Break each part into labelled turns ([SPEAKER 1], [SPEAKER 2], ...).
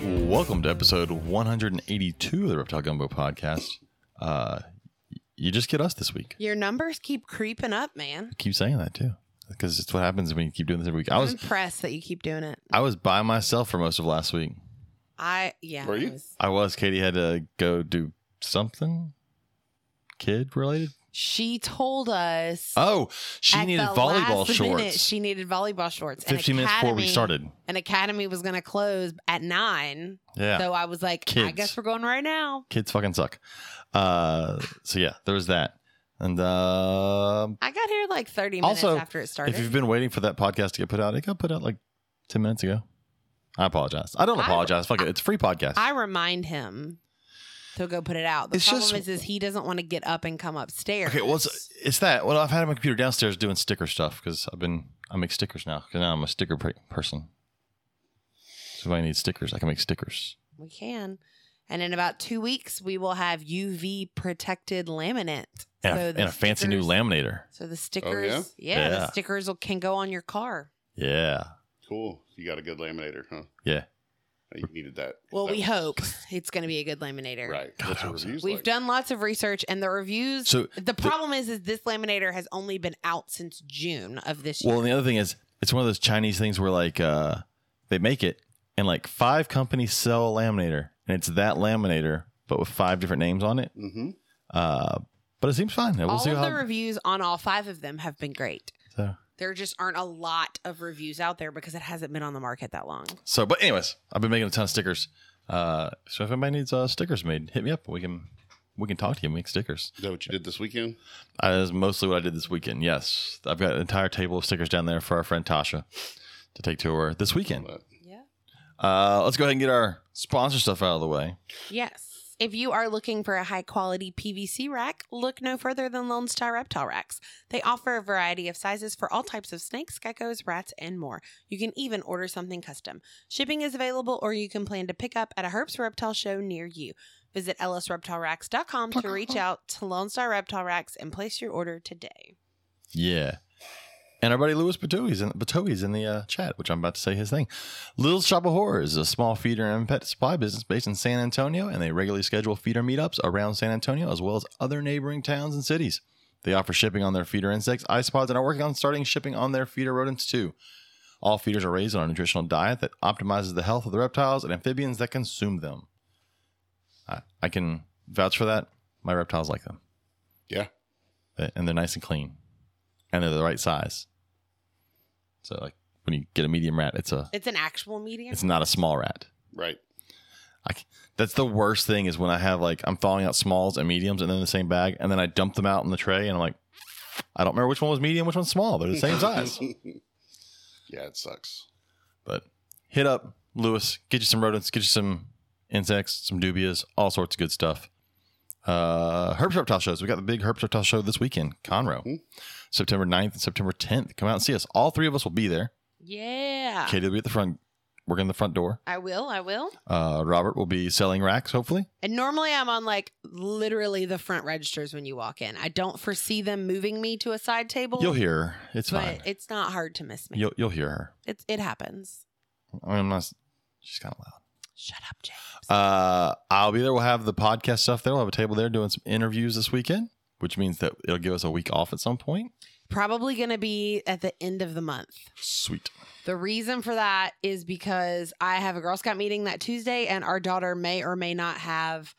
[SPEAKER 1] Welcome to episode 182 of the Reptile Gumbo podcast. Uh, you just get us this week.
[SPEAKER 2] Your numbers keep creeping up, man.
[SPEAKER 1] I keep saying that too, because it's what happens when you keep doing this every week. I
[SPEAKER 2] I'm
[SPEAKER 1] was
[SPEAKER 2] impressed that you keep doing it.
[SPEAKER 1] I was by myself for most of last week.
[SPEAKER 2] I yeah.
[SPEAKER 3] Were
[SPEAKER 2] I
[SPEAKER 3] you?
[SPEAKER 2] was-
[SPEAKER 1] I was. Katie had to go do something kid related.
[SPEAKER 2] she told us
[SPEAKER 1] Oh, she
[SPEAKER 2] at
[SPEAKER 1] needed
[SPEAKER 2] the
[SPEAKER 1] volleyball
[SPEAKER 2] last
[SPEAKER 1] shorts.
[SPEAKER 2] minute she needed volleyball shorts. An
[SPEAKER 1] 15 minutes before we
[SPEAKER 2] academy-
[SPEAKER 1] started.
[SPEAKER 2] An academy was going to close at nine,
[SPEAKER 1] Yeah.
[SPEAKER 2] so I was like, I
[SPEAKER 1] Kids.
[SPEAKER 2] guess we're going right now.
[SPEAKER 1] Kids fucking suck. Uh, so yeah, there was that. And um
[SPEAKER 2] I got here like thirty minutes
[SPEAKER 1] Also,
[SPEAKER 2] after it started.
[SPEAKER 1] if you've been waiting for that podcast to get put out, it got put out like 10 minutes ago. I apologize. I don't
[SPEAKER 2] I-
[SPEAKER 1] apologize. Fuck it. It's a free podcast.
[SPEAKER 2] I remind him to go put it out. The
[SPEAKER 1] It's
[SPEAKER 2] problem
[SPEAKER 1] just-
[SPEAKER 2] is, is he doesn't want to get up and come upstairs.
[SPEAKER 1] Okay, well, it's, it's that. Well, I've had my computer downstairs doing sticker stuff because I've been I make stickers now because now I'm a sticker pre- person. So if I need stickers, I can make stickers.
[SPEAKER 2] we can. And in about two weeks, we will have UV protected laminate.
[SPEAKER 1] And, a,
[SPEAKER 2] So the
[SPEAKER 1] and a fancy new
[SPEAKER 2] stickers-
[SPEAKER 1] laminator.
[SPEAKER 2] So
[SPEAKER 3] Oh,
[SPEAKER 2] the stickers, yeah?
[SPEAKER 1] Yeah.
[SPEAKER 2] the stickers will, can go on your car.
[SPEAKER 1] Yeah,
[SPEAKER 3] Cool. You got a good laminator, huh?
[SPEAKER 1] yeah.
[SPEAKER 3] You needed that.
[SPEAKER 2] Well,
[SPEAKER 3] That
[SPEAKER 2] we
[SPEAKER 3] was-
[SPEAKER 2] hope it's going to be a good laminator.
[SPEAKER 3] Right.
[SPEAKER 1] God,
[SPEAKER 3] What's
[SPEAKER 1] I
[SPEAKER 3] your
[SPEAKER 1] hope so.
[SPEAKER 3] reviews
[SPEAKER 2] We've
[SPEAKER 3] like?
[SPEAKER 2] done lots of research, and the reviews.
[SPEAKER 1] So
[SPEAKER 2] the problem is, is this laminator has only been out since June of this year.
[SPEAKER 1] well, and the other thing is, it's one of those Chinese things where like uh, they make it and like five companies sell a laminator, and it's that laminator but with five different names on it.
[SPEAKER 3] Mhm.
[SPEAKER 1] Uh, but it seems fine. We'll
[SPEAKER 2] all
[SPEAKER 1] see
[SPEAKER 2] of
[SPEAKER 1] how.
[SPEAKER 2] the reviews on all five of them have been great.
[SPEAKER 1] so.
[SPEAKER 2] There just aren't a lot of reviews out there because it hasn't been on the market that long.
[SPEAKER 1] So, but anyways, I've been making a ton of stickers. Uh, so if anybody needs uh, stickers made, hit me up. We can we can talk to you and make stickers.
[SPEAKER 3] Is that what you did this weekend?
[SPEAKER 1] Uh, that's mostly what I did this weekend. Yes, I've got an entire table of stickers down there for our friend Tasha to take to her this weekend.
[SPEAKER 3] But-
[SPEAKER 2] Yeah.
[SPEAKER 1] Uh, let's go ahead and get our sponsor stuff out of the way.
[SPEAKER 2] Yes. If you are looking for a high quality PVC rack, look no further than Lone Star Reptile Racks. They offer a variety of sizes for all types of snakes, geckos, rats, and more. You can even order something custom. Shipping is available, or you can plan to pick up at a Herps Reptile Show near you. Visit lsreptileracks.com to reach out to Lone Star Reptile Racks and place your order today.
[SPEAKER 1] Yeah. And our buddy Louis Batoey's in, Batoey's in the uh, chat, which I'm about to say his thing. Little Shop of Horror is a small feeder and pet supply business based in San Antonio, and they regularly schedule feeder meetups around San Antonio as well as other neighboring towns and cities. They offer shipping on their feeder insects, isopods, and are working on starting shipping on their feeder rodents too. All feeders are raised on a nutritional diet that optimizes the health of the reptiles and amphibians that consume them. I, I can vouch for that. My reptiles like them
[SPEAKER 3] Yeah.
[SPEAKER 1] and they're nice and clean and they're the right size so like when you get a medium rat it's a
[SPEAKER 2] It's an actual medium.
[SPEAKER 1] it's not a small rat
[SPEAKER 3] Right.
[SPEAKER 1] I, c- that's the worst thing is when i have like i'm thawing out smalls and mediums and then the same bag and then i dump them out in the tray and i'm like i don't remember which one was medium which one's small they're the same size
[SPEAKER 3] yeah, it sucks.
[SPEAKER 1] but hit up lewis get you some rodents get you some insects some dubias all sorts of good stuff uh herbs reptile shows we got the big herbs reptile show this weekend conroe
[SPEAKER 2] Hmm.
[SPEAKER 3] Mhm.
[SPEAKER 1] september 9th and september 10th come out and see us all three of us will be there
[SPEAKER 2] yeah.
[SPEAKER 1] Katie will be at the front, working the front door.
[SPEAKER 2] I will. I will.
[SPEAKER 1] Uh, Robert will be selling racks, hopefully.
[SPEAKER 2] And normally I'm on like literally the front registers when you walk in. I don't foresee them moving me to a side table.
[SPEAKER 1] You'll hear her. It's
[SPEAKER 2] but
[SPEAKER 1] fine.
[SPEAKER 2] it's not hard to miss me.
[SPEAKER 1] You'll you'll hear her.
[SPEAKER 2] It's it happens.
[SPEAKER 1] I mean, I'm not. She's kind of loud.
[SPEAKER 2] Shut up, James.
[SPEAKER 1] Uh, I'll be there. We'll have the podcast stuff there. We'll have a table there doing some interviews this weekend, which means that it'll give us a week off at some point.
[SPEAKER 2] Probably going to be at the end of the month.
[SPEAKER 1] Sweet.
[SPEAKER 2] The reason for that is because I have a Girl Scout meeting that Tuesday, and our daughter may or may not have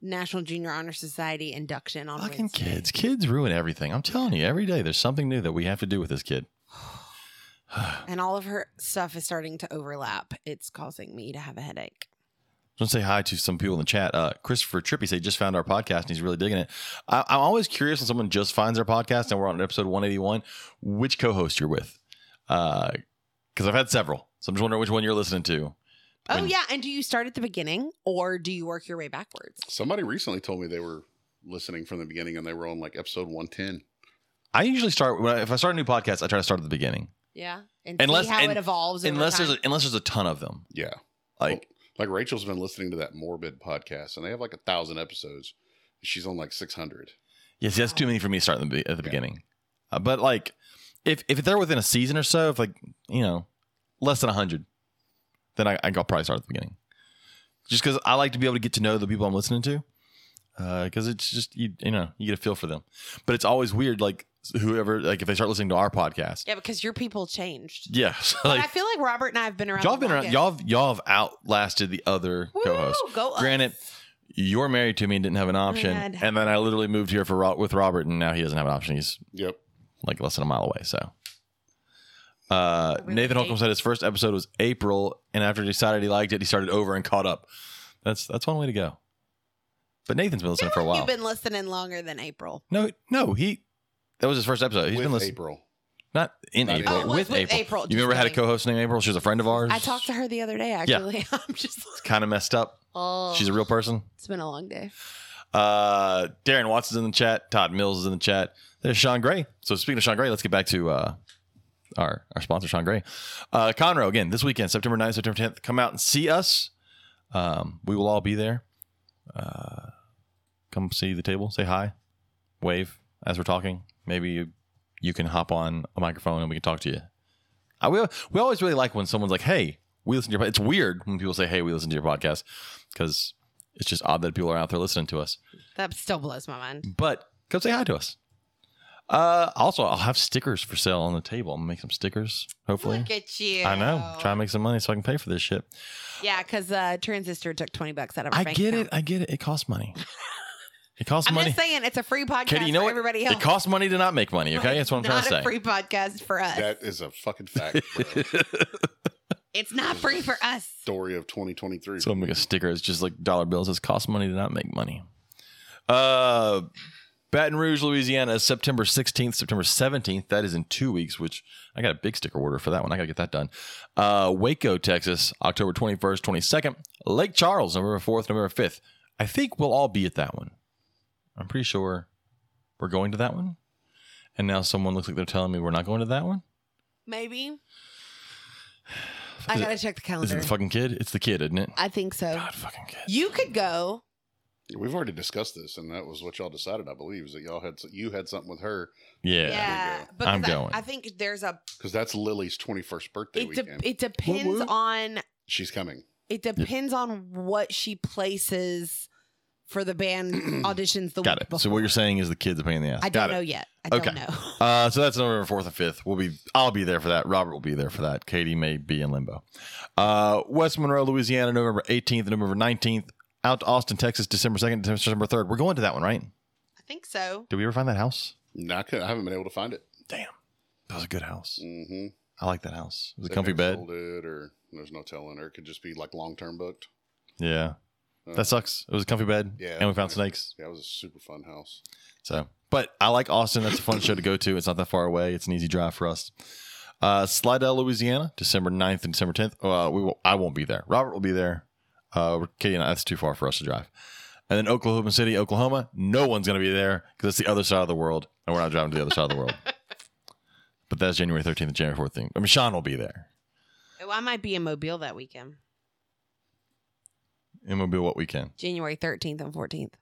[SPEAKER 2] National Junior Honor Society induction on
[SPEAKER 1] Fucking
[SPEAKER 2] Wednesday.
[SPEAKER 1] kids. Kids ruin everything. I'm telling you, every day there's something new that we have to do with this kid.
[SPEAKER 2] And all of her stuff is starting to overlap. It's causing me to have a headache.
[SPEAKER 1] Just want to say hi to some people in the chat. Uh, Christopher Trippy said he just found our podcast and he's really digging it. I, I'm always curious when someone just finds our podcast and we're on episode 181, which co-host you're with? Because I've had several, so I'm just wondering which one you're listening to.
[SPEAKER 2] Oh
[SPEAKER 1] When-
[SPEAKER 2] yeah, and do you start at the beginning or do you work your way backwards?
[SPEAKER 3] Somebody recently told me they were listening from the beginning and they were on like episode 110.
[SPEAKER 1] I usually start when I, if I start a new podcast, I try to start at the beginning,
[SPEAKER 2] Yeah, and
[SPEAKER 1] Unless-
[SPEAKER 2] see how
[SPEAKER 1] and-
[SPEAKER 2] it evolves. over
[SPEAKER 1] unless
[SPEAKER 2] time.
[SPEAKER 1] there's a, unless there's a ton of them.
[SPEAKER 3] Yeah.
[SPEAKER 1] Like
[SPEAKER 3] Like Rachel's been listening to that Morbid podcast and they have like a thousand episodes. She's on like 600.
[SPEAKER 2] Oh.
[SPEAKER 1] Yes, that's too many for me starting the, be- at the
[SPEAKER 3] Yeah.
[SPEAKER 1] beginning. Uh, but like, if if they're within a season or so, if like you know less than hundred, then I, I'll probably start at the beginning. Just because I like to be able to get to know the people I'm listening to, because it's just you you know you get a feel for them. But it's always weird, like whoever like if they start listening to our podcast,
[SPEAKER 2] Yeah, because your people changed.
[SPEAKER 1] yeah, so,
[SPEAKER 2] But I
[SPEAKER 1] like,
[SPEAKER 2] feel like Robert and I have been around.
[SPEAKER 1] y'all
[SPEAKER 2] the
[SPEAKER 1] have been around,
[SPEAKER 2] longest.
[SPEAKER 1] y'all have, y'all have outlasted the other
[SPEAKER 2] Woo,
[SPEAKER 1] co-hosts.
[SPEAKER 2] Go us.
[SPEAKER 1] Granted, you're married to me and didn't have an option,
[SPEAKER 2] Oh God.
[SPEAKER 1] and then I literally moved here for Ro- with Robert, and now he doesn't have an option. He's
[SPEAKER 3] Yep.
[SPEAKER 1] like less than a mile away. So, uh,
[SPEAKER 2] Really
[SPEAKER 1] Nathan Holcomb
[SPEAKER 2] deep.
[SPEAKER 1] said his first episode was April, and after he decided he liked it, he started over and caught up. That's that's one way to go. But Nathan's been listening for a while.
[SPEAKER 2] You've been listening longer than April.
[SPEAKER 1] no, no, he that was his first episode. He's
[SPEAKER 3] with
[SPEAKER 1] been listening
[SPEAKER 3] April.
[SPEAKER 1] not in
[SPEAKER 3] Not
[SPEAKER 1] April
[SPEAKER 3] in
[SPEAKER 2] it was
[SPEAKER 1] with, April. You
[SPEAKER 2] just
[SPEAKER 1] remember had a
[SPEAKER 2] kidding.
[SPEAKER 1] co-host named April? She was a friend of ours.
[SPEAKER 2] I talked to her the other day. Actually, I'm just. like,
[SPEAKER 1] Kind of messed up.
[SPEAKER 2] Oh,
[SPEAKER 1] She's a real person.
[SPEAKER 2] It's been a long day.
[SPEAKER 1] Uh, Darren Watson's in the chat. Todd Mills is in the chat. There's Sean Gray. So speaking of Sean Gray, let's get back to uh, our our sponsor, Sean Gray. Uh, Conroe again this weekend, September 9th, September 10th. Come out and see us. Um, we will all be there. Uh, come see the table. Say hi. Wave as we're talking. Maybe you, you can hop on a microphone and we can talk to you. I will. We always really like when someone's like, "Hey, we listen to your." pod-" It's weird when people say, "Hey, we listen to your podcast," because it's just odd that people are out there listening to us
[SPEAKER 2] That still blows my mind.
[SPEAKER 1] but come say hi to us. Uh, also, I'll have stickers for sale on the table. I'm gonna make some stickers, hopefully.
[SPEAKER 2] Look at you.
[SPEAKER 1] I know. Try and make some money so I can pay for this shit.
[SPEAKER 2] Yeah, because uh, Transistor took 20 bucks out of our
[SPEAKER 1] I
[SPEAKER 2] bank
[SPEAKER 1] get
[SPEAKER 2] account.
[SPEAKER 1] it. I get it. It costs money. It costs
[SPEAKER 2] I'm
[SPEAKER 1] money.
[SPEAKER 2] just saying it's a free podcast
[SPEAKER 1] Katie, you know
[SPEAKER 2] for
[SPEAKER 1] what?
[SPEAKER 2] everybody else.
[SPEAKER 1] It costs money to not make money. Okay, that's what I'm
[SPEAKER 2] It's
[SPEAKER 1] trying to
[SPEAKER 2] not
[SPEAKER 1] say.
[SPEAKER 2] a free podcast for us.
[SPEAKER 3] That is a fucking fact. bro.
[SPEAKER 2] it's not free for us.
[SPEAKER 3] Story of 2023.
[SPEAKER 1] so I'm gonna make a sticker. It's just like dollar bills. It's costs money to not make money. Uh, Baton Rouge, Louisiana, is September 16th, September 17th. That is in two weeks, which I got a big sticker order for that one. I got to get that done. Uh, Waco, Texas, October 21st, 22nd. Lake Charles, November 4th, November 5th. I think we'll all be at that one. I'm pretty sure we're going to that one. And now someone looks like they're telling me we're not going to that one.
[SPEAKER 2] Maybe. I gotta check
[SPEAKER 1] Is
[SPEAKER 2] the
[SPEAKER 1] it
[SPEAKER 2] calendar. Oh.
[SPEAKER 1] the fucking kid? It's the kid, isn't it?
[SPEAKER 2] I think so.
[SPEAKER 1] God, fucking kid.
[SPEAKER 2] You could go.
[SPEAKER 3] We've already discussed this, and that was what y'all decided, I believe, is that y'all had you had something with her
[SPEAKER 1] Yeah.
[SPEAKER 3] Yeah.
[SPEAKER 2] because
[SPEAKER 1] I'm going.
[SPEAKER 2] I, I think there's a.
[SPEAKER 3] because that's Lily's 21st birthday
[SPEAKER 2] It,
[SPEAKER 3] weekend.
[SPEAKER 2] de- it depends
[SPEAKER 1] whoop.
[SPEAKER 2] on.
[SPEAKER 3] She's coming.
[SPEAKER 2] It depends on what she places for the band auditions the
[SPEAKER 1] Got
[SPEAKER 2] week
[SPEAKER 1] it. So what you're saying is the kid's a pain in the ass.
[SPEAKER 2] I
[SPEAKER 1] Got
[SPEAKER 2] don't
[SPEAKER 1] it.
[SPEAKER 2] know yet. I
[SPEAKER 1] Okay.
[SPEAKER 2] don't know.
[SPEAKER 1] Uh, so that's November fourth and fifth. We'll be. I'll be there for that. Robert will be there for that. Katie may be in limbo. Uh, West Monroe, Louisiana, November eighteenth, November nineteenth. Out to Austin, Texas, December second, December third. We're going to that one, right?
[SPEAKER 2] I think so.
[SPEAKER 1] Did we ever find that house?
[SPEAKER 3] No, I, couldn't- I haven't been able to find it.
[SPEAKER 1] That was a good house.
[SPEAKER 3] Mm-hmm.
[SPEAKER 1] I like that house. It was a comfy bed.
[SPEAKER 3] Sold it, or there's no telling, or it could just be like long term booked.
[SPEAKER 1] Yeah,
[SPEAKER 3] Uh,
[SPEAKER 1] that sucks. It was a comfy bed.
[SPEAKER 3] Yeah.
[SPEAKER 1] and we found snakes.
[SPEAKER 3] Yeah, it was a super fun house.
[SPEAKER 1] So, but I like Austin. That's a fun show to go to. It's not that far away. It's an easy drive for us. Uh, Slidell, Louisiana, December 9th and December 10th. Uh, we will, I won't be there. Robert will be there. Uh, Katie and I, that's too far for us to drive. And then Oklahoma City, Oklahoma. No one's going to be there because it's the other side of the world, and we're not driving to the other side of the world. But that's January 13th and January 14th. I mean, Sean will be there.
[SPEAKER 2] Oh, I might be in Mobile that weekend,
[SPEAKER 1] And we'll be what we can.
[SPEAKER 2] January 13th and 14th.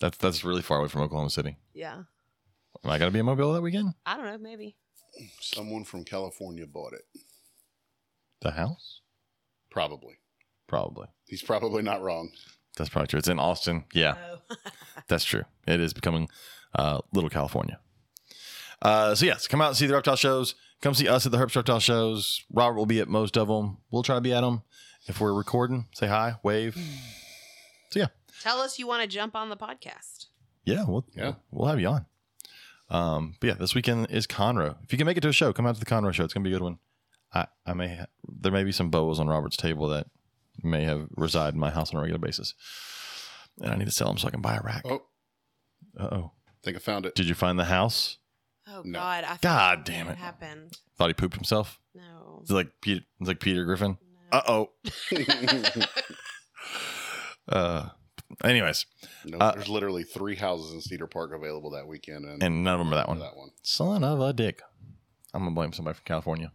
[SPEAKER 1] That's that's really far away from Oklahoma City.
[SPEAKER 2] Yeah.
[SPEAKER 1] Am I going to be in Mobile that weekend?
[SPEAKER 2] I don't know. Maybe.
[SPEAKER 3] Someone from California bought it.
[SPEAKER 1] The house?
[SPEAKER 3] Probably.
[SPEAKER 1] Probably.
[SPEAKER 3] He's probably not wrong.
[SPEAKER 1] That's probably true. It's in Austin. Yeah. That's true. It is becoming uh, Little California. Uh, so yes, come out and see the reptile shows. Come see us at the Herps Reptile shows. Robert will be at most of them. We'll try to be at them if we're recording. Say hi, wave.
[SPEAKER 2] Tell us you want to jump on the podcast.
[SPEAKER 1] Yeah, we'll
[SPEAKER 3] Yeah.
[SPEAKER 1] we'll have you on. Um, but yeah, this weekend is Conroe. If you can make it to a show, come out to the Conroe show. It's gonna be a good one. I I may ha- there may be some boas on Robert's table that may have reside in my house on a regular basis, and I need to sell them so I can buy a rack.
[SPEAKER 3] Oh,
[SPEAKER 1] Uh oh,
[SPEAKER 3] think I found it.
[SPEAKER 1] did you find the house?
[SPEAKER 2] Oh
[SPEAKER 3] No.
[SPEAKER 2] God! I thought
[SPEAKER 1] God
[SPEAKER 2] something
[SPEAKER 1] damn it.
[SPEAKER 2] Happened.
[SPEAKER 1] Thought he pooped himself.
[SPEAKER 2] No.
[SPEAKER 1] It's like Peter. It's like Peter Griffin.
[SPEAKER 2] No.
[SPEAKER 1] Uh oh. Uh. Anyways,
[SPEAKER 3] no,
[SPEAKER 1] Uh,
[SPEAKER 3] there's literally three houses in Cedar Park available that weekend, and,
[SPEAKER 1] and none of them are that one.
[SPEAKER 3] that one.
[SPEAKER 1] Son of a dick. I'm gonna blame somebody from California.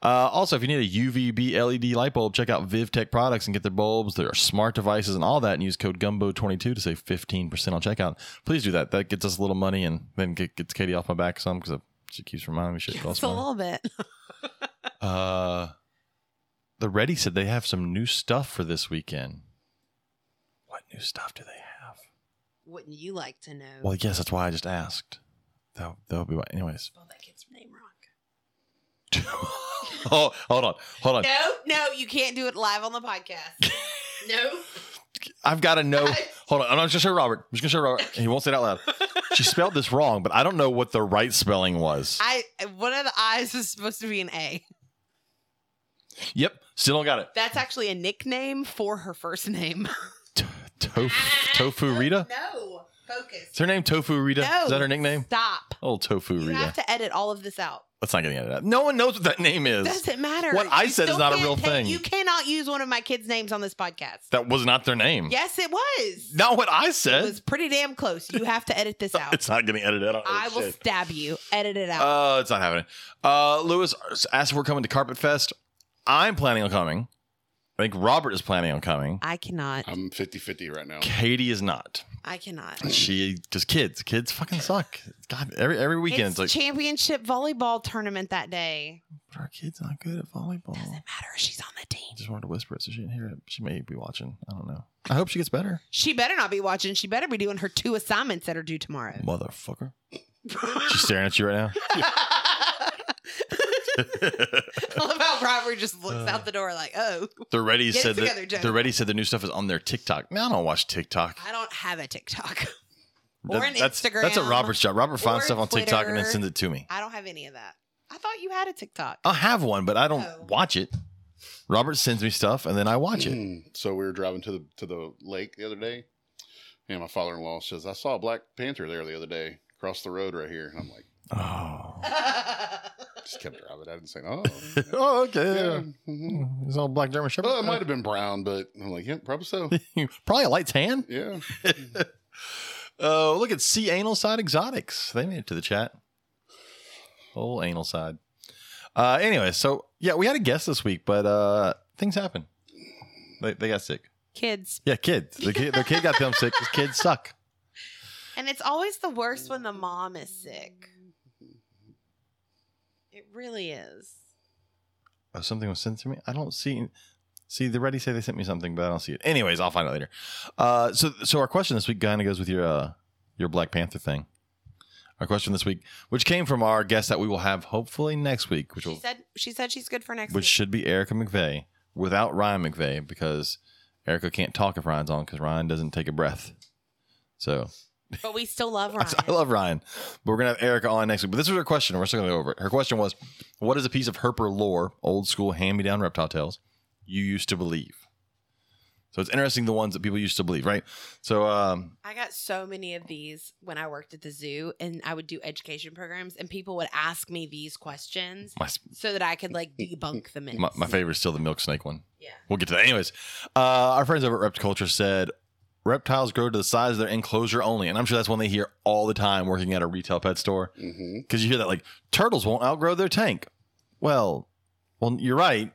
[SPEAKER 1] Uh, also, if you need a UVB LED E light bulb, check out VivTech products and get their bulbs. There are smart devices and all that, and use code Gumbo22 to save 15% on checkout. Please do that. That gets us a little money and then get, gets Katie off my back some because she keeps reminding me shit costs
[SPEAKER 2] Just a
[SPEAKER 1] money.
[SPEAKER 2] little bit.
[SPEAKER 1] Uh, the Ready said they have some new stuff for this weekend. What new stuff do they have?
[SPEAKER 2] Wouldn't you like to know?
[SPEAKER 1] Well, yes, that's why I just asked. That'll, that'll be why. Anyways.
[SPEAKER 2] Spell Oh, that kid's name wrong.
[SPEAKER 1] oh, hold on. Hold on.
[SPEAKER 2] No, no, you can't do it live on the podcast. no.
[SPEAKER 1] I've got to know. Hold on. I'm not just gonna show Robert. I'm just going to show Robert. He won't say it out loud. She spelled this wrong, but I don't know what the right spelling was.
[SPEAKER 2] I one of the eyes is supposed to be an A.
[SPEAKER 1] Yep. Still don't got it.
[SPEAKER 2] That's actually a nickname for her first name.
[SPEAKER 1] Tofu, tofu Rita?
[SPEAKER 2] Ah, No. Focus.
[SPEAKER 1] Is her name Tofu Rita?
[SPEAKER 2] No.
[SPEAKER 1] Is that her nickname?
[SPEAKER 2] Stop.
[SPEAKER 1] Oh, Tofu
[SPEAKER 2] You
[SPEAKER 1] Rita.
[SPEAKER 2] have to edit all of this out.
[SPEAKER 1] That's not getting out of that. No one knows what that name is.
[SPEAKER 2] Doesn't matter.
[SPEAKER 1] What I
[SPEAKER 2] You
[SPEAKER 1] said is
[SPEAKER 2] still
[SPEAKER 1] not a
[SPEAKER 2] can't
[SPEAKER 1] real
[SPEAKER 2] take-
[SPEAKER 1] thing.
[SPEAKER 2] You cannot use one of my kids' names on this podcast.
[SPEAKER 1] That was not their name.
[SPEAKER 2] Yes, it was.
[SPEAKER 1] Not what I
[SPEAKER 2] It
[SPEAKER 1] said.
[SPEAKER 2] was pretty damn close. You have to edit this out.
[SPEAKER 1] Oh, it's not getting edited. I, don't know
[SPEAKER 2] I will
[SPEAKER 1] shit.
[SPEAKER 2] stab you. Edit it out.
[SPEAKER 1] Uh, it's not happening. Uh, Lewis asked if we're coming to Carpet Fest. I'm planning on coming. I think Robert is planning on coming.
[SPEAKER 2] I cannot.
[SPEAKER 1] um,
[SPEAKER 3] I'm 50 50 right now.
[SPEAKER 1] Katie is not.
[SPEAKER 2] I cannot.
[SPEAKER 1] She just kids. Kids fucking suck. God, every every weekend it's,
[SPEAKER 2] It's
[SPEAKER 1] like
[SPEAKER 2] championship volleyball tournament that day.
[SPEAKER 1] "But our kids not good at volleyball.
[SPEAKER 2] Doesn't
[SPEAKER 1] I
[SPEAKER 2] matter. She's on the team.
[SPEAKER 1] just wanted to whisper it so she didn't hear it. She may be watching. I don't know. I hope she gets better,
[SPEAKER 2] She better not be watching. She better be doing her two assignments that are due tomorrow.
[SPEAKER 1] motherfucker. She's staring at you right
[SPEAKER 2] I
[SPEAKER 1] now.
[SPEAKER 2] love how Robert just looks
[SPEAKER 1] Uh.
[SPEAKER 2] out the door like, oh,
[SPEAKER 1] the ready
[SPEAKER 2] Get it
[SPEAKER 1] said
[SPEAKER 2] together,
[SPEAKER 1] that
[SPEAKER 2] Jonah.
[SPEAKER 1] the ready said the new stuff is on their TikTok. Man, I don't watch TikTok.
[SPEAKER 2] I don't have a TikTok.
[SPEAKER 1] That-
[SPEAKER 2] Or an
[SPEAKER 1] that's,
[SPEAKER 2] Instagram.
[SPEAKER 1] That's a Robert's job. Robert finds
[SPEAKER 2] or
[SPEAKER 1] stuff on TikTok and then
[SPEAKER 2] Twitter.
[SPEAKER 1] sends it to me.
[SPEAKER 2] I don't have any of that. I thought you had a TikTok.
[SPEAKER 1] I'll have one, but I don't
[SPEAKER 2] Oh.
[SPEAKER 1] watch it. Robert sends me stuff and then I watch it.
[SPEAKER 3] Mm. So we were driving to the to the lake the other day, and my father in law says, "I saw a black panther there the other day across the road right here." And I'm like,
[SPEAKER 1] Oh,
[SPEAKER 3] just kept driving. I didn't say, "Oh,
[SPEAKER 1] oh okay.
[SPEAKER 3] yeah, mhm.
[SPEAKER 1] It's all black German Shepherd.
[SPEAKER 3] Well, it might have been brown, but I'm like, yeah, probably so.
[SPEAKER 1] Probably a light tan.
[SPEAKER 3] Yeah,
[SPEAKER 1] Oh, look at Sea Anal Side Exotics. They made it to the chat. Whole anal side. Uh, anyway, so yeah, we had a guest this week, but uh, things happen. They, they got sick.
[SPEAKER 2] Kids.
[SPEAKER 1] Yeah, kids. The kid, their kid got them sick. 'cause Kids suck.
[SPEAKER 2] And it's always the worst when the mom is sick. It really is.
[SPEAKER 1] Oh, something was sent to me. I don't see. See, the ready say they sent me something, but I don't see it. Anyways, I'll find out later. Uh, so, so our question this week kind of goes with your uh, your Black Panther thing. Our question this week, which came from our guest that we will have hopefully next week, which
[SPEAKER 2] She
[SPEAKER 1] will,
[SPEAKER 2] said she said she's good for next
[SPEAKER 1] which
[SPEAKER 2] week.
[SPEAKER 1] should be Erica McVeigh without Ryan McVeigh because Erica can't talk if Ryan's on because Ryan doesn't take a breath. So
[SPEAKER 2] But we still love
[SPEAKER 1] I-
[SPEAKER 2] Ryan.
[SPEAKER 1] I love Ryan, but we're gonna have Erica on next week. But this was her question. We're still gonna go over it. Her question was, "What is a piece of herper lore, old school hand-me-down reptile tales, you used to believe?" So it's interesting the ones that people used to believe, right? So um,
[SPEAKER 2] I got so many of these when I worked at the zoo and I would do education programs and people would ask me these questions
[SPEAKER 1] my
[SPEAKER 2] so that I could like debunk the myths.
[SPEAKER 1] my, my favorite is still the milk snake one.
[SPEAKER 2] yeah.
[SPEAKER 1] We'll get to that. Anyways, uh, our friends over at Repticulture said reptiles grow to the size of their enclosure only, and I'm sure that's one they hear all the time working at a retail pet store.
[SPEAKER 3] hmm
[SPEAKER 1] because you hear that like turtles won't outgrow their tank. Well, well, you're right.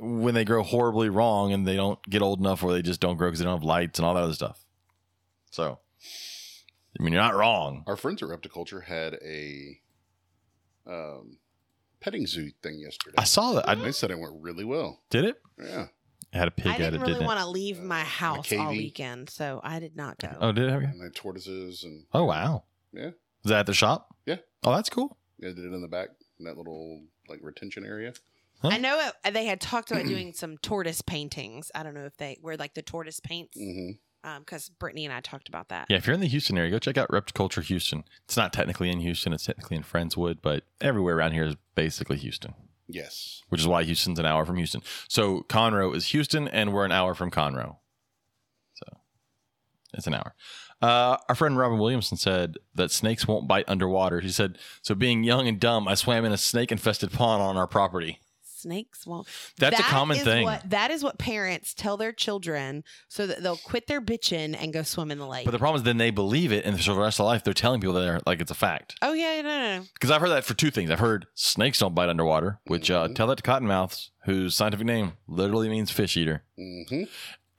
[SPEAKER 1] When they grow horribly wrong and they don't get old enough, or they just don't grow because they don't have lights and all that other stuff. So, I mean, you're not wrong.
[SPEAKER 3] our friends at Repticulture had a um, petting zoo thing yesterday.
[SPEAKER 1] I saw that. I
[SPEAKER 3] they said it went really well.
[SPEAKER 1] did it.
[SPEAKER 3] Yeah,
[SPEAKER 1] I had a pig
[SPEAKER 2] Mm-hmm. I
[SPEAKER 1] at it,
[SPEAKER 2] didn't really
[SPEAKER 1] didn't
[SPEAKER 2] want to leave my house all
[SPEAKER 3] KV.
[SPEAKER 2] weekend, so I did not go.
[SPEAKER 1] it? Oh, did it? have you?
[SPEAKER 3] and they had tortoises, and
[SPEAKER 1] Oh, wow.
[SPEAKER 3] Yeah.
[SPEAKER 1] Is that at the shop?
[SPEAKER 3] Yeah.
[SPEAKER 1] Oh, that's cool.
[SPEAKER 3] they did it in the back in that little like retention area.
[SPEAKER 1] Huh?
[SPEAKER 2] I know it, uh, they had talked about doing some tortoise paintings. I don't know if they were like the tortoise paints,
[SPEAKER 3] hmm
[SPEAKER 2] because Brittany and I talked about that.
[SPEAKER 1] Mm. Yeah, if you're in the Houston area, go check out Repticulture Houston. It's not technically in Houston; it's technically in Friendswood, but everywhere around here is basically Houston.
[SPEAKER 3] Yes,
[SPEAKER 1] which is why Houston's an hour from Houston. So Conroe is Houston, and we're an hour from Conroe. So it's an hour. Uh, our friend Robin Williamson said that snakes won't bite underwater. He said, So being young and dumb, I swam in a snake infested pond on our property.
[SPEAKER 2] snakes won't.
[SPEAKER 1] That's
[SPEAKER 2] That
[SPEAKER 1] a common
[SPEAKER 2] is
[SPEAKER 1] thing.
[SPEAKER 2] What, that is what parents tell their children so that they'll quit their bitching and go swim in the lake.
[SPEAKER 1] But the problem is, then they believe it, and so the rest of their life they're telling people that they're like it's a fact.
[SPEAKER 2] oh yeah, no, no, no.
[SPEAKER 1] Because I've heard that for two things. I've heard snakes don't bite underwater, which uh,
[SPEAKER 3] Mhm.
[SPEAKER 1] tell that to cottonmouths, whose scientific name literally means fish eater.
[SPEAKER 3] hmm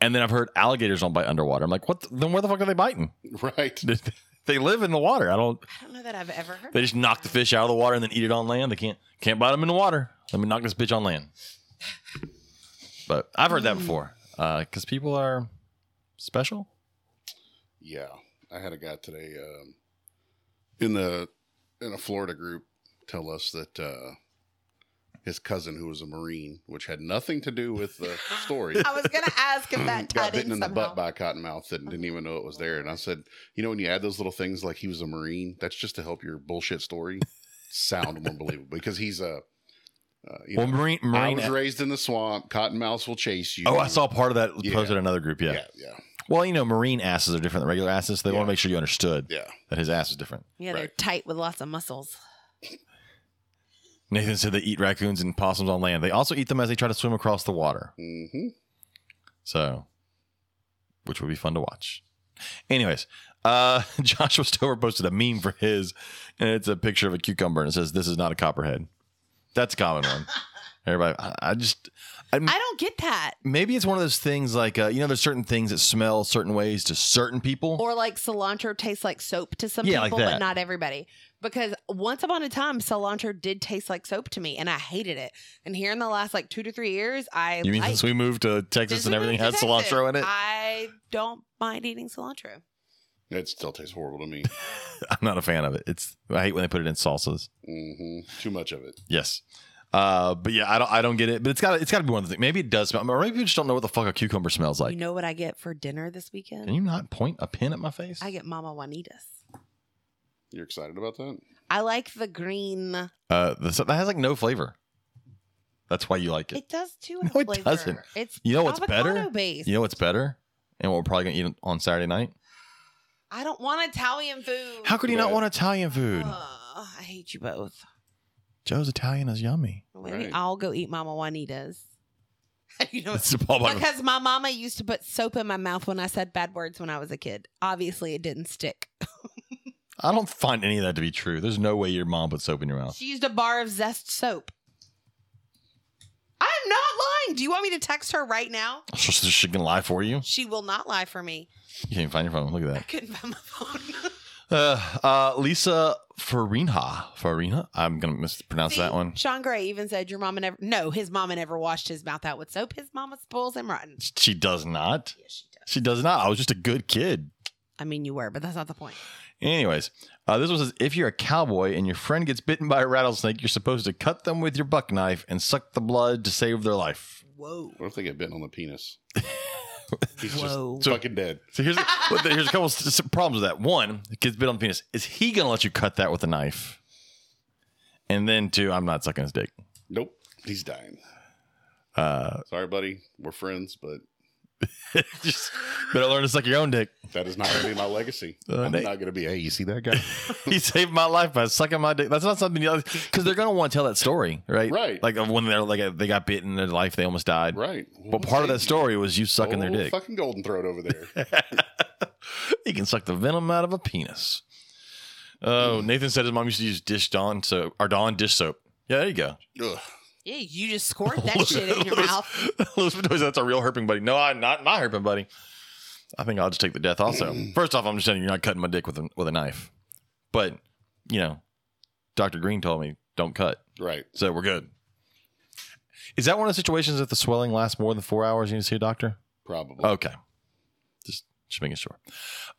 [SPEAKER 1] And then I've heard alligators don't bite underwater. I'm like, what? The, then where the fuck are they biting?
[SPEAKER 3] Right.
[SPEAKER 1] They live in the water. I don't.
[SPEAKER 2] I don't know that I've ever heard.
[SPEAKER 1] They just knock the fish out of the water and then eat it on land. They can't can't bite them in the water. Let me knock this bitch on land. But I've heard that before because people are special.
[SPEAKER 3] Yeah, I had a guy today um, in the in a Florida group tell us that uh, his cousin, who was a Marine, which had nothing to do with the story,
[SPEAKER 2] I was gonna ask if that
[SPEAKER 3] got
[SPEAKER 2] tied
[SPEAKER 3] bitten in the
[SPEAKER 2] somehow.
[SPEAKER 3] butt by a cottonmouth and didn't even know it was there. And I said, you know, when you add those little things like he was a Marine, that's just to help your bullshit story sound more believable because he's a uh, you
[SPEAKER 1] Well,
[SPEAKER 3] know,
[SPEAKER 1] marine
[SPEAKER 3] I
[SPEAKER 1] marine.
[SPEAKER 3] was raised in the swamp. Cottonmouths will chase you.
[SPEAKER 1] oh, I saw part of that
[SPEAKER 3] Yeah.
[SPEAKER 1] posted in another group. Yeah.
[SPEAKER 3] Yeah, yeah,
[SPEAKER 1] Well, you know, marine asses are different than regular asses. So they want
[SPEAKER 3] Yeah.
[SPEAKER 1] to make sure you understood
[SPEAKER 3] yeah.
[SPEAKER 1] that his ass is different.
[SPEAKER 2] yeah, they're
[SPEAKER 3] Right.
[SPEAKER 2] tight with lots of muscles.
[SPEAKER 1] Nathan said they eat raccoons and possums on land. They also eat them as they try to swim across the water.
[SPEAKER 3] Mm-hmm.
[SPEAKER 1] So, which would be fun to watch. Anyways, uh, Joshua Stover posted a meme for his, and it's a picture of a cucumber, and it says, "This is not a copperhead." That's a common one. Everybody, I, I just, I,
[SPEAKER 3] Hmm.
[SPEAKER 2] I don't get that.
[SPEAKER 1] maybe it's one of those things like uh, you know, there's certain things that smell certain ways to certain people.
[SPEAKER 2] Or like cilantro tastes like soap to some
[SPEAKER 1] Yeah, like
[SPEAKER 2] people,
[SPEAKER 1] that.
[SPEAKER 2] but not everybody. Because once upon a time, cilantro did taste like soap to me, and I hated it. And here in the last like two to three years, I
[SPEAKER 1] you mean
[SPEAKER 2] like,
[SPEAKER 1] since we moved to Texas
[SPEAKER 2] Since
[SPEAKER 1] and
[SPEAKER 2] we
[SPEAKER 1] everything has
[SPEAKER 2] moved to Texas,
[SPEAKER 1] cilantro in it?
[SPEAKER 2] I don't mind eating cilantro.
[SPEAKER 3] It still tastes horrible to me.
[SPEAKER 1] I'm not a fan of it. It's I hate when they put it in salsas.
[SPEAKER 3] hmm Too much of it.
[SPEAKER 1] Yes. Uh, but yeah, I don't, I don't get it. But it's got, it's got to be one of the things. Maybe it does smell, or maybe you just don't know what the fuck a cucumber smells like.
[SPEAKER 2] you know what I get for dinner this weekend?
[SPEAKER 1] Can you not point a pin at my face?
[SPEAKER 2] I get Mama Juanita's.
[SPEAKER 3] You're excited about that?
[SPEAKER 2] I like the green.
[SPEAKER 1] uh, the, so that has like no flavor. That's why you like it.
[SPEAKER 2] It does too.
[SPEAKER 1] No, it doesn't.
[SPEAKER 2] It's
[SPEAKER 1] You know what's better?
[SPEAKER 2] Based.
[SPEAKER 1] You know what's better, and what we're probably gonna eat on Saturday night.
[SPEAKER 2] I don't want Italian food.
[SPEAKER 1] How could you not
[SPEAKER 3] Bad.
[SPEAKER 1] want Italian food?
[SPEAKER 2] Ugh, I hate you both.
[SPEAKER 1] Joe's Italian is yummy.
[SPEAKER 2] We
[SPEAKER 3] Right.
[SPEAKER 2] all go eat Mama Juanita's. you know,
[SPEAKER 1] It's a Paul Bunyan.
[SPEAKER 2] because my mama used to put soap in my mouth when I said bad words when I was a kid. Obviously, it didn't stick.
[SPEAKER 1] I don't find any of that to be true. There's no way your mom put soap in your mouth.
[SPEAKER 2] She used a bar of zest soap. I'm not lying. Do you want me to text her right now?
[SPEAKER 1] She, she can lie for you.
[SPEAKER 2] She will not lie for me.
[SPEAKER 1] You can't even find your phone. Look at
[SPEAKER 2] I
[SPEAKER 1] that.
[SPEAKER 2] couldn't find my phone.
[SPEAKER 1] Uh, uh, Lisa Farina. Farina. I'm gonna mispronounce
[SPEAKER 2] See,
[SPEAKER 1] that one.
[SPEAKER 2] Sean Gray even said your mama never. No, his mama never washed his mouth out with soap. His mama spoils him rotten.
[SPEAKER 1] She does not.
[SPEAKER 2] Yes, she does.
[SPEAKER 1] She does not. I was just a good kid.
[SPEAKER 2] I mean, you were, but that's not the point.
[SPEAKER 1] Anyways, uh, this one says if you're a cowboy and your friend gets bitten by a rattlesnake, you're supposed to cut them with your buck knife and suck the blood to save their life.
[SPEAKER 2] Whoa.
[SPEAKER 3] What if they get bitten on the penis? He's
[SPEAKER 2] Whoa.
[SPEAKER 3] just fucking dead.
[SPEAKER 1] So here's but here's a couple s- s- problems with that. One, it gets bit on the penis. Is he gonna let you cut that with a knife? And then two, I'm not sucking his dick.
[SPEAKER 3] Nope. He's dying.
[SPEAKER 1] Uh,
[SPEAKER 3] Sorry, buddy. We're friends, but
[SPEAKER 1] just better learn to suck your own dick.
[SPEAKER 3] that is not going to be my legacy.
[SPEAKER 1] Uh,
[SPEAKER 3] I'm
[SPEAKER 1] they-
[SPEAKER 3] not going to be, hey, you see that guy?
[SPEAKER 1] he saved my life by sucking my dick. That's not something you because they're gonna want to tell that story, right?
[SPEAKER 3] Right.
[SPEAKER 1] Like of when they're like they got bitten in their life, they almost died.
[SPEAKER 3] right. Oh,
[SPEAKER 1] But part of that story was you sucking their
[SPEAKER 3] Old
[SPEAKER 1] dick.
[SPEAKER 3] Fucking golden throat over there.
[SPEAKER 1] he can suck the venom out of a penis.
[SPEAKER 2] Hmm.
[SPEAKER 1] Oh, Nathan said his mom used to use dish Dawn so or Dawn dish soap. Yeah, there you go.
[SPEAKER 3] Ugh.
[SPEAKER 2] Yeah, you just squirt that shit in your mouth.
[SPEAKER 1] Louis Bedoya, that's a real herping buddy. No, I'm not my herping buddy. I think I'll just take the death also. First off, I'm just saying you're not cutting my dick with a, with a knife. But, you know, Dr. Green told me don't cut.
[SPEAKER 3] Right.
[SPEAKER 1] So we're good. Is that one of the situations that the swelling lasts more than four hours? You need to see a doctor?
[SPEAKER 3] Probably.
[SPEAKER 1] Okay. Just, just making sure.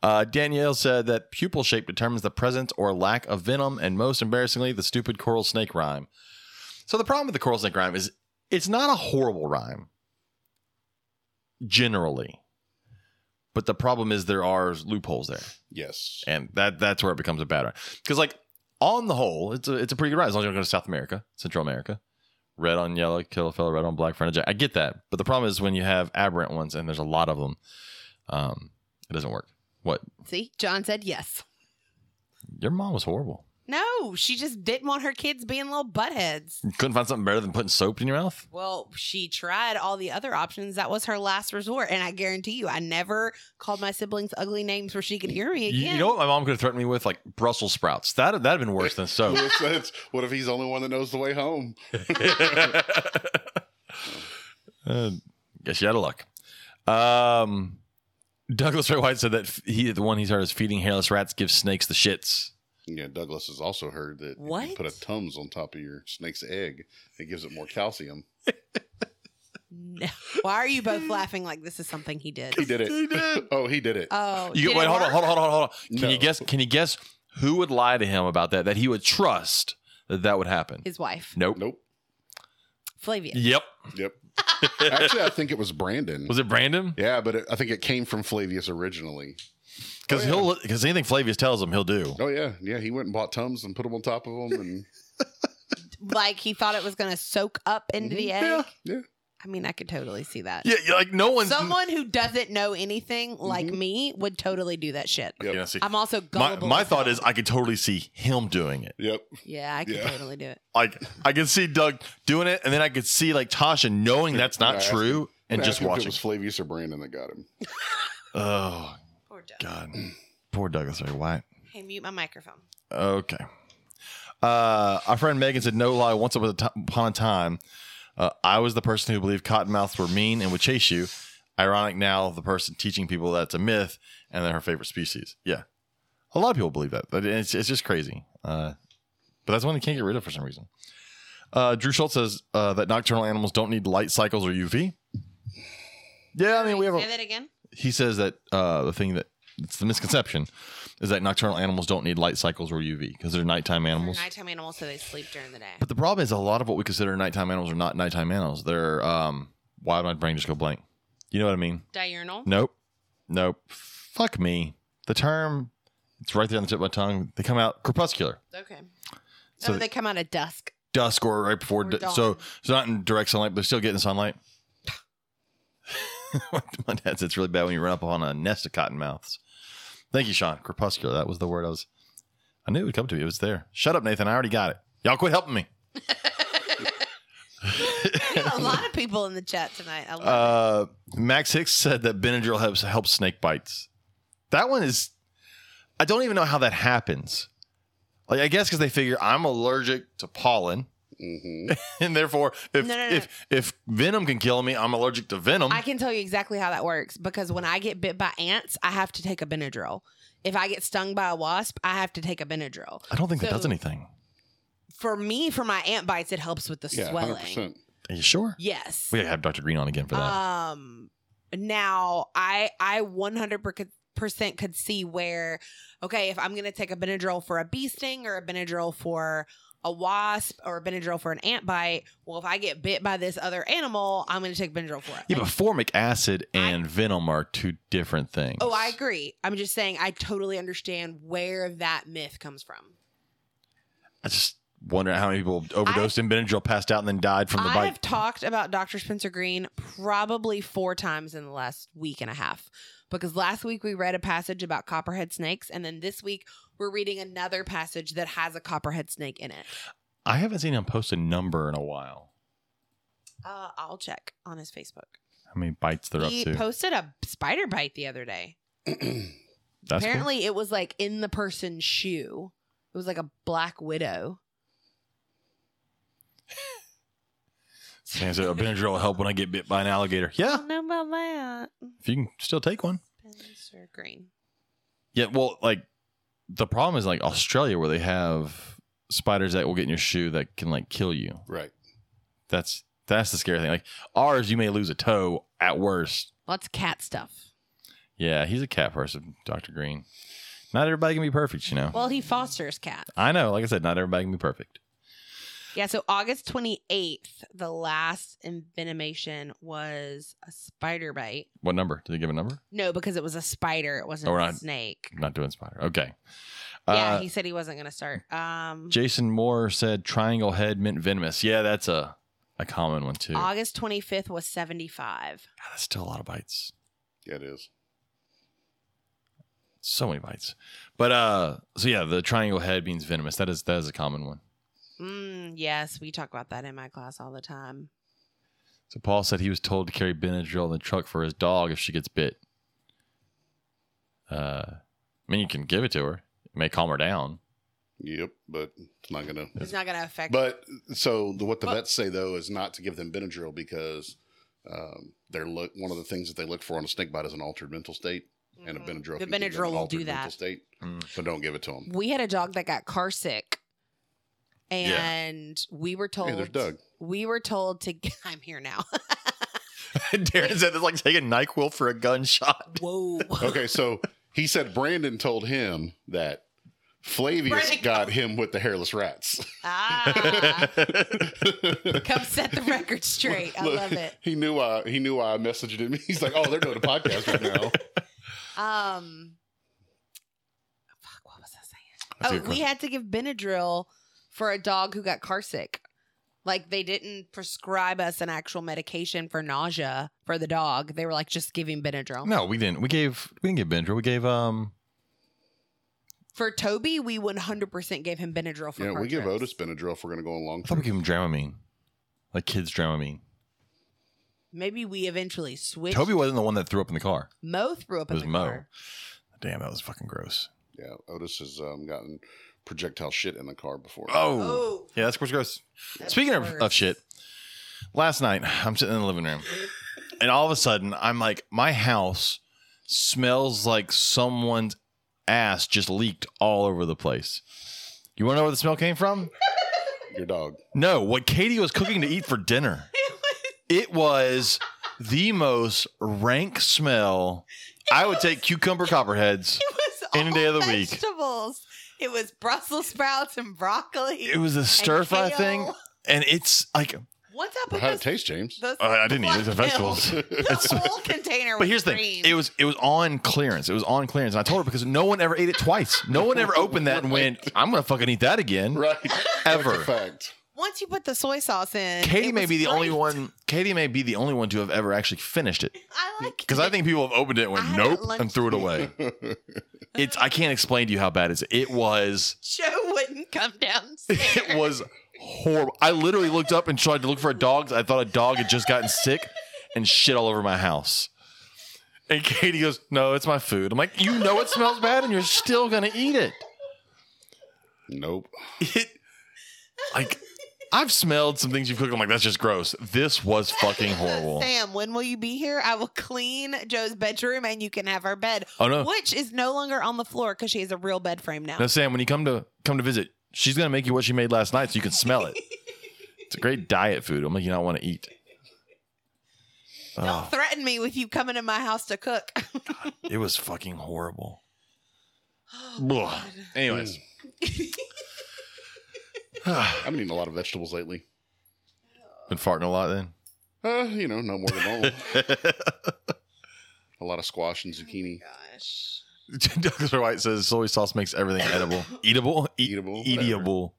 [SPEAKER 1] Uh, Danielle said that pupil shape determines the presence or lack of venom, and most embarrassingly, the stupid coral snake rhyme. So the problem with the coral snake rhyme is it's not a horrible rhyme, generally. But the problem is there are loopholes there,
[SPEAKER 3] Yes.
[SPEAKER 1] and that that's where it becomes a bad rhyme. Because like on the whole, it's a it's a pretty good rhyme as long as you don't go to South America, Central America. Red on yellow, kill a fellow. Red on black, friend of Jack. I get that, but the problem is when you have aberrant ones, and there's a lot of them, um, it doesn't work. What?
[SPEAKER 2] See, John said yes.
[SPEAKER 1] Your mom was horrible.
[SPEAKER 2] No, she just didn't want her kids being little buttheads.
[SPEAKER 1] You couldn't find something better than putting soap in your mouth?
[SPEAKER 2] Well, she tried all the other options. That was her last resort. And I guarantee you, I never called my siblings ugly names where she could hear me
[SPEAKER 1] You,
[SPEAKER 2] again.
[SPEAKER 1] you know what my mom could have threatened me with? Like Brussels sprouts. That that'd have been worse than soap.
[SPEAKER 3] What if, it's- what if he's the only one that knows the way home?
[SPEAKER 1] uh, guess you had a luck. Um, Douglas Ray White said that f- he the one he's heard is feeding hairless rats gives snakes the shits.
[SPEAKER 3] Yeah, Douglas has also heard that if you
[SPEAKER 2] What?
[SPEAKER 3] put a Tums on top of your snake's egg, it gives it more calcium.
[SPEAKER 2] No. Why are you both laughing like this is something he did?
[SPEAKER 3] He did it.
[SPEAKER 1] He did.
[SPEAKER 3] oh, he did it.
[SPEAKER 2] Oh,
[SPEAKER 1] You
[SPEAKER 2] did
[SPEAKER 1] get,
[SPEAKER 2] it
[SPEAKER 1] wait, hold on,
[SPEAKER 2] work?
[SPEAKER 1] hold on, hold on, hold on. Can
[SPEAKER 3] No.
[SPEAKER 1] you guess? Can you guess who would lie to him about that? That he would trust that that would happen?
[SPEAKER 2] His wife,
[SPEAKER 1] Nope.
[SPEAKER 3] Nope.
[SPEAKER 2] Flavia.
[SPEAKER 1] Yep.
[SPEAKER 3] Yep. Actually, I think it was Brandon.
[SPEAKER 1] Was it Brandon?
[SPEAKER 3] yeah, but it, I think it came from Flavius originally.
[SPEAKER 1] Because
[SPEAKER 3] Oh, yeah.
[SPEAKER 1] he'll because anything Flavius tells him, he'll do.
[SPEAKER 3] Oh yeah, yeah. He went and bought Tums and put them on top of them, and
[SPEAKER 2] Like he thought it was going to soak up into the egg.
[SPEAKER 3] yeah, yeah.
[SPEAKER 2] I mean, I could totally see that.
[SPEAKER 1] Yeah, you're like no one's.
[SPEAKER 2] Someone who doesn't know anything like
[SPEAKER 3] Mhm.
[SPEAKER 2] me would totally do that shit.
[SPEAKER 3] Yep.
[SPEAKER 1] Yeah, see,
[SPEAKER 2] I'm also
[SPEAKER 1] my
[SPEAKER 2] gullible.
[SPEAKER 1] my
[SPEAKER 2] as
[SPEAKER 1] thought
[SPEAKER 2] hell.
[SPEAKER 1] is I could totally see him doing it.
[SPEAKER 3] Yep.
[SPEAKER 2] yeah, I could
[SPEAKER 3] Yeah.
[SPEAKER 2] totally do it.
[SPEAKER 1] Like I could see Doug doing it, and then I could see like Tasha knowing that's not
[SPEAKER 3] Yeah, I asked
[SPEAKER 1] true and
[SPEAKER 3] I
[SPEAKER 1] just
[SPEAKER 3] asked him if It
[SPEAKER 1] watching.
[SPEAKER 3] was Flavius or Brandon that got him.
[SPEAKER 1] Oh
[SPEAKER 2] Poor Doug.
[SPEAKER 1] God, poor Douglas Ray White.
[SPEAKER 2] Hey, mute my microphone.
[SPEAKER 1] Okay. Uh, our friend Megan said, "No lie. Once upon a ti- upon a time, uh, I was the person who believed cottonmouths were mean and would chase you. Ironic now, the person teaching people that's a myth and they're her favorite species. Yeah, a lot of people believe that, but it's it's just crazy. Uh, but that's one they can't get rid of for some reason." Uh, Drew Schultz says uh, that nocturnal animals don't need light cycles or UV. Yeah, I mean we have a,
[SPEAKER 2] say that again.
[SPEAKER 1] he says that uh, the thing that it's the misconception is that nocturnal animals don't need light cycles or UV because they're nighttime animals.
[SPEAKER 2] They're nighttime animals, so they sleep during the day.
[SPEAKER 1] But the problem is a lot of what we consider nighttime animals are not nighttime animals. They're um, why did my brain just go blank? You know what I mean?
[SPEAKER 2] Diurnal.
[SPEAKER 1] Nope, nope. Fuck me. The term it's right there on the tip of my tongue. They come out crepuscular,
[SPEAKER 2] Okay.
[SPEAKER 1] So-
[SPEAKER 2] So Oh, they come out at dusk.
[SPEAKER 1] dusk or right before.
[SPEAKER 2] Or
[SPEAKER 1] d-
[SPEAKER 2] dawn.
[SPEAKER 1] so it's not in direct sunlight, but they're still getting sunlight. my dad said it's really bad when you run up on a nest of cottonmouths. Thank you, Sean. Crepuscular. That was the word I was. I knew it would come to me. It was there. Shut up, Nathan. I already got it. Y'all quit helping me.
[SPEAKER 2] We got a lot of people in the chat tonight. I love it.
[SPEAKER 1] Uh, Max Hicks said that Benadryl helps helps snake bites. That one is. I don't even know how that happens. Like I guess because they figure I'm allergic to pollen,
[SPEAKER 3] hmm
[SPEAKER 1] and therefore if
[SPEAKER 2] No, no, no.
[SPEAKER 1] if if venom can kill me, I'm allergic to venom.
[SPEAKER 2] I can tell you exactly how that works because when I get bit by ants, I have to take a Benadryl. If I get stung by a wasp, I have to take a Benadryl.
[SPEAKER 1] I don't think that
[SPEAKER 2] So-
[SPEAKER 1] does anything.
[SPEAKER 2] For me, for my ant bites, it helps with the
[SPEAKER 3] Yeah, hundred
[SPEAKER 2] swelling.
[SPEAKER 3] percent.
[SPEAKER 1] Are you sure?
[SPEAKER 2] Yes.
[SPEAKER 1] We gotta have Dr. Green on again for that.
[SPEAKER 2] Um, now I I 100 percent could see where okay if I'm gonna take a Benadryl for a bee sting or a Benadryl for a wasp or a Benadryl for an ant bite. Well, if I get bit by this other animal, I'm gonna take Benadryl for it.
[SPEAKER 1] yeah, but formic acid and venom are two different things.
[SPEAKER 2] Oh, I agree. I'm just saying I totally understand where that myth comes from.
[SPEAKER 1] I just wonder how many people overdosed in Benadryl, passed out, and then died from the
[SPEAKER 2] I
[SPEAKER 1] bite.
[SPEAKER 2] have talked about Dr. Spencer Green probably four times in the last week and a half because last week we read a passage about copperhead snakes, and then this week we're reading another passage that has a copperhead snake in it.
[SPEAKER 1] I haven't seen him post a number in a while.
[SPEAKER 2] Uh, I'll check on his Facebook.
[SPEAKER 1] How many bites they're
[SPEAKER 2] he
[SPEAKER 1] up to?
[SPEAKER 2] posted a spider bite the other day.
[SPEAKER 1] That's cool.
[SPEAKER 2] Apparently, it was like in the person's shoe. It was like a black widow.
[SPEAKER 1] Sam said, a "Oh, Benadryl will help when I get bit by an alligator.
[SPEAKER 2] I
[SPEAKER 1] Yeah,
[SPEAKER 2] don't know about that.
[SPEAKER 1] if you can still take one.
[SPEAKER 2] Spencer Green.
[SPEAKER 1] Yeah, well, like the problem is like Australia where they have spiders that will get in your shoe that can like kill you.
[SPEAKER 3] Right.
[SPEAKER 1] That's that's the scary thing. Like ours, you may lose a toe at worst.
[SPEAKER 2] Lots of cat stuff.
[SPEAKER 1] Yeah, he's a cat person, Dr. Green. Not everybody can be perfect, you know.
[SPEAKER 2] Well, he fosters cats.
[SPEAKER 1] I know, like I said, not everybody can be perfect.
[SPEAKER 2] Yeah, so August 28th, the last envenomation was a spider bite.
[SPEAKER 1] What number? Did they give a number?
[SPEAKER 2] No, because it was a spider, it wasn't
[SPEAKER 1] Oh,
[SPEAKER 2] a
[SPEAKER 1] right.
[SPEAKER 2] snake.
[SPEAKER 1] Not doing spider. Okay.
[SPEAKER 2] yeah,
[SPEAKER 1] Uh,
[SPEAKER 2] he said he wasn't going to start. Um
[SPEAKER 1] Jason Moore said triangle head meant venomous. Yeah, that's a a common one too. God,
[SPEAKER 2] August 25th was 75.
[SPEAKER 1] that's still a lot of bites.
[SPEAKER 3] Yeah, it is.
[SPEAKER 1] So many bites. But uh so yeah, the triangle head means venomous. That is that is a common one.
[SPEAKER 2] Mm, yes, we talk about that in my class all the time.
[SPEAKER 1] So Paul said he was told to carry Benadryl in the truck for his dog if she gets bit. Uh I mean you can give it to her. It may calm her down.
[SPEAKER 3] Yep, but it's not gonna.
[SPEAKER 2] It's not going to affect.
[SPEAKER 3] But so the, what the
[SPEAKER 2] But-
[SPEAKER 3] vets say though is not to give them Benadryl because um, they're look one of the things that they look for on a snake bite is an altered mental state, and a
[SPEAKER 2] Mhm. The
[SPEAKER 3] Benadryl. can give them an
[SPEAKER 2] Benadryl will
[SPEAKER 3] altered
[SPEAKER 2] do
[SPEAKER 3] mental
[SPEAKER 2] that.
[SPEAKER 3] State,
[SPEAKER 1] Mm.
[SPEAKER 3] so don't give it to them.
[SPEAKER 2] We had a dog that got car sick, and we were told.
[SPEAKER 3] Hey, there's Doug.
[SPEAKER 2] We were told to. I'm here now.
[SPEAKER 1] Darren said it's like taking NyQuil for a gunshot.
[SPEAKER 2] Whoa.
[SPEAKER 3] Okay, so he said Brandon told him that Flavius
[SPEAKER 2] Brandon-
[SPEAKER 3] got him with the hairless rats.
[SPEAKER 2] ah. Come set the record straight. I
[SPEAKER 3] Look,
[SPEAKER 2] love it.
[SPEAKER 3] He knew I he knew I messaged him. He's like, "Oh, they're doing a podcast right now."
[SPEAKER 2] Um. Fuck. What was I saying?
[SPEAKER 1] That's a
[SPEAKER 2] oh,
[SPEAKER 1] good
[SPEAKER 2] we
[SPEAKER 1] question.
[SPEAKER 2] had to give Benadryl for a dog who got car sick. Like they didn't prescribe us an actual medication for nausea for the dog. They were like just giving Benadryl.
[SPEAKER 1] No, we didn't. We gave we didn't give Benadryl. We gave um
[SPEAKER 2] For Toby, we 100% gave him Benadryl for
[SPEAKER 3] yeah,
[SPEAKER 2] car
[SPEAKER 3] we give
[SPEAKER 2] trips.
[SPEAKER 3] Otis Benadryl if we're gonna go on long.
[SPEAKER 1] I thought we gave him Dramamine. Like kids Dramamine.
[SPEAKER 2] Maybe we eventually switched.
[SPEAKER 1] Toby wasn't the one that threw up in the car.
[SPEAKER 2] Mo threw up
[SPEAKER 1] It was
[SPEAKER 2] in the
[SPEAKER 1] Mo.
[SPEAKER 2] car.
[SPEAKER 1] Damn, that was fucking gross.
[SPEAKER 3] Yeah, Otis has um, gotten projectile shit in the car before.
[SPEAKER 1] Oh. Yeah, that's what's gross.
[SPEAKER 2] that's
[SPEAKER 1] Speaking of, of
[SPEAKER 2] worse.
[SPEAKER 1] shit, last night I'm sitting in the living room and all of a sudden I'm like, my house smells like someone's ass just leaked all over the place. You want to know where the smell came from?
[SPEAKER 3] Your dog.
[SPEAKER 1] No, what Katie was cooking to eat for dinner. It was the most rank smell. I would take cucumber copperheads.
[SPEAKER 2] It was
[SPEAKER 1] Any
[SPEAKER 2] all
[SPEAKER 1] day of the week.
[SPEAKER 2] vegetables. week. It was Brussels sprouts and broccoli.
[SPEAKER 1] It was a
[SPEAKER 2] and
[SPEAKER 1] stir fry
[SPEAKER 2] kale.
[SPEAKER 1] thing, and it's like
[SPEAKER 2] Once I
[SPEAKER 3] Well,
[SPEAKER 2] put
[SPEAKER 3] how'd it
[SPEAKER 2] those,
[SPEAKER 3] taste, James?
[SPEAKER 2] those
[SPEAKER 1] uh, I didn't eat it. It was
[SPEAKER 2] black
[SPEAKER 1] vegetables.
[SPEAKER 2] kale- The whole container.
[SPEAKER 1] But here's the thing: it was it was on clearance. It was on clearance, and I told her because no one ever ate it twice. No one ever opened that and went, "I'm gonna fucking eat that again."
[SPEAKER 3] right. That's a
[SPEAKER 1] Ever.
[SPEAKER 3] fact.
[SPEAKER 2] once you put the soy sauce in,
[SPEAKER 1] Katie
[SPEAKER 2] it
[SPEAKER 1] may
[SPEAKER 2] was
[SPEAKER 1] be the only
[SPEAKER 2] great.
[SPEAKER 1] one. Katie may be the only one to have ever actually finished it
[SPEAKER 2] I like
[SPEAKER 1] because I think people have opened it and
[SPEAKER 2] I
[SPEAKER 1] went,
[SPEAKER 2] had it
[SPEAKER 1] "Nope,"
[SPEAKER 2] at lunch.
[SPEAKER 1] and threw it away. It's I can't explain to you how bad it is. It was
[SPEAKER 2] Joe wouldn't come downstairs.
[SPEAKER 1] it was horrible. I literally looked up and tried to look for a dog. I thought a dog had just gotten sick and shit all over my house. And Katie goes, "No, it's my food." I'm like, "You know it smells bad, and you're still gonna eat it."
[SPEAKER 3] nope.
[SPEAKER 1] it like I've smelled some things you've cooked. I'm like, that's just gross. This was fucking horrible.
[SPEAKER 2] Sam, when will you be here? I will clean Joe's bedroom and you can have her bed,
[SPEAKER 1] Oh no,
[SPEAKER 2] which is no longer on the floor because she has a real bed frame now.
[SPEAKER 1] no, Sam. When you come to come to visit, she's gonna make you what she made last night, so you can smell it. it's a great diet food. I'm like, you don't want to eat.
[SPEAKER 2] Don't
[SPEAKER 1] Oh,
[SPEAKER 2] threaten me with you coming to my house to cook.
[SPEAKER 1] it was fucking horrible.
[SPEAKER 3] Oh,
[SPEAKER 1] Blah. Anyways, been
[SPEAKER 3] I've been eating a lot of vegetables lately.
[SPEAKER 1] farting a lot then.
[SPEAKER 3] Uh, you know, no more than normal. a lot of squash and zucchini.
[SPEAKER 2] Gosh.
[SPEAKER 1] Douglas White says soy sauce makes everything edible, eatable, eat,
[SPEAKER 3] Eatable, whatever.
[SPEAKER 1] eatable.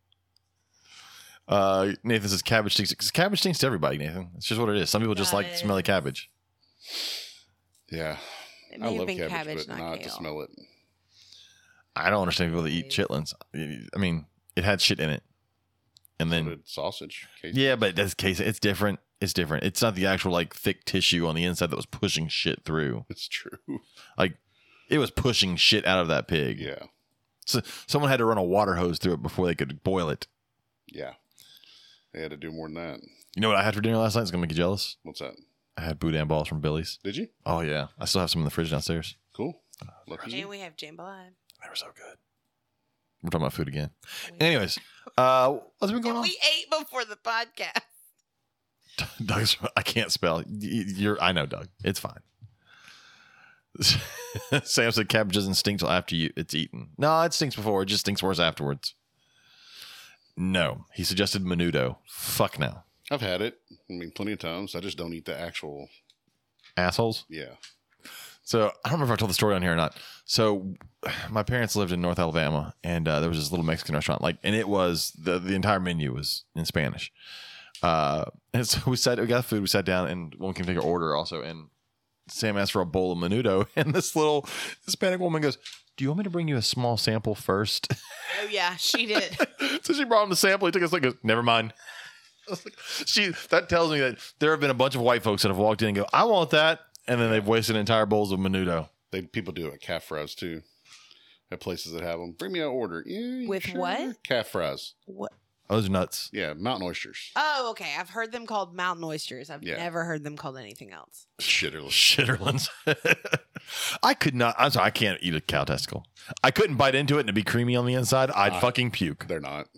[SPEAKER 1] Uh, Nathan says cabbage stinks. 'Cause Cabbage stinks to everybody, Nathan. It's just what it is. Some people just
[SPEAKER 2] That
[SPEAKER 1] like the smelly
[SPEAKER 2] is-
[SPEAKER 1] cabbage.
[SPEAKER 3] Yeah,
[SPEAKER 2] It
[SPEAKER 3] I
[SPEAKER 2] may have
[SPEAKER 3] love
[SPEAKER 2] been
[SPEAKER 3] cabbage,
[SPEAKER 2] cabbage,
[SPEAKER 3] but not,
[SPEAKER 2] not
[SPEAKER 3] to
[SPEAKER 2] kale.
[SPEAKER 3] smell it.
[SPEAKER 1] I don't understand people that eat
[SPEAKER 2] Please.
[SPEAKER 1] chitlins. I mean, it had shit in it, and
[SPEAKER 3] So
[SPEAKER 1] then
[SPEAKER 3] did sausage. Casey.
[SPEAKER 1] yeah, but that's case. It's different. It's different. It's not the actual like thick tissue on the inside that was pushing shit through.
[SPEAKER 3] it's true.
[SPEAKER 1] It was pushing shit out of that pig.
[SPEAKER 3] Yeah,
[SPEAKER 1] So, someone had to run a water hose through it before they could boil it.
[SPEAKER 3] yeah. They had to do more than that.
[SPEAKER 1] You know what I had for dinner last night? It's gonna make you jealous.
[SPEAKER 3] What's that?
[SPEAKER 1] I had boudin balls from Billy's.
[SPEAKER 3] Did you?
[SPEAKER 1] Oh yeah, I still have some in the fridge downstairs.
[SPEAKER 3] Cool.
[SPEAKER 1] Uh,
[SPEAKER 3] Lucky you.
[SPEAKER 2] And we have jambalaya.
[SPEAKER 1] They were so good. We're talking about food again. Anyways, uh, what's been going on?
[SPEAKER 2] we ate before the podcast.
[SPEAKER 1] Doug's, I can't spell. Y- y- You're, I know, Doug. It's fine. Sam said cabbage doesn't stink till after you it's eaten. No, it stinks before. It just stinks worse afterwards. No, he suggested menudo. Fuck now,
[SPEAKER 3] I've had it. I mean, plenty of times. I just don't eat the actual.
[SPEAKER 1] assholes.
[SPEAKER 3] Yeah.
[SPEAKER 1] So I don't remember if I told the story on here or not. So my parents lived in North Alabama, and uh, there was this little Mexican restaurant. Like, and it was the the entire menu was in Spanish. Uh, and so we sat, we got food, we sat down, and one came to take our order also, and Sam asks for a bowl of menudo, and this little Hispanic woman goes, "Do you want me to bring you a small sample first?
[SPEAKER 2] Oh yeah, she did.
[SPEAKER 1] so she brought him the sample. He took his look. Goes, "Never mind." she that tells me that there have been a bunch of white folks that have walked in and go, "I want that," and then they've wasted entire bowls of menudo.
[SPEAKER 3] They people do it at calf fries too. At places that have them, bring me an order. Yeah, you
[SPEAKER 2] With what?
[SPEAKER 3] Calf fries.
[SPEAKER 2] What?
[SPEAKER 1] Oh, those are nuts.
[SPEAKER 3] Yeah, mountain oysters.
[SPEAKER 2] Oh, okay. I've heard them called mountain oysters. I've
[SPEAKER 3] Yeah.
[SPEAKER 2] never heard them called anything else.
[SPEAKER 3] Shitterless.
[SPEAKER 1] Shitterlings. I could not. I'm sorry. I can't eat a cow testicle. I couldn't bite into it and it'd be creamy on the inside. I'd
[SPEAKER 3] Ah.
[SPEAKER 1] fucking puke.
[SPEAKER 3] They're not.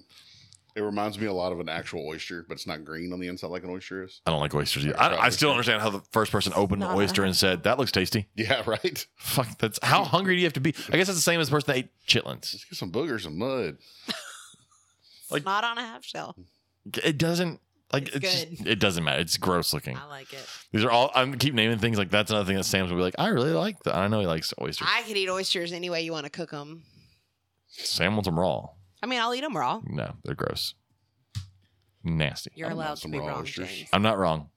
[SPEAKER 3] It reminds me a lot of an actual oyster, but it's not green on the inside like an oyster is.
[SPEAKER 1] I don't like oysters either. I, I still don't understand how the first person opened an
[SPEAKER 2] Not
[SPEAKER 1] oyster
[SPEAKER 2] a-
[SPEAKER 1] and said, "That looks tasty."
[SPEAKER 3] Yeah, right.
[SPEAKER 1] Fuck. That's how hungry do you have to be? I guess that's the same as the person that ate chitlins.
[SPEAKER 3] Just get some boogers and mud.
[SPEAKER 1] Like-
[SPEAKER 2] Not on a half shell.
[SPEAKER 3] Mm-hmm.
[SPEAKER 1] It doesn't. Like
[SPEAKER 2] It's
[SPEAKER 1] it's just-
[SPEAKER 2] good.
[SPEAKER 1] it doesn't matter. It's gross looking.
[SPEAKER 2] I like it.
[SPEAKER 1] These are all. I am keep naming things like that's another thing that Sam's gonna be like. I really like that. I know he likes oysters.
[SPEAKER 2] I could eat oysters any way you want to cook them.
[SPEAKER 1] Sam wants them raw.
[SPEAKER 2] I mean, I'll eat them raw.
[SPEAKER 1] No, they're gross. Nasty.
[SPEAKER 2] You're
[SPEAKER 3] I don't
[SPEAKER 2] allowed
[SPEAKER 3] want
[SPEAKER 2] to
[SPEAKER 3] some
[SPEAKER 2] be
[SPEAKER 3] raw
[SPEAKER 2] wrong,
[SPEAKER 3] oysters.
[SPEAKER 2] James.
[SPEAKER 1] I'm not wrong.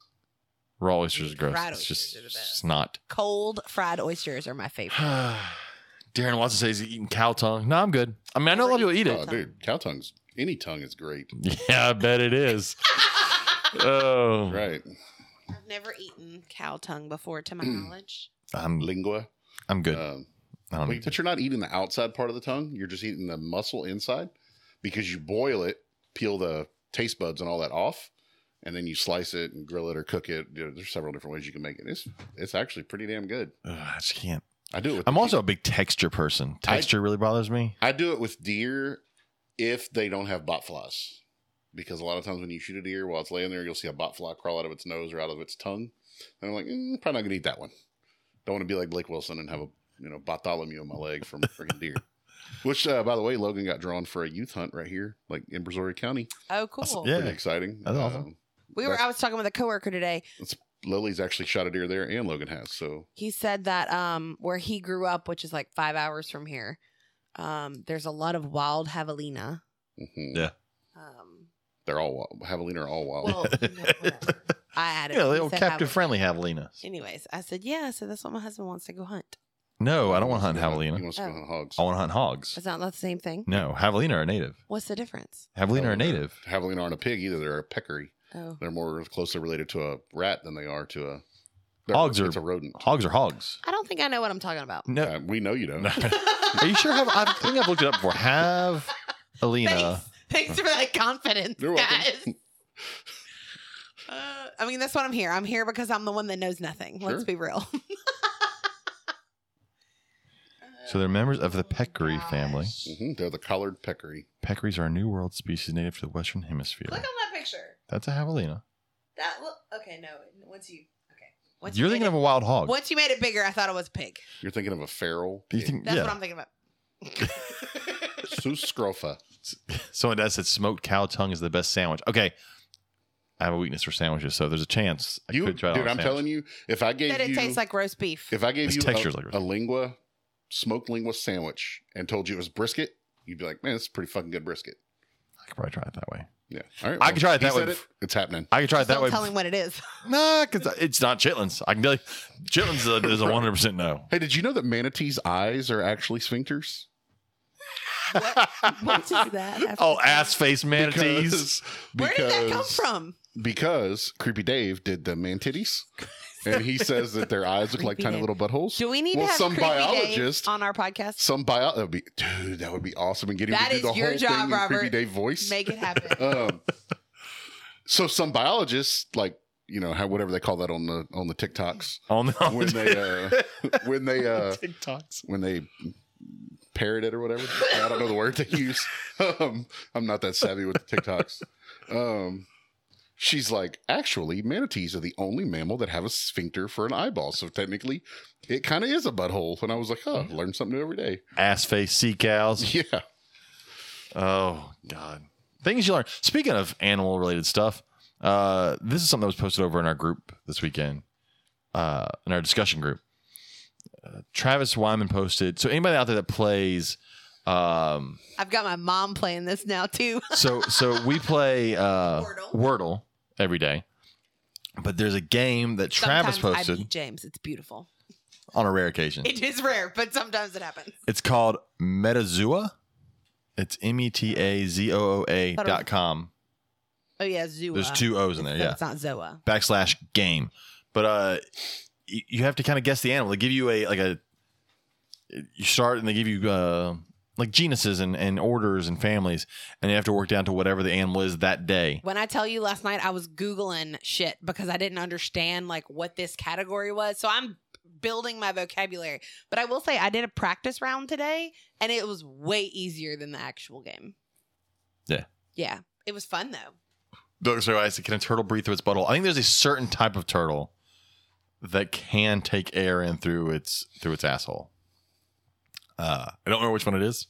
[SPEAKER 1] Raw oysters are gross.
[SPEAKER 2] Fried
[SPEAKER 1] it's
[SPEAKER 2] oysters
[SPEAKER 1] just
[SPEAKER 2] are the best.
[SPEAKER 1] snot.
[SPEAKER 2] Cold fried oysters are my favorite.
[SPEAKER 1] Darren Watson says he's eating cow tongue. No, I'm good. I mean, I know a lot of people eat
[SPEAKER 2] Never
[SPEAKER 1] it.
[SPEAKER 3] Oh, dude, cow tongues. Any tongue is great.
[SPEAKER 1] Yeah, I bet it is. oh,
[SPEAKER 3] Right.
[SPEAKER 2] I've never eaten cow tongue before, to my knowledge.
[SPEAKER 1] I'm
[SPEAKER 3] Lingua.
[SPEAKER 1] I'm good.
[SPEAKER 3] Um,
[SPEAKER 1] I don't
[SPEAKER 3] but-
[SPEAKER 1] need to.
[SPEAKER 3] but you're not eating the outside part of the tongue. You're just eating the muscle inside because you boil it, peel the taste buds and all that off, and then you slice it and grill it or cook it. You know, there's several different ways you can make it. It's it's actually pretty damn good.
[SPEAKER 1] Ugh, I just can't.
[SPEAKER 3] I do it. With
[SPEAKER 1] I'm also a big texture person. Texture really bothers me.
[SPEAKER 3] I do it with deer if they don't have bot flies. Because a lot of times when you shoot a deer while it's laying there, you'll see a bot fly crawl out of its nose or out of its tongue. And I'm like, mm, probably not gonna eat that one. Don't want to be like Blake Wilson and have a you know Bartholomew on my leg from a freaking deer. Which, uh, by the way, Logan got drawn for a youth hunt right here, like in Brazoria County.
[SPEAKER 2] Oh, cool.
[SPEAKER 1] Yeah.
[SPEAKER 3] Pretty exciting.
[SPEAKER 1] That's awesome.
[SPEAKER 3] Um,
[SPEAKER 2] We were.
[SPEAKER 3] That's-
[SPEAKER 2] I was talking with a coworker today.
[SPEAKER 3] Lily's actually shot a deer there, and Logan has. So
[SPEAKER 2] He said that um, where he grew up, which is like five hours from here, um, there's a lot of wild javelina.
[SPEAKER 3] mhm.
[SPEAKER 1] Yeah.
[SPEAKER 2] Um,
[SPEAKER 3] they're all wild. javelina are all wild.
[SPEAKER 2] well, you know, whatever. I added.
[SPEAKER 1] Oh. Yeah,
[SPEAKER 2] he
[SPEAKER 1] they old
[SPEAKER 2] said
[SPEAKER 1] captive
[SPEAKER 2] javelina.
[SPEAKER 1] friendly javelinas.
[SPEAKER 2] Anyways, I said yeah. So that's what my husband wants to go hunt.
[SPEAKER 1] No, Oh, I don't want to hunt
[SPEAKER 3] He
[SPEAKER 1] javelina.
[SPEAKER 3] wants to
[SPEAKER 2] Oh.
[SPEAKER 3] go hunt hogs.
[SPEAKER 1] I want to hunt hogs.
[SPEAKER 2] Is that not the same thing?
[SPEAKER 1] No, javelina are native.
[SPEAKER 2] What's the difference?
[SPEAKER 1] Javelina are
[SPEAKER 3] Javelina.
[SPEAKER 1] native.
[SPEAKER 3] Javelina aren't a pig either; they're a peccary.
[SPEAKER 2] Oh,
[SPEAKER 3] They're more closely related to a rat than they are to a.
[SPEAKER 1] Hogs
[SPEAKER 3] it's
[SPEAKER 1] are-
[SPEAKER 3] a rodent.
[SPEAKER 1] Hogs are hogs.
[SPEAKER 2] I don't think I know what I'm talking about.
[SPEAKER 1] No,
[SPEAKER 3] Uh, we know you don't.
[SPEAKER 1] No. Are you sure? Have I think I've looked it up before? Have Alina?
[SPEAKER 2] Thanks. Thanks for that confidence,
[SPEAKER 3] You're welcome.
[SPEAKER 2] guys. Uh, I mean, that's what I'm here. I'm here because I'm the one that knows nothing. Let's
[SPEAKER 3] Sure.
[SPEAKER 2] be real.
[SPEAKER 1] So they're members of the peccary family.
[SPEAKER 2] Gosh.
[SPEAKER 3] hmm They're the collared peccary.
[SPEAKER 1] Peccaries are a new world species native to the Western Hemisphere.
[SPEAKER 2] Look on that picture.
[SPEAKER 1] That's a javelina.
[SPEAKER 2] That look. Okay, no. Once you. Okay. Once
[SPEAKER 1] You're
[SPEAKER 2] you made
[SPEAKER 1] thinking of
[SPEAKER 2] it,
[SPEAKER 1] a wild hog.
[SPEAKER 2] Once you made it bigger, I thought it was a pig.
[SPEAKER 3] You're thinking of a feral.
[SPEAKER 1] You think,
[SPEAKER 2] That's what
[SPEAKER 1] yeah.
[SPEAKER 2] I'm thinking about.
[SPEAKER 3] Suscrofa.
[SPEAKER 1] Someone does said smoked cow tongue is the best sandwich. Okay. I have a weakness for sandwiches, so there's a chance I
[SPEAKER 3] You,
[SPEAKER 1] could
[SPEAKER 3] dude,
[SPEAKER 1] try
[SPEAKER 3] I'm
[SPEAKER 1] it on a sandwich.
[SPEAKER 3] telling you, if I gave
[SPEAKER 2] that it
[SPEAKER 3] you,
[SPEAKER 2] tastes like roast beef.
[SPEAKER 3] if I gave
[SPEAKER 1] It's
[SPEAKER 3] you
[SPEAKER 1] texture's
[SPEAKER 3] a,
[SPEAKER 1] like-
[SPEAKER 3] a lingua, smoked lingua sandwich, and told you it was brisket, you'd be like, man, it's pretty fucking good brisket.
[SPEAKER 1] I could probably try it that way.
[SPEAKER 3] Yeah. All right.
[SPEAKER 1] I could try it
[SPEAKER 3] he
[SPEAKER 1] that way
[SPEAKER 3] said
[SPEAKER 1] bef-
[SPEAKER 3] It's happening.
[SPEAKER 1] I could try it
[SPEAKER 2] Just
[SPEAKER 1] that
[SPEAKER 2] don't
[SPEAKER 1] way.
[SPEAKER 2] tell him what it is.
[SPEAKER 1] Nah, because it's not chitlins. I can tell you, chitlins is a, is a 100% no.
[SPEAKER 3] Hey, did you know that manatees' eyes are actually sphincters?
[SPEAKER 2] what is that?
[SPEAKER 1] Oh, ass face manatees.
[SPEAKER 3] Because-
[SPEAKER 2] Where did that come
[SPEAKER 3] because-
[SPEAKER 2] from?
[SPEAKER 3] because Creepy Dave did the man titties, and he says that their eyes look like
[SPEAKER 2] Creepy
[SPEAKER 3] tiny
[SPEAKER 2] Dave.
[SPEAKER 3] little buttholes.
[SPEAKER 2] Do we need to
[SPEAKER 3] Well,
[SPEAKER 2] have
[SPEAKER 3] some
[SPEAKER 2] some biologist
[SPEAKER 3] biologist-
[SPEAKER 2] on our podcast?
[SPEAKER 3] Some bio that would be dude, that would be awesome. And get him
[SPEAKER 2] That
[SPEAKER 3] to do
[SPEAKER 2] is
[SPEAKER 3] the
[SPEAKER 2] your
[SPEAKER 3] whole
[SPEAKER 2] job,
[SPEAKER 3] thing in Creepy
[SPEAKER 2] Robert.
[SPEAKER 3] Dave voice.
[SPEAKER 2] Make it happen.
[SPEAKER 3] um, so some biologists, like you know, how whatever they call that on the on the TikToks,
[SPEAKER 1] on the, on
[SPEAKER 3] when they uh, when they uh,
[SPEAKER 1] TikToks.
[SPEAKER 3] when they parrot it or whatever. I don't know the word they use. Um, I'm not that savvy with the TikToks. Um, she's like, actually, manatees are the only mammal that have a sphincter for an eyeball. So technically, it kind of is a butthole. And I was like, oh, learn something new every day.
[SPEAKER 1] Ass face sea cows.
[SPEAKER 3] Yeah.
[SPEAKER 1] Oh God, things you learn. Speaking of animal related stuff, uh, this is something that was posted over in our group this weekend, uh, in our discussion group. Uh, Travis Wyman posted. So anybody out there that plays, um,
[SPEAKER 2] I've got my mom playing this now too.
[SPEAKER 1] so so we play uh,
[SPEAKER 2] Wordle.
[SPEAKER 1] Wordle every day. But there's a game that Travis
[SPEAKER 2] Sometimes I
[SPEAKER 1] posted
[SPEAKER 2] beat James. It's beautiful.
[SPEAKER 1] on a rare occasion.
[SPEAKER 2] It is rare, but sometimes it happens.
[SPEAKER 1] It's called Metazoa. It's M E T A Z O O A dot com.
[SPEAKER 2] Oh yeah, Zoa.
[SPEAKER 1] There's two O's in there, yeah.
[SPEAKER 2] It's not Zoa.
[SPEAKER 1] Backslash game. But uh y- you have to kind of guess the animal. They give you a like a you start and they give you uh like genuses and, and orders and families, and you have to work down to whatever the animal is that day.
[SPEAKER 2] When I tell you last night I was googling shit because I didn't understand like what this category was. So I'm building my vocabulary. But I will say I did a practice round today and it was way easier than the actual game.
[SPEAKER 1] Yeah.
[SPEAKER 2] Yeah. It was fun though.
[SPEAKER 1] Dr. So I said, can a turtle breathe through its butthole? I think there's a certain type of turtle that can take air in through its through its asshole. Uh, I don't remember which one it is.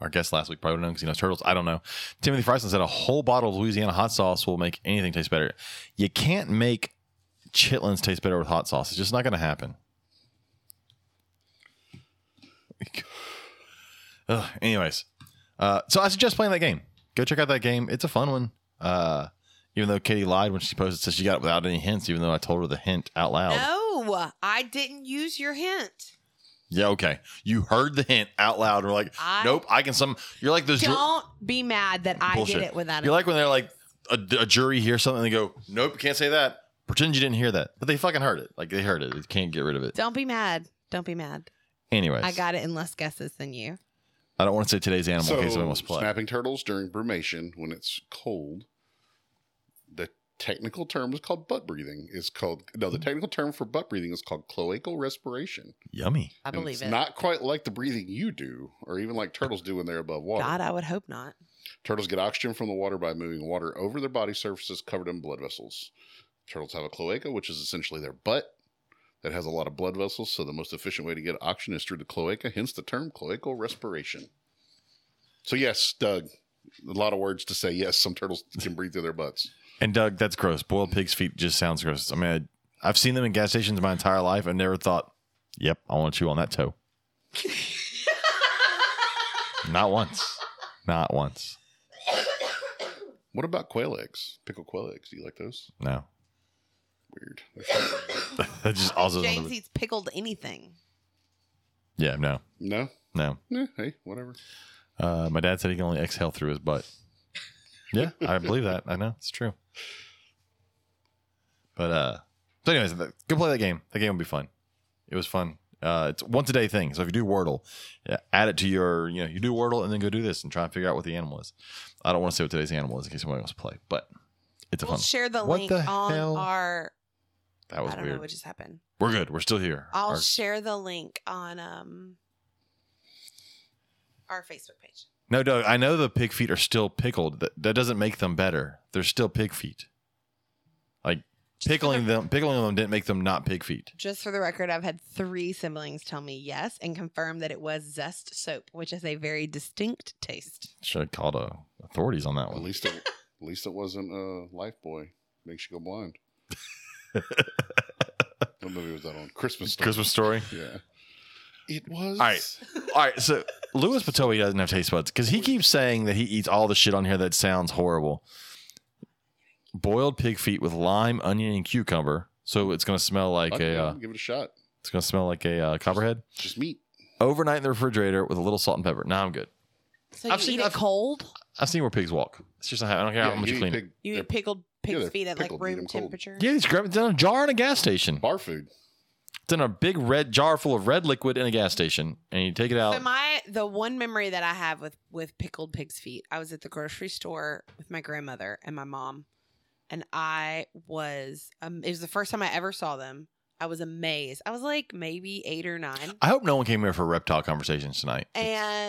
[SPEAKER 1] Our guest last week probably would know because he knows turtles. I don't know. Timothy Frison said a whole bottle of Louisiana hot sauce will make anything taste better. You can't make chitlins taste better with hot sauce. It's just not going to happen. Ugh, anyways, uh, so I suggest playing that game. Go check out that game. It's a fun one. Uh, even though Katie lied when she posted, says she got it without any hints, even though I told her the hint out loud.
[SPEAKER 2] No, I didn't use your hint.
[SPEAKER 1] Yeah, okay. You heard the hint out loud. We're like,
[SPEAKER 2] I-
[SPEAKER 1] nope, I can some. You're like the ju-
[SPEAKER 2] Don't be mad that I
[SPEAKER 1] Bullshit.
[SPEAKER 2] did it without
[SPEAKER 1] You're
[SPEAKER 2] it.
[SPEAKER 1] like when they're like a, a jury hears something, they go, nope, you can't say that. Pretend you didn't hear that, but they fucking heard it. Like they heard it. They can't get rid of it.
[SPEAKER 2] Don't be mad. Don't be mad.
[SPEAKER 1] Anyways,
[SPEAKER 2] I got it in less guesses than you.
[SPEAKER 1] I don't want to say today's animal in case someone wants to play.
[SPEAKER 3] snapping turtles during brumation when it's cold. The technical term is called butt breathing. Is called no. The
[SPEAKER 1] Hmm.
[SPEAKER 3] technical term for butt breathing is called cloacal respiration.
[SPEAKER 1] Yummy.
[SPEAKER 2] I
[SPEAKER 3] And
[SPEAKER 2] believe
[SPEAKER 3] it's
[SPEAKER 2] it.
[SPEAKER 3] Not quite like the breathing you do, or even like turtles do when they're above water.
[SPEAKER 2] God, I would hope not.
[SPEAKER 3] Turtles get oxygen from the water by moving water over their body surfaces covered in blood vessels. Turtles have a cloaca, which is essentially their butt that has a lot of blood vessels, so the most efficient way to get oxygen is through the cloaca, hence the term cloacal respiration. So, yes, Doug, a lot of words to say. Yes, some turtles can breathe through their butts.
[SPEAKER 1] And Doug, that's gross. Boiled pig's feet just sounds gross. I mean, I, I've seen them in gas stations my entire life. I never thought, yep, I want to chew on that toe. Not once. Not once.
[SPEAKER 3] What about quail eggs? Pickled quail eggs. Do you like those?
[SPEAKER 1] No.
[SPEAKER 3] Weird.
[SPEAKER 1] That just also.
[SPEAKER 2] James eats pickled anything.
[SPEAKER 1] yeah, no,
[SPEAKER 3] no?
[SPEAKER 1] no.
[SPEAKER 3] Eh, hey, whatever.
[SPEAKER 1] Uh, my dad said he can only exhale through his butt. Yeah, I believe that. I know it's true. But uh, so anyways, th- go play that game. That game will be fun. It was fun. Uh, it's a once a day thing. So if you do Wordle, yeah, add it to your you know you do Wordle and then go do this and try and figure out what the animal is. I don't want to say what today's animal is in case somebody wants to play, but it's a
[SPEAKER 2] We'll
[SPEAKER 1] fun.
[SPEAKER 2] share the
[SPEAKER 1] What
[SPEAKER 2] link
[SPEAKER 1] the
[SPEAKER 2] on
[SPEAKER 1] hell?
[SPEAKER 2] our.
[SPEAKER 1] That
[SPEAKER 2] I
[SPEAKER 1] was
[SPEAKER 2] don't know
[SPEAKER 1] weird.
[SPEAKER 2] what just happened.
[SPEAKER 1] We're good. We're still here.
[SPEAKER 2] I'll
[SPEAKER 1] Our-
[SPEAKER 2] share the link on um our Facebook page.
[SPEAKER 1] no, Doug. I know the pig feet are still pickled. That, that doesn't make them better. They're still pig feet. Like pickling them, pickling them didn't make them not pig feet.
[SPEAKER 2] Just for the record, I've had three siblings tell me yes and confirm that it was zest soap, which is a very distinct taste.
[SPEAKER 1] Should have called uh, authorities on that
[SPEAKER 3] At
[SPEAKER 1] one.
[SPEAKER 3] least it, at least it wasn't a uh, life boy. Makes you go blind. what movie was that on? Christmas Story.
[SPEAKER 1] Christmas story.
[SPEAKER 3] Yeah. It was.
[SPEAKER 1] All right. All right, so Louis Patoe doesn't have taste buds because he keeps saying that he eats all the shit on here that sounds horrible. Boiled pig feet with lime, onion, and cucumber. So it's gonna smell like
[SPEAKER 3] Okay,
[SPEAKER 1] a. Uh,
[SPEAKER 3] give it a shot.
[SPEAKER 1] it's gonna smell like a uh, copperhead.
[SPEAKER 3] Just meat.
[SPEAKER 1] Overnight in the refrigerator with a little salt and pepper. Now I'm good.
[SPEAKER 2] So
[SPEAKER 1] I've
[SPEAKER 2] you
[SPEAKER 1] seen-
[SPEAKER 2] eat
[SPEAKER 1] I've-
[SPEAKER 2] it cold?
[SPEAKER 1] I've seen where pigs walk. It's just not. I don't care how much you
[SPEAKER 3] eat
[SPEAKER 1] clean it.
[SPEAKER 3] pig-
[SPEAKER 2] You
[SPEAKER 3] they're
[SPEAKER 2] eat pickled pig's
[SPEAKER 3] they're
[SPEAKER 2] feet at like
[SPEAKER 3] pickled, eat 'em
[SPEAKER 2] room
[SPEAKER 3] cold.
[SPEAKER 2] temperature?
[SPEAKER 1] Yeah, these grab it's in a jar in a gas station.
[SPEAKER 3] bar food.
[SPEAKER 1] It's in a big red jar full of red liquid in a gas station, and you take it out.
[SPEAKER 2] So my the one memory that I have with with pickled pig's feet, I was at the grocery store with my grandmother and my mom, and I was um, it was the first time I ever saw them. I was amazed. I was like maybe eight or nine,
[SPEAKER 1] I hope no one came here for reptile conversations tonight.
[SPEAKER 3] Now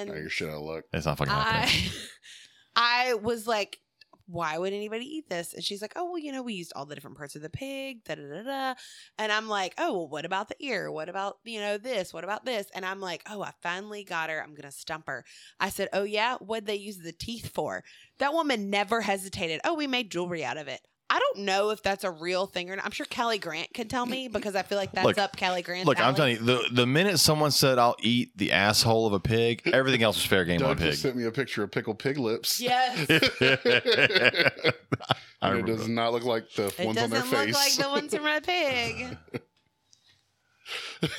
[SPEAKER 3] you're
[SPEAKER 2] and
[SPEAKER 3] shit out of luck.
[SPEAKER 1] It's not fucking happening.
[SPEAKER 2] I I was like, why would anybody eat this? And she's like, oh well, you know, we used all the different parts of the pig, da da da da. And I'm like, oh well, what about the ear? What about you know this? What about this? And I'm like, oh, I finally got her. I'm gonna stump her. I said, oh yeah, what'd they use the teeth for? That woman never hesitated. Oh, we made jewelry out of it. I don't know if that's a real thing or not. I'm sure Kelly Grant could tell me because I feel like that's
[SPEAKER 1] Look,
[SPEAKER 2] up Kelly Grant.
[SPEAKER 1] Look, I'm telling you, the, the minute someone said I'll eat the asshole of a pig, everything else was fair game on
[SPEAKER 3] Doug
[SPEAKER 1] a pig.
[SPEAKER 3] just sent me a picture of pickle pig lips.
[SPEAKER 2] Yes.
[SPEAKER 1] I
[SPEAKER 3] And it
[SPEAKER 1] remember.
[SPEAKER 3] does not look like the
[SPEAKER 2] It
[SPEAKER 3] ones on
[SPEAKER 2] doesn't
[SPEAKER 3] their
[SPEAKER 2] look
[SPEAKER 3] face.
[SPEAKER 2] like the ones from Red Pig.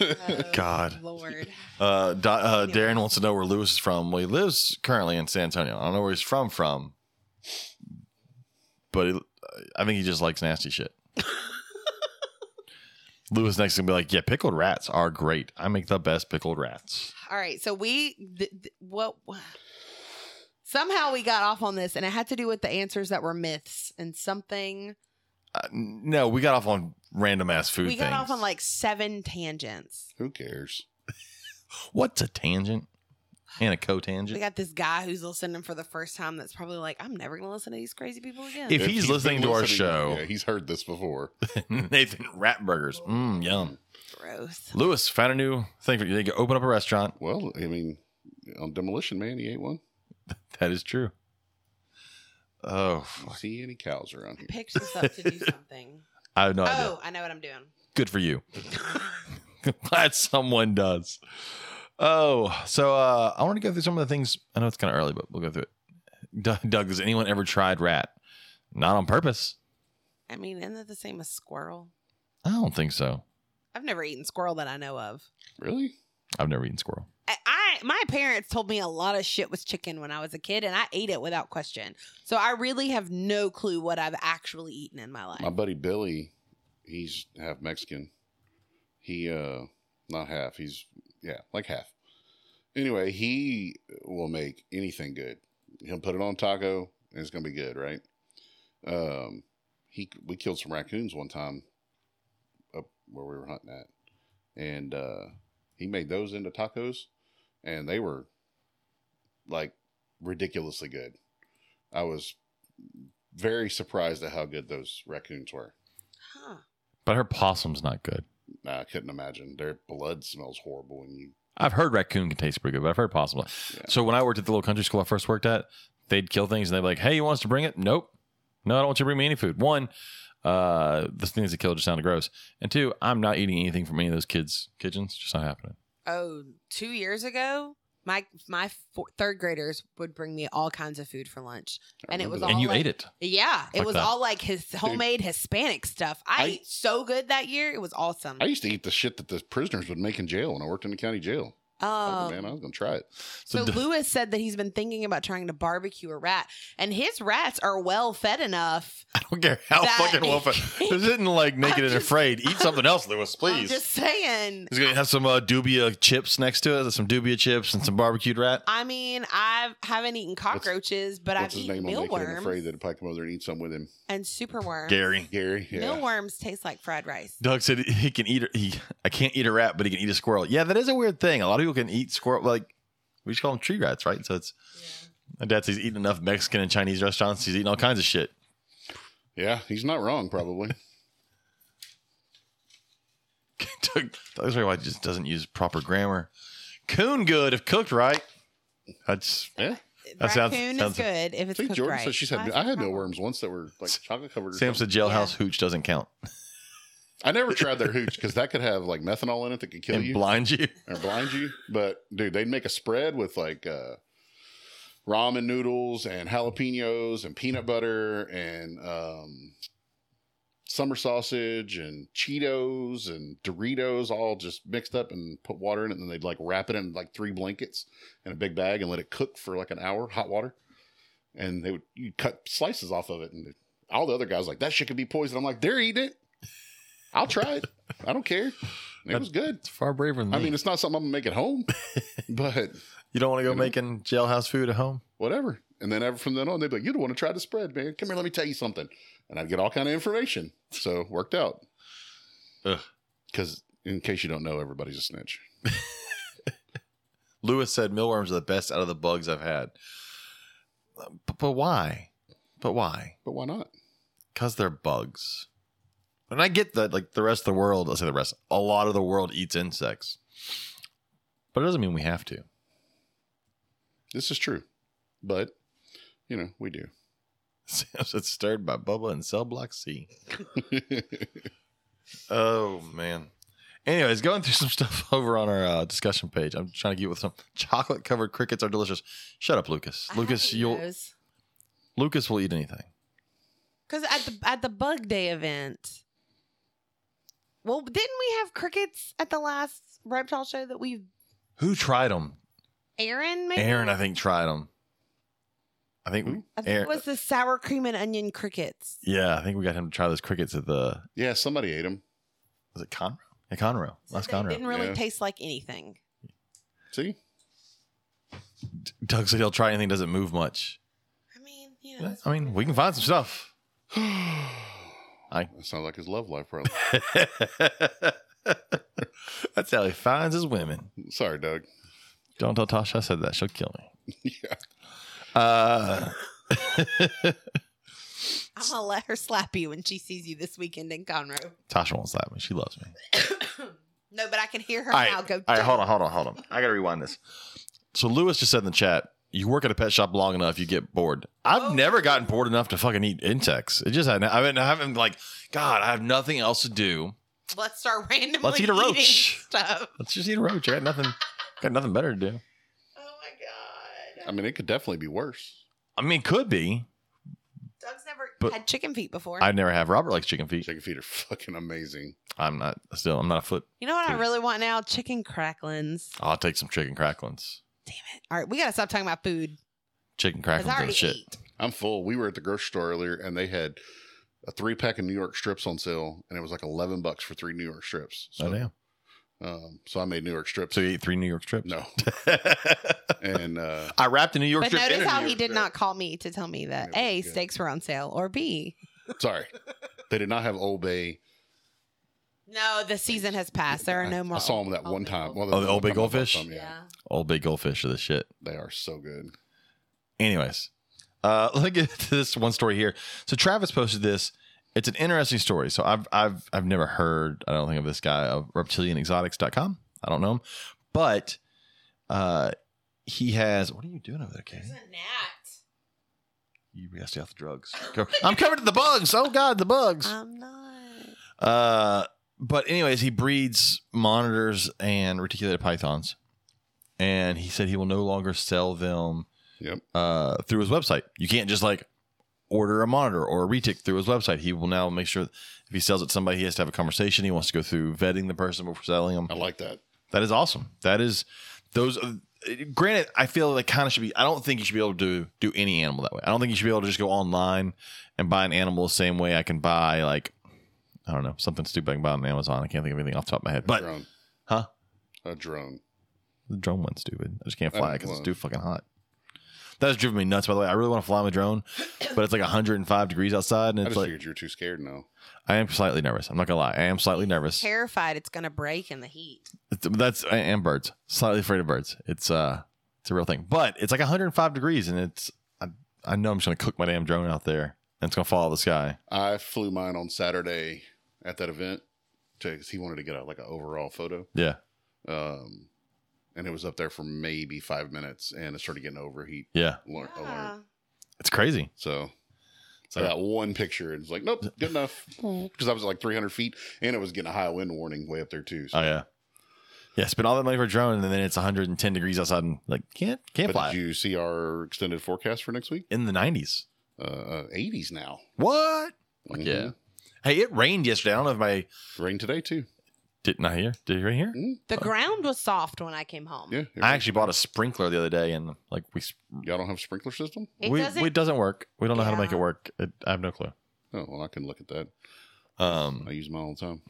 [SPEAKER 2] Oh,
[SPEAKER 1] God.
[SPEAKER 2] Lord.
[SPEAKER 1] Uh, Do- uh, Darren wants to know where Lewis is from. Well, he lives currently in San Antonio. I don't know where he's from from, but he, I think he just likes nasty shit. Lewis next is gonna be like, "Yeah, pickled rats are great. I make the best pickled rats."
[SPEAKER 2] All right. So we, th- th- what, somehow we got off on this and it had to do with the answers that were myths and something.
[SPEAKER 1] Uh, no, we got off on random ass food.
[SPEAKER 2] we got
[SPEAKER 1] things.
[SPEAKER 2] off on like seven tangents.
[SPEAKER 3] Who cares?
[SPEAKER 1] what's a tangent and a
[SPEAKER 2] We
[SPEAKER 1] cotangent.
[SPEAKER 2] got this guy who's listening for the first time that's probably like, I'm never going to listen to these crazy people again.
[SPEAKER 1] If he's
[SPEAKER 3] been
[SPEAKER 1] listening to our show-
[SPEAKER 3] yeah, he's heard this before.
[SPEAKER 1] Nathan Ratburgers, mm, yum.
[SPEAKER 2] Gross.
[SPEAKER 1] Lewis found a new thing. for you. They could open up a restaurant.
[SPEAKER 3] Well, I mean, on Demolition Man, he ate one.
[SPEAKER 1] That is true. Oh, fuck.
[SPEAKER 3] You see any cows
[SPEAKER 2] I
[SPEAKER 3] around here?
[SPEAKER 2] picked this up to do something.
[SPEAKER 1] I have no idea.
[SPEAKER 2] oh, I know what I'm doing.
[SPEAKER 1] Good for you. Glad someone does. Oh, so uh, I want to go through some of the things. I know it's kind of early, but we'll go through it. Doug, Doug, has anyone ever tried rat? Not on purpose.
[SPEAKER 2] I mean, isn't that the same as squirrel?
[SPEAKER 1] I don't think so.
[SPEAKER 2] I've never eaten squirrel that I know of.
[SPEAKER 3] Really?
[SPEAKER 1] I've never eaten squirrel.
[SPEAKER 2] I- I my parents told me a lot of shit was chicken when I was a kid, and I ate it without question. So I really have no clue what I've actually eaten in my life.
[SPEAKER 3] My buddy Billy, he's half Mexican. He uh not half, he's yeah, like half. Anyway, he will make anything good. He'll put it on taco and it's gonna be good, right? Um he we killed some raccoons one time up where we were hunting at. And uh he made those into tacos and they were like ridiculously good. I was very surprised at how good those raccoons were.
[SPEAKER 2] Huh.
[SPEAKER 1] But I heard possum's not good.
[SPEAKER 3] Nah, I couldn't imagine. Their blood smells horrible when you
[SPEAKER 1] I've heard raccoon can taste pretty good, but I've heard possum.
[SPEAKER 3] Yeah.
[SPEAKER 1] So when I worked at the little country school I first worked at, they'd kill things and they'd be like, "Hey, you want us to bring it? Nope. No, I don't want you to bring me any food. One, uh, the things they killed just sounded gross, and two, I'm not eating anything from any of those kids' kitchens. Just not happening.
[SPEAKER 2] Oh, two years ago, my my four, third graders would bring me all kinds of food for lunch.
[SPEAKER 3] I
[SPEAKER 2] And it
[SPEAKER 3] remember
[SPEAKER 2] was
[SPEAKER 3] that.
[SPEAKER 2] all-
[SPEAKER 1] and you
[SPEAKER 2] like-
[SPEAKER 1] ate it.
[SPEAKER 2] Yeah, it
[SPEAKER 1] Fuck
[SPEAKER 2] was
[SPEAKER 1] that.
[SPEAKER 2] all like his homemade Hispanic stuff. I,
[SPEAKER 3] I-
[SPEAKER 2] ate so good that year; it was awesome.
[SPEAKER 3] I used to eat the shit that the prisoners would make in jail when I worked in the county jail. Fuck it, Oh, man, I
[SPEAKER 2] um,
[SPEAKER 3] was gonna try it.
[SPEAKER 2] so
[SPEAKER 1] d-
[SPEAKER 2] Lewis said that he's been thinking about trying to barbecue a rat, and his rats are well fed enough
[SPEAKER 1] I don't care how
[SPEAKER 2] that-
[SPEAKER 1] fucking well. fed- This isn't like naked and
[SPEAKER 2] just-
[SPEAKER 1] afraid. Eat something else, Lewis,
[SPEAKER 2] I'm
[SPEAKER 1] please.
[SPEAKER 2] just saying.
[SPEAKER 1] He's gonna have some uh, dubia chips next to it. Some dubia chips and some barbecued rat.
[SPEAKER 2] I mean, I haven't eaten cockroaches, but I've
[SPEAKER 3] What's his
[SPEAKER 2] eaten
[SPEAKER 3] name on Naked and Afraid
[SPEAKER 2] mealworms
[SPEAKER 3] that if I come over there and eat some with him?
[SPEAKER 2] and superworms.
[SPEAKER 1] Gary.
[SPEAKER 3] Gary. Yeah.
[SPEAKER 2] Mealworms taste like fried rice.
[SPEAKER 1] Doug said he can eat. He I can't eat a rat, but he can eat a squirrel. Yeah, that is a weird thing. A lot of people can eat squirrel. Like we just call them tree rats, right? So it's my dad says he's eaten enough Mexican and Chinese restaurants. He's eating all kinds of shit.
[SPEAKER 3] yeah, he's not wrong, probably.
[SPEAKER 1] Doug, that's why he just doesn't use proper grammar. Coon good if cooked right. That's
[SPEAKER 3] yeah.
[SPEAKER 1] That sounds-
[SPEAKER 2] Raccoon
[SPEAKER 1] sounds-
[SPEAKER 2] is good if
[SPEAKER 3] I
[SPEAKER 2] it's
[SPEAKER 3] think
[SPEAKER 2] cooked
[SPEAKER 3] Jordan
[SPEAKER 2] right.
[SPEAKER 3] said she's had I had mealworms once that were like chocolate covered. or
[SPEAKER 1] Sam said
[SPEAKER 3] something.
[SPEAKER 1] jailhouse hooch doesn't count
[SPEAKER 3] I never tried their hooch because that could have like methanol in it that could kill
[SPEAKER 1] and
[SPEAKER 3] you.
[SPEAKER 1] blind you.
[SPEAKER 3] or blind you. But dude, they'd make a spread with like uh, ramen noodles and jalapenos and peanut butter and um, summer sausage and Cheetos and Doritos all just mixed up and put water in it. And then they'd like wrap it in like three blankets in a big bag and let it cook for like an hour, hot water. And they would you cut slices off of it, and all the other guys like that shit could be poison. I'm like, they're eating it. I'll try it. I don't care. And it was good.
[SPEAKER 1] It's far braver than
[SPEAKER 3] I
[SPEAKER 1] me.
[SPEAKER 3] mean, it's not something I'm gonna make at home, but
[SPEAKER 1] you don't want to go
[SPEAKER 3] you know.
[SPEAKER 1] making jailhouse food at home.
[SPEAKER 3] whatever. And then ever from then on, they'd be like, "You don't want to try the spread, man. Come here, let me tell you something." And I'd get all kind of information. So it worked out.
[SPEAKER 1] Ugh.
[SPEAKER 3] Because in case you don't know, everybody's a snitch.
[SPEAKER 1] Lewis said millworms are the best out of the bugs I've had. But, but why? But why?
[SPEAKER 3] But why not?
[SPEAKER 1] because they're bugs. And I get that, like the rest of the world, I'll say the rest, a lot of the world eats insects, but it doesn't mean we have to.
[SPEAKER 3] This is true, but you know we do.
[SPEAKER 1] Samson's stirred by Bubba in cell block C. Oh man. Anyways, going through some stuff over on our uh, discussion page. I'm trying to get with some chocolate covered crickets are delicious. Shut up, Lucas. Lucas, you'll Lucas will eat anything.
[SPEAKER 2] because at the at the Bug Day event. Well, didn't we have crickets at the last reptile show that we?
[SPEAKER 1] Who tried them?
[SPEAKER 2] Aaron, maybe?
[SPEAKER 1] Aaron, I think tried them. I think
[SPEAKER 3] Who?
[SPEAKER 2] I think
[SPEAKER 1] Aaron-
[SPEAKER 2] it was the sour cream and onion crickets.
[SPEAKER 1] yeah, I think we got him to try those crickets at the
[SPEAKER 3] yeah, somebody ate them.
[SPEAKER 1] was it Conroe? Yeah, Conroe. Last
[SPEAKER 2] They
[SPEAKER 1] Conroe.
[SPEAKER 2] Didn't really
[SPEAKER 3] Yeah.
[SPEAKER 2] taste like anything.
[SPEAKER 3] See?
[SPEAKER 1] Doug said he'll try anything that doesn't move much.
[SPEAKER 2] I mean, you know.
[SPEAKER 1] Yeah, I mean, we can find some stuff.
[SPEAKER 3] I sound like his love life problem.
[SPEAKER 1] That's how he finds his women.
[SPEAKER 3] Sorry, Doug.
[SPEAKER 1] Don't tell Tasha I said that. She'll kill me.
[SPEAKER 3] yeah.
[SPEAKER 1] Uh,
[SPEAKER 2] I'm gonna let her slap you when she sees you this weekend in Conroe.
[SPEAKER 1] Tasha won't slap me. She loves me.
[SPEAKER 2] no, but I can hear her
[SPEAKER 1] All right.
[SPEAKER 2] now go.
[SPEAKER 1] All right, hold on, hold on, hold on. I got to rewind this. So Lewis just said in the chat, you work at a pet shop long enough, you get bored. I've
[SPEAKER 2] Oh.
[SPEAKER 1] never gotten bored enough to fucking eat insects. It just hadn't, I mean, I haven't like, God, I have nothing else to do.
[SPEAKER 2] Let's start randomly.
[SPEAKER 1] Let's eat a roach.
[SPEAKER 2] eating Stuff.
[SPEAKER 1] Let's just eat a roach. I got nothing, got nothing better to do.
[SPEAKER 2] Oh my god.
[SPEAKER 3] I
[SPEAKER 1] Um,
[SPEAKER 3] mean, it could definitely be worse.
[SPEAKER 1] I mean, it could be.
[SPEAKER 2] Doug's never
[SPEAKER 1] But-
[SPEAKER 2] had chicken feet before.
[SPEAKER 1] I never have. Robert likes chicken feet.
[SPEAKER 3] Chicken feet are fucking amazing.
[SPEAKER 1] I'm not still. I'm not a foot.
[SPEAKER 2] you know what I
[SPEAKER 1] Dude.
[SPEAKER 2] really want now? Chicken cracklins.
[SPEAKER 1] I'll take some chicken cracklins.
[SPEAKER 2] All right, we gotta stop talking about food
[SPEAKER 1] Chicken
[SPEAKER 2] because I
[SPEAKER 1] cracklins
[SPEAKER 2] already
[SPEAKER 1] and shit.
[SPEAKER 2] ate.
[SPEAKER 3] I'm full. We were at the grocery store earlier and they had a three pack of New York strips on sale and it was like 11 bucks for three New York strips. So,
[SPEAKER 1] Oh damn!
[SPEAKER 3] Um, so I made New York strips.
[SPEAKER 1] So you ate three New York strips?
[SPEAKER 3] no.
[SPEAKER 1] I
[SPEAKER 3] And uh,
[SPEAKER 1] wrapped a New York
[SPEAKER 2] But
[SPEAKER 1] strip.
[SPEAKER 2] notice
[SPEAKER 1] in a-
[SPEAKER 3] dinner.
[SPEAKER 2] how
[SPEAKER 3] New
[SPEAKER 2] he
[SPEAKER 3] York
[SPEAKER 2] did
[SPEAKER 3] strip.
[SPEAKER 2] not call me to tell me that
[SPEAKER 3] It was
[SPEAKER 2] a
[SPEAKER 3] good.
[SPEAKER 2] steaks were on sale or b
[SPEAKER 3] sorry, they did not have Old Bay.
[SPEAKER 2] no the season has passed there are Ah, no more
[SPEAKER 3] I saw them that
[SPEAKER 2] Old
[SPEAKER 3] one
[SPEAKER 2] Bay
[SPEAKER 3] time.
[SPEAKER 2] Gold-
[SPEAKER 3] Well,
[SPEAKER 1] Oh, the
[SPEAKER 3] one
[SPEAKER 1] Old Bay
[SPEAKER 3] time I bought
[SPEAKER 1] Goldfish?
[SPEAKER 3] some, yeah.
[SPEAKER 2] yeah
[SPEAKER 1] Old big goldfish are the shit.
[SPEAKER 3] They are so good.
[SPEAKER 1] Anyways, uh, let me get to this one story here. So Travis posted this. It's an interesting story. So I've I've I've never heard. I don't think of this guy of reptilianexotics.com. I don't know him, but uh, he has. What are you doing over there, Katie?
[SPEAKER 2] gnat
[SPEAKER 1] You gotta stay off the drugs. Co- I'm covered in the bugs. Oh God, the bugs.
[SPEAKER 2] i'm not
[SPEAKER 1] Uh, but anyways, he breeds monitors and reticulated pythons, and he said he will no longer sell them.
[SPEAKER 3] Yep.
[SPEAKER 1] Uh, through his website, you can't just like order a monitor or a retic through his website. He will now make sure if he sells it to somebody, he has to have a conversation. He wants to go through vetting the person before selling them.
[SPEAKER 3] I like that.
[SPEAKER 1] That is awesome. That is those. uh, Granted, I feel they kind of should be. I don't think you should be able to do any animal that way. I don't think you should be able to just go online and buy an animal the same way I can buy like I don't know something stupid I can buy on Amazon. I can't think of anything off the top of my head. But
[SPEAKER 3] drone,
[SPEAKER 1] Huh?
[SPEAKER 3] A drone.
[SPEAKER 1] the drone one's stupid. I just can't
[SPEAKER 3] I
[SPEAKER 1] fly
[SPEAKER 3] don't
[SPEAKER 1] because it's
[SPEAKER 3] fly.
[SPEAKER 1] too fucking hot. That has driven me nuts. By the way, I really want to fly my drone, but it's like 105 degrees outside, and
[SPEAKER 3] I
[SPEAKER 1] it's
[SPEAKER 3] just
[SPEAKER 1] like
[SPEAKER 3] figured you were too scared now.
[SPEAKER 1] I am slightly nervous. I'm not gonna lie, I am slightly nervous.
[SPEAKER 2] terrified it's gonna break in the heat
[SPEAKER 1] It's- That's I am birds. Slightly afraid of birds. It's uh it's a real thing. But it's like 105 degrees and it's I, I know I'm just gonna cook my damn drone out there and it's gonna fall out of the sky.
[SPEAKER 3] I flew mine on Saturday at that event because he wanted to get a, like an overall photo.
[SPEAKER 1] Yeah.
[SPEAKER 3] Um, and it was up there for maybe five minutes and it started getting overheat.
[SPEAKER 1] Yeah.
[SPEAKER 3] Alert, alert.
[SPEAKER 1] It's crazy.
[SPEAKER 3] So
[SPEAKER 1] So
[SPEAKER 3] I got one picture and it's like, nope, good enough. Because I was at like 300 feet and it was getting a high wind warning way up there too. So.
[SPEAKER 1] Oh yeah. Yeah, spend all that money for a drone and then it's 110 degrees outside and like can't can't
[SPEAKER 3] But
[SPEAKER 1] fly.
[SPEAKER 3] did you see our extended forecast for next week?
[SPEAKER 1] In the 90s.
[SPEAKER 3] Uh, uh 80s now.
[SPEAKER 1] What?
[SPEAKER 3] Mhm.
[SPEAKER 1] Yeah. Hey, it rained yesterday. I don't know if my
[SPEAKER 3] Rain today too.
[SPEAKER 1] didn't I hear? Did you rain here?
[SPEAKER 2] the ground was soft when i came home
[SPEAKER 3] Yeah.
[SPEAKER 1] I actually bought a sprinkler the other day and like we
[SPEAKER 3] Y'all don't have a sprinkler system?
[SPEAKER 2] it
[SPEAKER 1] we
[SPEAKER 2] doesn't
[SPEAKER 1] we- it doesn't work. We don't know how to
[SPEAKER 2] Yeah.
[SPEAKER 1] make it work. It, I have no clue.
[SPEAKER 3] Oh, well, I can look at that.
[SPEAKER 1] Um
[SPEAKER 3] I use mine all the time.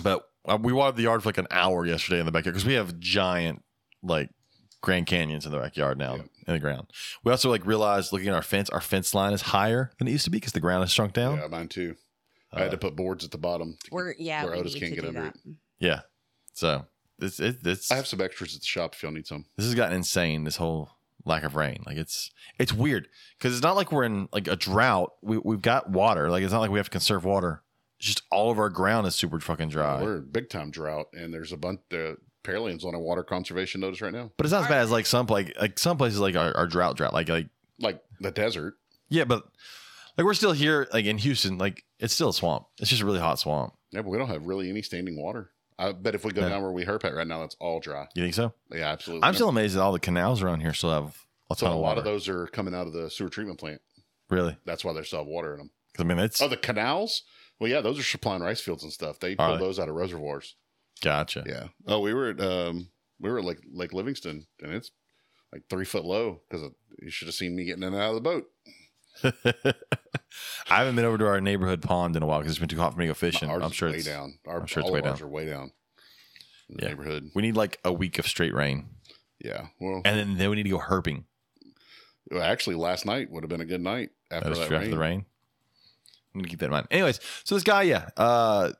[SPEAKER 1] But uh, we walked the yard for like an hour yesterday in the backyard because we have giant like Grand Canyons in the backyard now
[SPEAKER 3] Yeah.
[SPEAKER 1] in the ground. We also like realized looking at our fence, our fence line is higher than it used to be because the ground has shrunk down.
[SPEAKER 3] Yeah, mine too. I
[SPEAKER 1] Uh,
[SPEAKER 3] had to put boards at the bottom. to-
[SPEAKER 2] we're yeah
[SPEAKER 3] Where
[SPEAKER 2] we
[SPEAKER 3] Otis
[SPEAKER 2] need
[SPEAKER 3] can't
[SPEAKER 2] to
[SPEAKER 3] get
[SPEAKER 2] do
[SPEAKER 3] under
[SPEAKER 2] that.
[SPEAKER 1] yeah. So this it, this
[SPEAKER 3] I have some extras at the shop if y'all need some.
[SPEAKER 1] this has gotten insane. This whole lack of rain, like it's it's weird because it's not like we're in like a drought. We we've got water. Like it's not like we have to conserve water. It's just all of our ground is super fucking dry.
[SPEAKER 3] We're in big time drought, and there's a bunch of Pearland's on a water conservation notice right now.
[SPEAKER 1] But it's not as bad as like some like like some places like our, our drought drought like like
[SPEAKER 3] Like the desert.
[SPEAKER 1] Yeah, but Like we're still here, like in Houston, like it's still a swamp. It's just a really hot swamp.
[SPEAKER 3] Yeah, but we don't have really any standing water. I bet if we go
[SPEAKER 1] No.
[SPEAKER 3] down where we herp at right now, that's all dry.
[SPEAKER 1] You think so?
[SPEAKER 3] Yeah, absolutely.
[SPEAKER 1] I'm still amazed that all the canals around here still have a
[SPEAKER 3] so
[SPEAKER 1] ton
[SPEAKER 3] a
[SPEAKER 1] of
[SPEAKER 3] lot
[SPEAKER 1] water.
[SPEAKER 3] of those are coming out of the sewer treatment plant.
[SPEAKER 1] Really?
[SPEAKER 3] That's why they still have water in them.
[SPEAKER 1] 'Cause, I mean, it's
[SPEAKER 3] Oh, the canals? Well, yeah, those are supplying rice fields and stuff. They
[SPEAKER 1] Are
[SPEAKER 3] pull
[SPEAKER 1] they?
[SPEAKER 3] those out of reservoirs.
[SPEAKER 1] gotcha.
[SPEAKER 3] Yeah. Oh, we were at um, we were at like Lake Livingston, and it's like three foot low because you should have seen me getting in and out of the boat.
[SPEAKER 1] I haven't been over to our neighborhood pond in a while because it's been too hot for me to go fishing.
[SPEAKER 3] Ours
[SPEAKER 1] I'm
[SPEAKER 3] is
[SPEAKER 1] sure
[SPEAKER 3] way
[SPEAKER 1] it's
[SPEAKER 3] down. Our,
[SPEAKER 1] I'm sure it's
[SPEAKER 3] all
[SPEAKER 1] way
[SPEAKER 3] of ours
[SPEAKER 1] down.
[SPEAKER 3] are way down. In the
[SPEAKER 1] Yeah.
[SPEAKER 3] neighborhood.
[SPEAKER 1] We need like a week of straight rain,
[SPEAKER 3] Yeah. Well,
[SPEAKER 1] and then, then we need to go herping
[SPEAKER 3] well, actually, last night would have been a good night after
[SPEAKER 1] after,
[SPEAKER 3] that
[SPEAKER 1] after
[SPEAKER 3] rain.
[SPEAKER 1] the rain. I'm gonna keep that in mind. Anyways, so this guy, yeah, uh,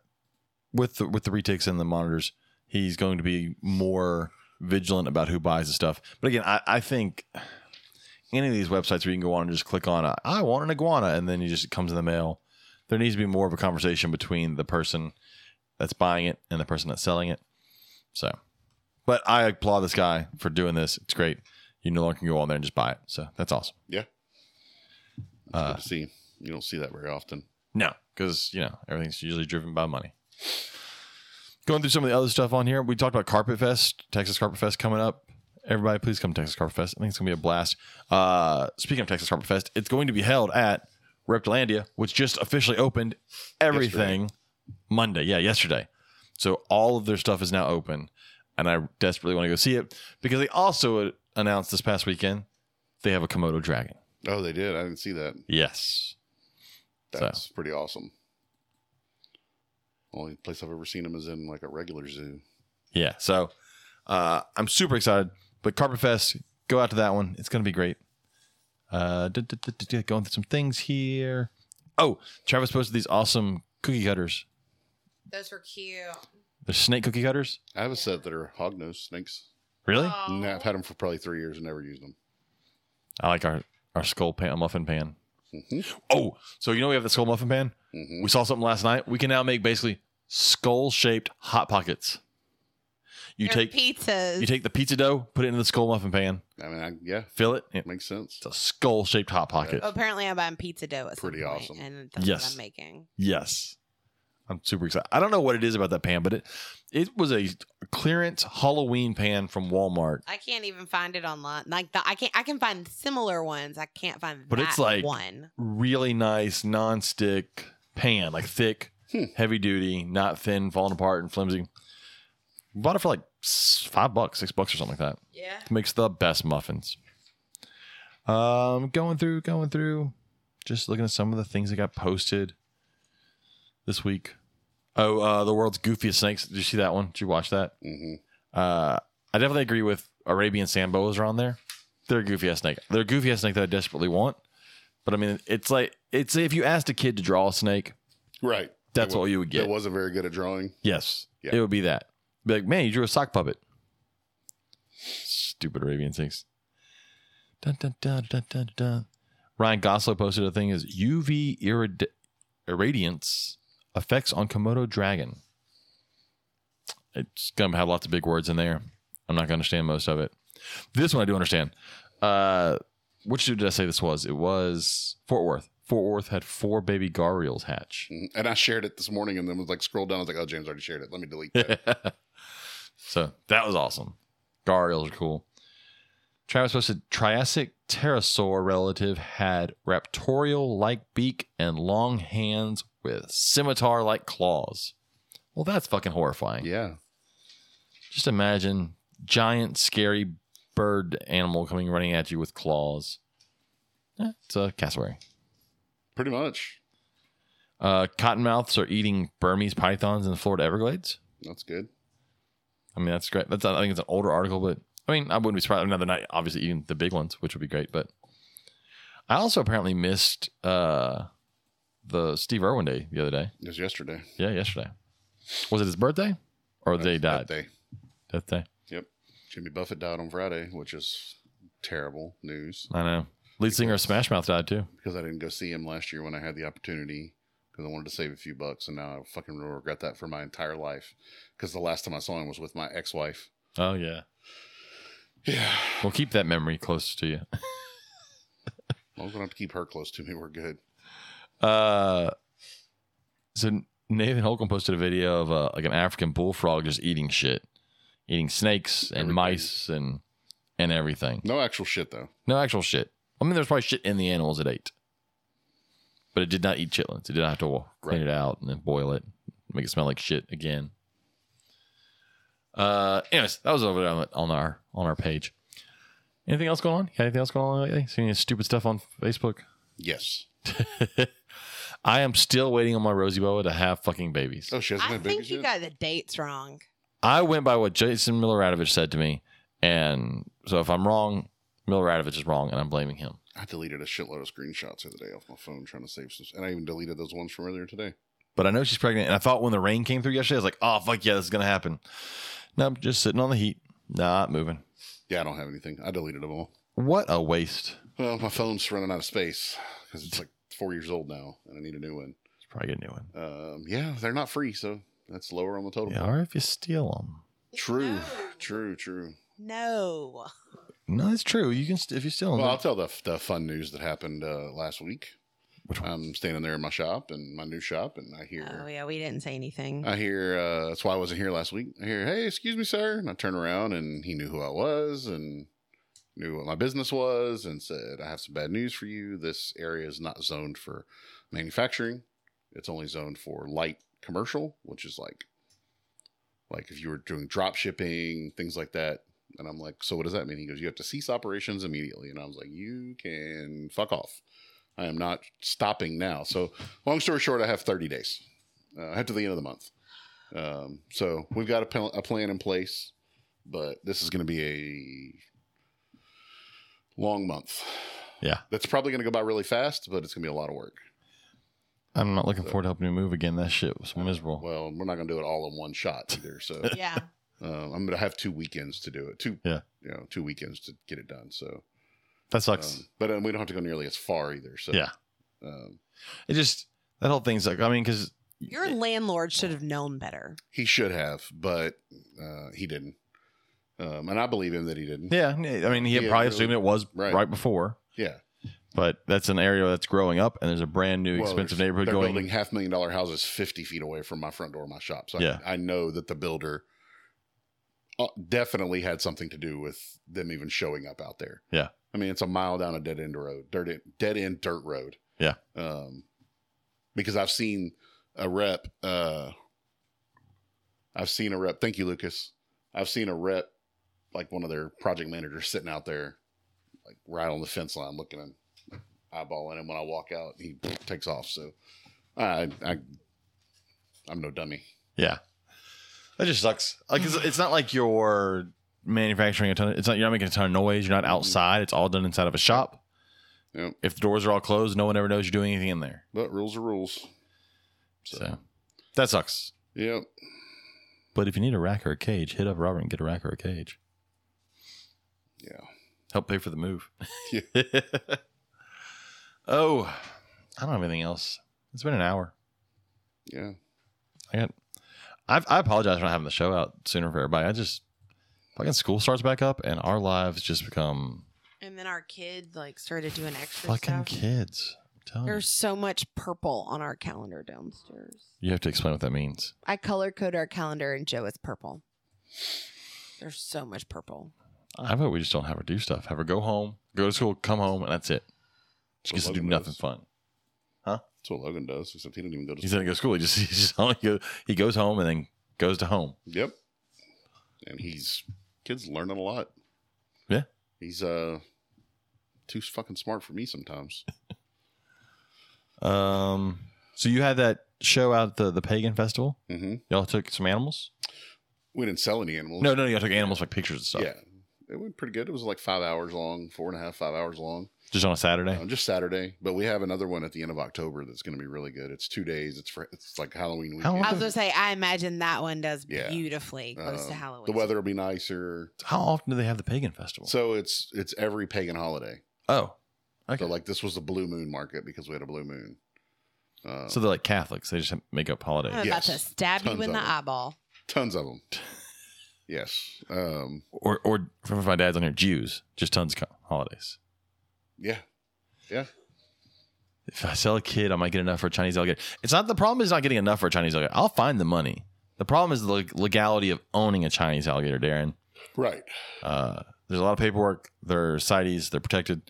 [SPEAKER 1] with the, with the retics and the monitors, he's going to be more vigilant about who buys the stuff. But again, I, I think any of these websites where you can go on and just click on, a, I want an iguana, and then you just it comes in the mail. There needs to be more of a conversation between the person that's buying it and the person that's selling it. So, but I applaud this guy for doing this. It's great. You no longer can go on there and just buy it. So that's awesome.
[SPEAKER 3] Yeah. It's
[SPEAKER 1] Uh,
[SPEAKER 3] good to see. You don't see that very often.
[SPEAKER 1] no, because you know everything's usually driven by money. Going through some of the other stuff on here, we talked about Carpet Fest, Texas Carpet Fest coming up. Everybody, please come to Texas Carpet Fest. I think it's gonna be a blast. Uh, speaking of Texas Carpet Fest, it's going to be held at Reptilandia, which just officially opened everything Monday. Yeah, yesterday. So all of their stuff is now open, and I desperately want to go see it because they also announced this past weekend they have a Komodo dragon.
[SPEAKER 3] Oh, they did. I didn't see that.
[SPEAKER 1] Yes, So-
[SPEAKER 3] That's pretty awesome. Only place I've ever seen them is in like a regular zoo.
[SPEAKER 1] Yeah. So uh, I'm super excited. But Carpet Fest, go out to that one. It's going to be great. Uh, duh, duh, duh, duh, duh, going through some things here. Oh, Travis posted these awesome cookie cutters.
[SPEAKER 2] Those were cute.
[SPEAKER 1] They're snake cookie cutters.
[SPEAKER 3] I have a set that are hognose snakes.
[SPEAKER 1] Really?
[SPEAKER 3] And I've had them for probably three years and never used them.
[SPEAKER 1] I like our, our skull pan, muffin pan.
[SPEAKER 3] hmm
[SPEAKER 1] Oh, so you know we have the skull muffin pan?
[SPEAKER 3] hmm
[SPEAKER 1] We saw something last night. We can now make basically skull shaped Hot Pockets. You
[SPEAKER 2] They're
[SPEAKER 1] take
[SPEAKER 2] pizzas.
[SPEAKER 1] you take the pizza dough, put it in the skull muffin pan,
[SPEAKER 3] I mean, I, yeah,
[SPEAKER 1] fill it. and
[SPEAKER 3] makes sense.
[SPEAKER 1] It's a skull shaped Hot Pocket.
[SPEAKER 2] Apparently, I'm buying pizza dough. At some
[SPEAKER 3] Pretty
[SPEAKER 2] point,
[SPEAKER 3] awesome.
[SPEAKER 2] and that's
[SPEAKER 1] Yes.
[SPEAKER 2] what I'm making.
[SPEAKER 1] Yes. I'm super excited. I don't know what it is about that pan, but it it was a clearance Halloween pan from Walmart.
[SPEAKER 2] I can't even find it online. Like the, I can I can find similar ones. I can't find.
[SPEAKER 1] But it's
[SPEAKER 2] that
[SPEAKER 1] like-
[SPEAKER 2] one.
[SPEAKER 1] Really nice nonstick pan, like thick,
[SPEAKER 3] Hmm.
[SPEAKER 1] heavy duty, not thin, falling apart and flimsy. Bought it for like s- five bucks, six bucks or something like that.
[SPEAKER 2] Yeah.
[SPEAKER 1] Makes the best muffins. Um, going through, going through, just looking at some of the things that got posted this week. Oh, uh, the world's goofiest snakes. Did you see that one? Did you watch that?
[SPEAKER 3] hmm
[SPEAKER 1] Uh, I definitely agree with Arabian Samboas are on there. They're a goofy ass snake. They're a goofy ass snake that I desperately want. But I mean, it's like it's if you asked a kid to draw a snake,
[SPEAKER 3] Right.
[SPEAKER 1] that's
[SPEAKER 3] That wa-
[SPEAKER 1] all you would
[SPEAKER 3] That
[SPEAKER 1] get.
[SPEAKER 3] wasn't very good at drawing.
[SPEAKER 1] yes,
[SPEAKER 3] Yeah.
[SPEAKER 1] it would be that. Be like, man, you drew a sock puppet. Stupid Arabian snakes. Dun, dun, dun, dun, dun, dun. Ryan Goslow posted a thing: is UV irradi- irradiance effects on Komodo dragon. It's gonna have lots of big words in there. I'm not gonna understand most of it. This one I do understand. Uh, which dude did I say this was? It was Fort Worth. Fort Worth had four baby gargoyles hatch.
[SPEAKER 3] Mhm. And I shared it this morning and then was like, scroll down. I was like, oh, James already shared it. Let me delete that.
[SPEAKER 1] so that was awesome. Gargoyles are cool. Travis posted Triassic pterosaur relative had raptorial like beak and long hands with scimitar like claws. Well, that's fucking horrifying.
[SPEAKER 3] yeah.
[SPEAKER 1] Just imagine giant, scary bird animal coming running at you with claws. Eh, it's a cassowary.
[SPEAKER 3] Pretty much.
[SPEAKER 1] Uh, cottonmouths are eating Burmese pythons in the Florida Everglades.
[SPEAKER 3] That's good.
[SPEAKER 1] I mean, that's great. That's I think it's an older article, but I mean, I wouldn't be surprised. Another night, obviously, eating the big ones, which would be great. But I also apparently missed uh, the Steve Irwin day the other day.
[SPEAKER 3] It was yesterday.
[SPEAKER 1] Yeah, yesterday. Was it his birthday or they
[SPEAKER 3] That's-
[SPEAKER 1] died?
[SPEAKER 3] that day.
[SPEAKER 1] Death day.
[SPEAKER 3] Jimmy Buffett died on Friday, which is terrible news
[SPEAKER 1] I know. Lead singer of Smash Mouth died too.
[SPEAKER 3] because I didn't go see him last year when I had the opportunity because I wanted to save a few bucks. And now I fucking will regret that for my entire life because the last time I saw him was with my ex wife.
[SPEAKER 1] Oh yeah.
[SPEAKER 3] Yeah.
[SPEAKER 1] Well, keep that memory close to you.
[SPEAKER 3] I'm going to have to keep her close to me. We're good.
[SPEAKER 1] Uh, so Nathan Holcomb posted a video of uh, like an African bullfrog just eating shit, eating snakes and
[SPEAKER 3] Everything.
[SPEAKER 1] mice and and everything.
[SPEAKER 3] No actual shit though.
[SPEAKER 1] No actual shit. I mean, there's probably shit in the animals it ate, but it did not eat chitlins. It did not have to wa- clean
[SPEAKER 3] Right.
[SPEAKER 1] it out and then boil it, make it smell like shit again. Uh, anyways, that was over there on, on our on our page. Anything else going on? Got anything else going on lately? Seen any stupid stuff on Facebook?
[SPEAKER 3] Yes.
[SPEAKER 1] I am still waiting on my Rosie Boa to have fucking babies.
[SPEAKER 3] Oh, she hasn't
[SPEAKER 2] I
[SPEAKER 3] had babies
[SPEAKER 2] think you got
[SPEAKER 3] yet?
[SPEAKER 2] the dates wrong.
[SPEAKER 1] I went by what Jason Miloradovich said to me, and so if I'm wrong, Miloradovich is wrong, and I'm blaming him.
[SPEAKER 3] I deleted a shitload of screenshots the other day off my phone trying to save some, and I even deleted those ones from earlier today.
[SPEAKER 1] But I know she's pregnant, and I thought when the rain came through yesterday, I was like, "Oh fuck yeah, this is gonna happen." No, I'm just sitting on the heat, not moving.
[SPEAKER 3] Yeah, I don't have anything. I deleted them all.
[SPEAKER 1] What a waste!
[SPEAKER 3] Well, my phone's running out of space because it's like four years old now, and I need a new one.
[SPEAKER 1] Let's probably get a new one.
[SPEAKER 3] Um, yeah, they're not free, so that's lower on the total.
[SPEAKER 1] Yeah, or if you steal them.
[SPEAKER 3] True,
[SPEAKER 2] No.
[SPEAKER 3] true, true.
[SPEAKER 2] No.
[SPEAKER 1] No, it's true. You can st- if you steal them.
[SPEAKER 3] Well, I'll tell the, the fun news that happened uh, last week.
[SPEAKER 1] Which one?
[SPEAKER 3] I'm standing there in my shop, and my new shop, and I hear
[SPEAKER 2] Oh yeah, we didn't say anything.
[SPEAKER 3] I hear uh, that's why I wasn't here last week. I hear, hey, excuse me, sir. And I turn around and he knew who I was and knew what my business was and said, I have some bad news for you. This area is not zoned for manufacturing. It's only zoned for light commercial, which is like like if you were doing drop shipping, things like that. And I'm like, so what does that mean? He goes, you have to cease operations immediately. And I was like, you can fuck off. I am not stopping now. So long story short, I have 30 days uh, head to the end of the month. Um, so we've got a, pl- a plan in place, but this is going to be a long month.
[SPEAKER 1] Yeah.
[SPEAKER 3] that's probably going to go by really fast, but it's going to be a lot of work.
[SPEAKER 1] I'm not looking forward to helping you move again. That shit was miserable.
[SPEAKER 3] Well, we're not going to do it all in one shot either. So
[SPEAKER 2] yeah.
[SPEAKER 3] uh, I'm going to have two weekends to do it. Two,
[SPEAKER 1] Yeah.
[SPEAKER 3] you know, two weekends to get it done. So,
[SPEAKER 1] That
[SPEAKER 3] um,
[SPEAKER 1] sucks.
[SPEAKER 3] but um, we don't have to go nearly as far either. So
[SPEAKER 1] Yeah.
[SPEAKER 3] um,
[SPEAKER 1] It just that whole thing's like I mean because
[SPEAKER 2] Your landlord should have known better.
[SPEAKER 3] he should have, but uh, he didn't. Um, and I believe him that he didn't.
[SPEAKER 1] yeah I mean he had
[SPEAKER 3] Yeah,
[SPEAKER 1] probably
[SPEAKER 3] really.
[SPEAKER 1] assumed it was
[SPEAKER 3] Right.
[SPEAKER 1] right before
[SPEAKER 3] yeah.
[SPEAKER 1] but that's an area that's growing up and there's a brand new
[SPEAKER 3] Well,
[SPEAKER 1] expensive
[SPEAKER 3] there's-
[SPEAKER 1] neighborhood
[SPEAKER 3] they're
[SPEAKER 1] going
[SPEAKER 3] building half million dollar houses 50 feet away from my front door of my shop so
[SPEAKER 1] Yeah.
[SPEAKER 3] I, I know that the builder uh, definitely had something to do with them even showing up out there
[SPEAKER 1] Yeah.
[SPEAKER 3] i mean it's a mile down a dead end road dirt end, dead end dirt road
[SPEAKER 1] Yeah.
[SPEAKER 3] um because i've seen a rep uh i've seen a rep thank you lucas i've seen a rep like one of their project managers sitting out there like right on the fence line looking at him eyeballing him when I walk out. He takes off. So I, I, I'm no dummy.
[SPEAKER 1] yeah that just sucks like it's, it's not like you're manufacturing a ton of, it's not you're not making a ton of noise you're not outside it's all done inside of a shop
[SPEAKER 3] Mm-hmm. Yep.
[SPEAKER 1] if the doors are all closed no one ever knows you're doing anything in there
[SPEAKER 3] But rules are rules.
[SPEAKER 1] so,
[SPEAKER 3] So,
[SPEAKER 1] that sucks
[SPEAKER 3] yep.
[SPEAKER 1] but if you need a rack or a cage hit up Robert and get a rack or a cage
[SPEAKER 3] Yeah.
[SPEAKER 1] help pay for the move
[SPEAKER 3] Yeah.
[SPEAKER 1] oh I don't have anything else it's been an hour
[SPEAKER 3] Yeah.
[SPEAKER 1] I, I apologize for not having the show out sooner for everybody. I just fucking school starts back up and our lives just become
[SPEAKER 2] And then our kid like started doing extra
[SPEAKER 1] fucking
[SPEAKER 2] stuff.
[SPEAKER 1] kids. I'm telling you.
[SPEAKER 2] There's so much purple on our calendar downstairs.
[SPEAKER 1] You have to explain what that means.
[SPEAKER 2] I color code our calendar and Joe is purple. There's so much purple.
[SPEAKER 1] I vote we just don't have her do stuff. Have her go home, go to school, come home, and that's it. She gets to do
[SPEAKER 3] Logan
[SPEAKER 1] nothing
[SPEAKER 3] does.
[SPEAKER 1] fun.
[SPEAKER 3] That's what Logan does, except he didn't even go to
[SPEAKER 1] He
[SPEAKER 3] school.
[SPEAKER 1] doesn't go to school. He just he just only go, he goes home and then goes to home.
[SPEAKER 3] Yep. And he's, kid's learning a lot.
[SPEAKER 1] Yeah.
[SPEAKER 3] He's, uh, too fucking smart for me sometimes.
[SPEAKER 1] Um. So you had that show out at the the pagan festival.
[SPEAKER 3] hmm
[SPEAKER 1] Y'all took some animals.
[SPEAKER 3] We didn't sell any animals.
[SPEAKER 1] No, no, y'all took animals like pictures and stuff.
[SPEAKER 3] Yeah. It went pretty good. It was like five hours long, four and a half, five hours long.
[SPEAKER 1] Just on a Saturday.
[SPEAKER 3] Um, just Saturday, but we have another one at the end of October that's going to be really good. It's two days. It's for, it's like Halloween
[SPEAKER 1] How
[SPEAKER 3] weekend.
[SPEAKER 2] I was gonna say, I imagine that one does
[SPEAKER 3] Yeah.
[SPEAKER 2] beautifully close to
[SPEAKER 3] Um,
[SPEAKER 2] Halloween.
[SPEAKER 3] The weather will be nicer.
[SPEAKER 1] How often do they have the pagan festival?
[SPEAKER 3] So it's it's every pagan holiday.
[SPEAKER 1] oh, okay.
[SPEAKER 3] So like this was the blue moon market because we had a blue moon. Uh,
[SPEAKER 1] So they're like Catholics. They just make up holidays.
[SPEAKER 2] I'm about
[SPEAKER 3] yes.
[SPEAKER 2] to stab you
[SPEAKER 3] Tons
[SPEAKER 2] in
[SPEAKER 3] of
[SPEAKER 2] the
[SPEAKER 3] them.
[SPEAKER 2] eyeball.
[SPEAKER 3] tons of them. yes. Um,
[SPEAKER 1] Or, or from my dad's on here, Jews. Just tons of co- holidays.
[SPEAKER 3] yeah.
[SPEAKER 1] if I sell a kid, I might get enough for a Chinese alligator. It's not the problem is not getting enough for a Chinese alligator. I'll find the money. The problem is the leg- legality of owning a Chinese alligator, Darren.
[SPEAKER 3] Right.
[SPEAKER 1] Uh, there's a lot of paperwork. They're CITES. They're protected.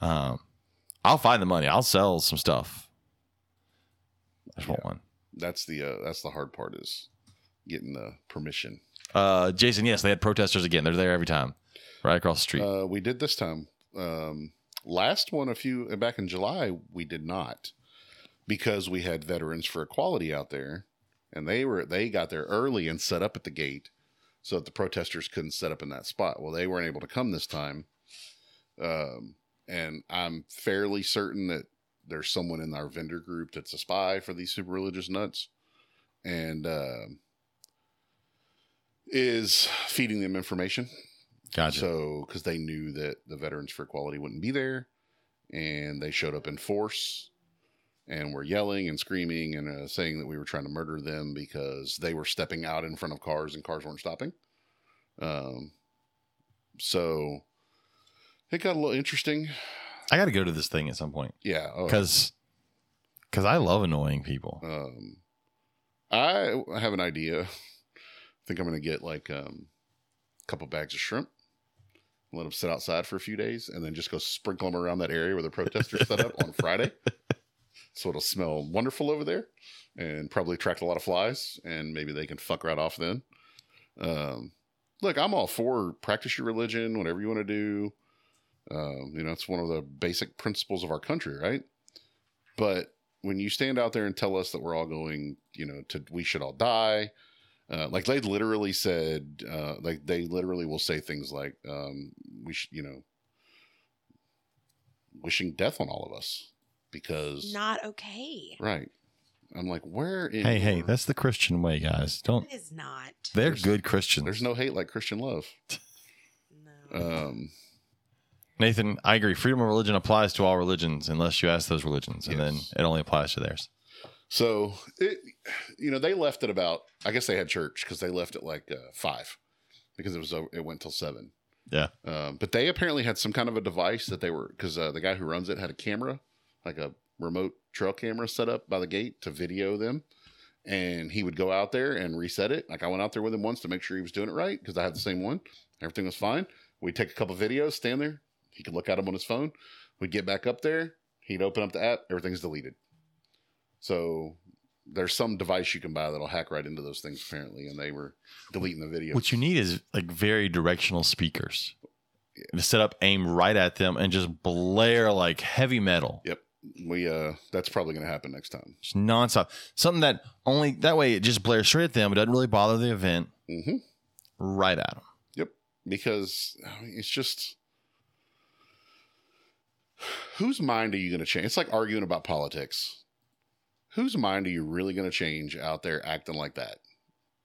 [SPEAKER 1] Um, I'll find the money. I'll sell some stuff. I just want one.
[SPEAKER 3] That's the uh, that's the hard part is getting the permission.
[SPEAKER 1] Uh, Jason, yes, they had protesters again. They're there every time, right across the street.
[SPEAKER 3] Uh, we did this time. Um, last one, a few back in July, we did not because we had Veterans for Equality out there, and they were they got there early and set up at the gate so that the protesters couldn't set up in that spot. Well, they weren't able to come this time, um, and I'm fairly certain that there's someone in our vendor group that's a spy for these super religious nuts, and. um is feeding them information
[SPEAKER 1] gotcha.
[SPEAKER 3] so, because they knew that the Veterans for Equality wouldn't be there, and they showed up in force and were yelling and screaming and uh, saying that we were trying to murder them because they were stepping out in front of cars and cars weren't stopping. Um, so it got a little interesting.
[SPEAKER 1] I got to go to this thing at some point
[SPEAKER 3] Yeah. oh,
[SPEAKER 1] because I love annoying people.
[SPEAKER 3] Um, I have an idea. I think I'm going to get like um, a couple bags of shrimp, let them sit outside for a few days, and then just go sprinkle them around that area where the protesters set up on Friday. So it'll smell wonderful over there and probably attract a lot of flies, and maybe they can fuck right off then. Um, look, I'm all for practice your religion, whatever you want to do. Um, you know, it's one of the basic principles of our country, right? But when you stand out there and tell us that we're all going, you know, to we should all die, uh, like they literally said, uh, like they literally will say things like, um, we should, you know, wishing death on all of us because
[SPEAKER 2] Not okay.
[SPEAKER 3] right. I'm like, where in
[SPEAKER 1] Hey, hey,
[SPEAKER 3] your-
[SPEAKER 1] that's the Christian way, guys. Don't.
[SPEAKER 2] It is not.
[SPEAKER 1] They're
[SPEAKER 3] There's-
[SPEAKER 1] good Christians.
[SPEAKER 3] there's no hate like Christian love.
[SPEAKER 2] No.
[SPEAKER 3] Um,
[SPEAKER 1] Nathan, I agree. Freedom of religion applies to all religions unless you ask those religions, and
[SPEAKER 3] Yes.
[SPEAKER 1] then it only applies to theirs.
[SPEAKER 3] So, it, you know, they left at about. I guess they had church because they left at like uh, five, because it was over, it went till seven.
[SPEAKER 1] Yeah.
[SPEAKER 3] Um, but they apparently had some kind of a device that they were because uh, the guy who runs it had a camera, like a remote trail camera set up by the gate to video them, and he would go out there and reset it. Like I went out there with him once to make sure he was doing it right because I had the same one. Everything was fine. We'd take a couple videos, stand there. He could look at them on his phone. We'd get back up there. He'd open up the app. Everything's deleted. So there's some device you can buy that'll hack right into those things apparently, and they were deleting the video.
[SPEAKER 1] What you need is like very directional speakers. To set up, aim right at them, and just blare like heavy metal,
[SPEAKER 3] yep, we uh, that's probably gonna happen next time.
[SPEAKER 1] just nonstop. Something that only that way it just blares straight at them. It doesn't really bother the event.
[SPEAKER 3] hmm
[SPEAKER 1] Right at them.
[SPEAKER 3] because I mean, it's just whose mind are you going to change? It's like arguing about politics. Whose mind are you really going to change out there acting like that?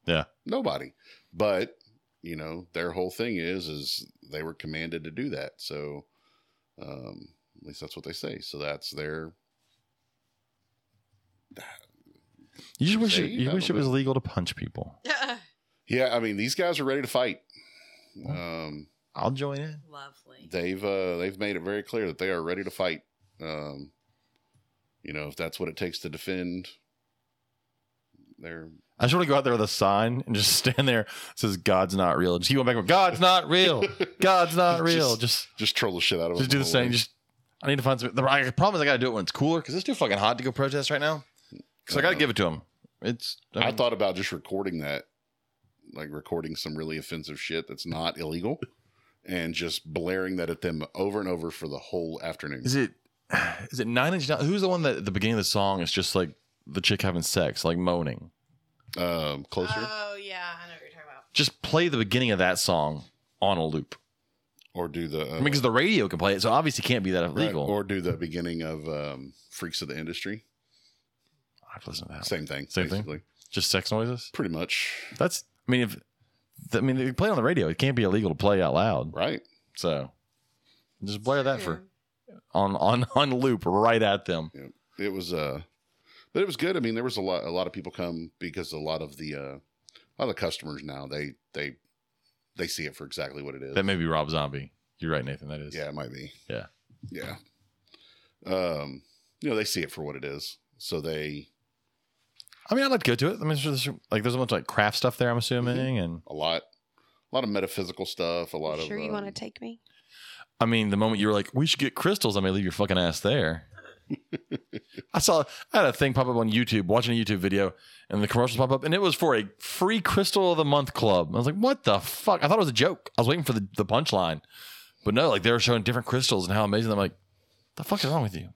[SPEAKER 1] Yeah.
[SPEAKER 3] Nobody. But, you know, their whole thing is is they were commanded to do that. So um at least that's what they say. So that's their
[SPEAKER 1] You just wish
[SPEAKER 3] See,
[SPEAKER 1] it, you
[SPEAKER 3] I
[SPEAKER 1] wish it
[SPEAKER 3] don't
[SPEAKER 1] was
[SPEAKER 3] know.
[SPEAKER 1] legal to punch people.
[SPEAKER 3] Yeah, I mean, these guys are ready to fight. Um
[SPEAKER 1] I'll join in.
[SPEAKER 2] Lovely.
[SPEAKER 3] they've uh, they've made it very clear that they are ready to fight. Um, you know, if that's what it takes to defend, they're
[SPEAKER 1] I just want to go out there with a sign and just stand there. It says God's not real. Just keep going back. and forth, God's not real. God's not real.
[SPEAKER 3] Just-
[SPEAKER 1] just
[SPEAKER 3] just troll the shit out of
[SPEAKER 1] just do
[SPEAKER 3] them
[SPEAKER 1] the
[SPEAKER 3] whole
[SPEAKER 1] same.
[SPEAKER 3] way.
[SPEAKER 1] Just I need to find some. The I- the problem is I got to do it when it's cooler because it's too fucking hot to go protest right now. Because I got to
[SPEAKER 3] Uh,
[SPEAKER 1] give it to him. It's
[SPEAKER 3] I thought about just recording that, like recording some really offensive shit that's not illegal, and just blaring that at them over and over for the whole afternoon.
[SPEAKER 1] is it is it nine inch down? Who's the one that at the beginning of the song is just like the chick having sex, like moaning?
[SPEAKER 3] Um, closer
[SPEAKER 2] Oh yeah, I know what you're talking about.
[SPEAKER 1] Just play the beginning of that song on a loop.
[SPEAKER 3] or do the uh,
[SPEAKER 1] I mean, because the radio can play it, so obviously it can't be that
[SPEAKER 3] right,
[SPEAKER 1] illegal.
[SPEAKER 3] or do the beginning of um, Freaks of the Industry.
[SPEAKER 1] I've listened to that.
[SPEAKER 3] Same thing.
[SPEAKER 1] Oh, Same thing?
[SPEAKER 3] basically.
[SPEAKER 1] Just sex noises.
[SPEAKER 3] Pretty much.
[SPEAKER 1] That's. I mean, if I mean, if you play it on the radio, it can't be illegal to play out loud.
[SPEAKER 3] Right.
[SPEAKER 1] So just blare that for on on on loop right at them.
[SPEAKER 3] it was uh but it was good i mean there was a lot a lot of people come because a lot of the uh a lot of the customers now they they they see it for exactly what it is
[SPEAKER 1] That may be Rob Zombie. You're right, Nathan. That is.
[SPEAKER 3] yeah it might be
[SPEAKER 1] Yeah.
[SPEAKER 3] yeah um you know, they see it for what it is. So they
[SPEAKER 1] I mean, I'd like to go to it. I mean, there's, like there's a bunch of like craft stuff there. I'm assuming, and
[SPEAKER 3] a lot, a lot of metaphysical stuff. A lot
[SPEAKER 2] sure
[SPEAKER 3] of
[SPEAKER 2] you want to
[SPEAKER 3] um,
[SPEAKER 2] take me?
[SPEAKER 1] I mean, the moment you were like, "We should get crystals," I may leave your fucking ass there. I saw I had a thing pop up on YouTube, watching a YouTube video, and the commercials pop up, and it was for a free crystal of the month club. I was like, "What the fuck?" I thought it was a joke. I was waiting for the, the punchline, but no, like they were showing different crystals and how amazing. I'm like, "The fuck is wrong with you?"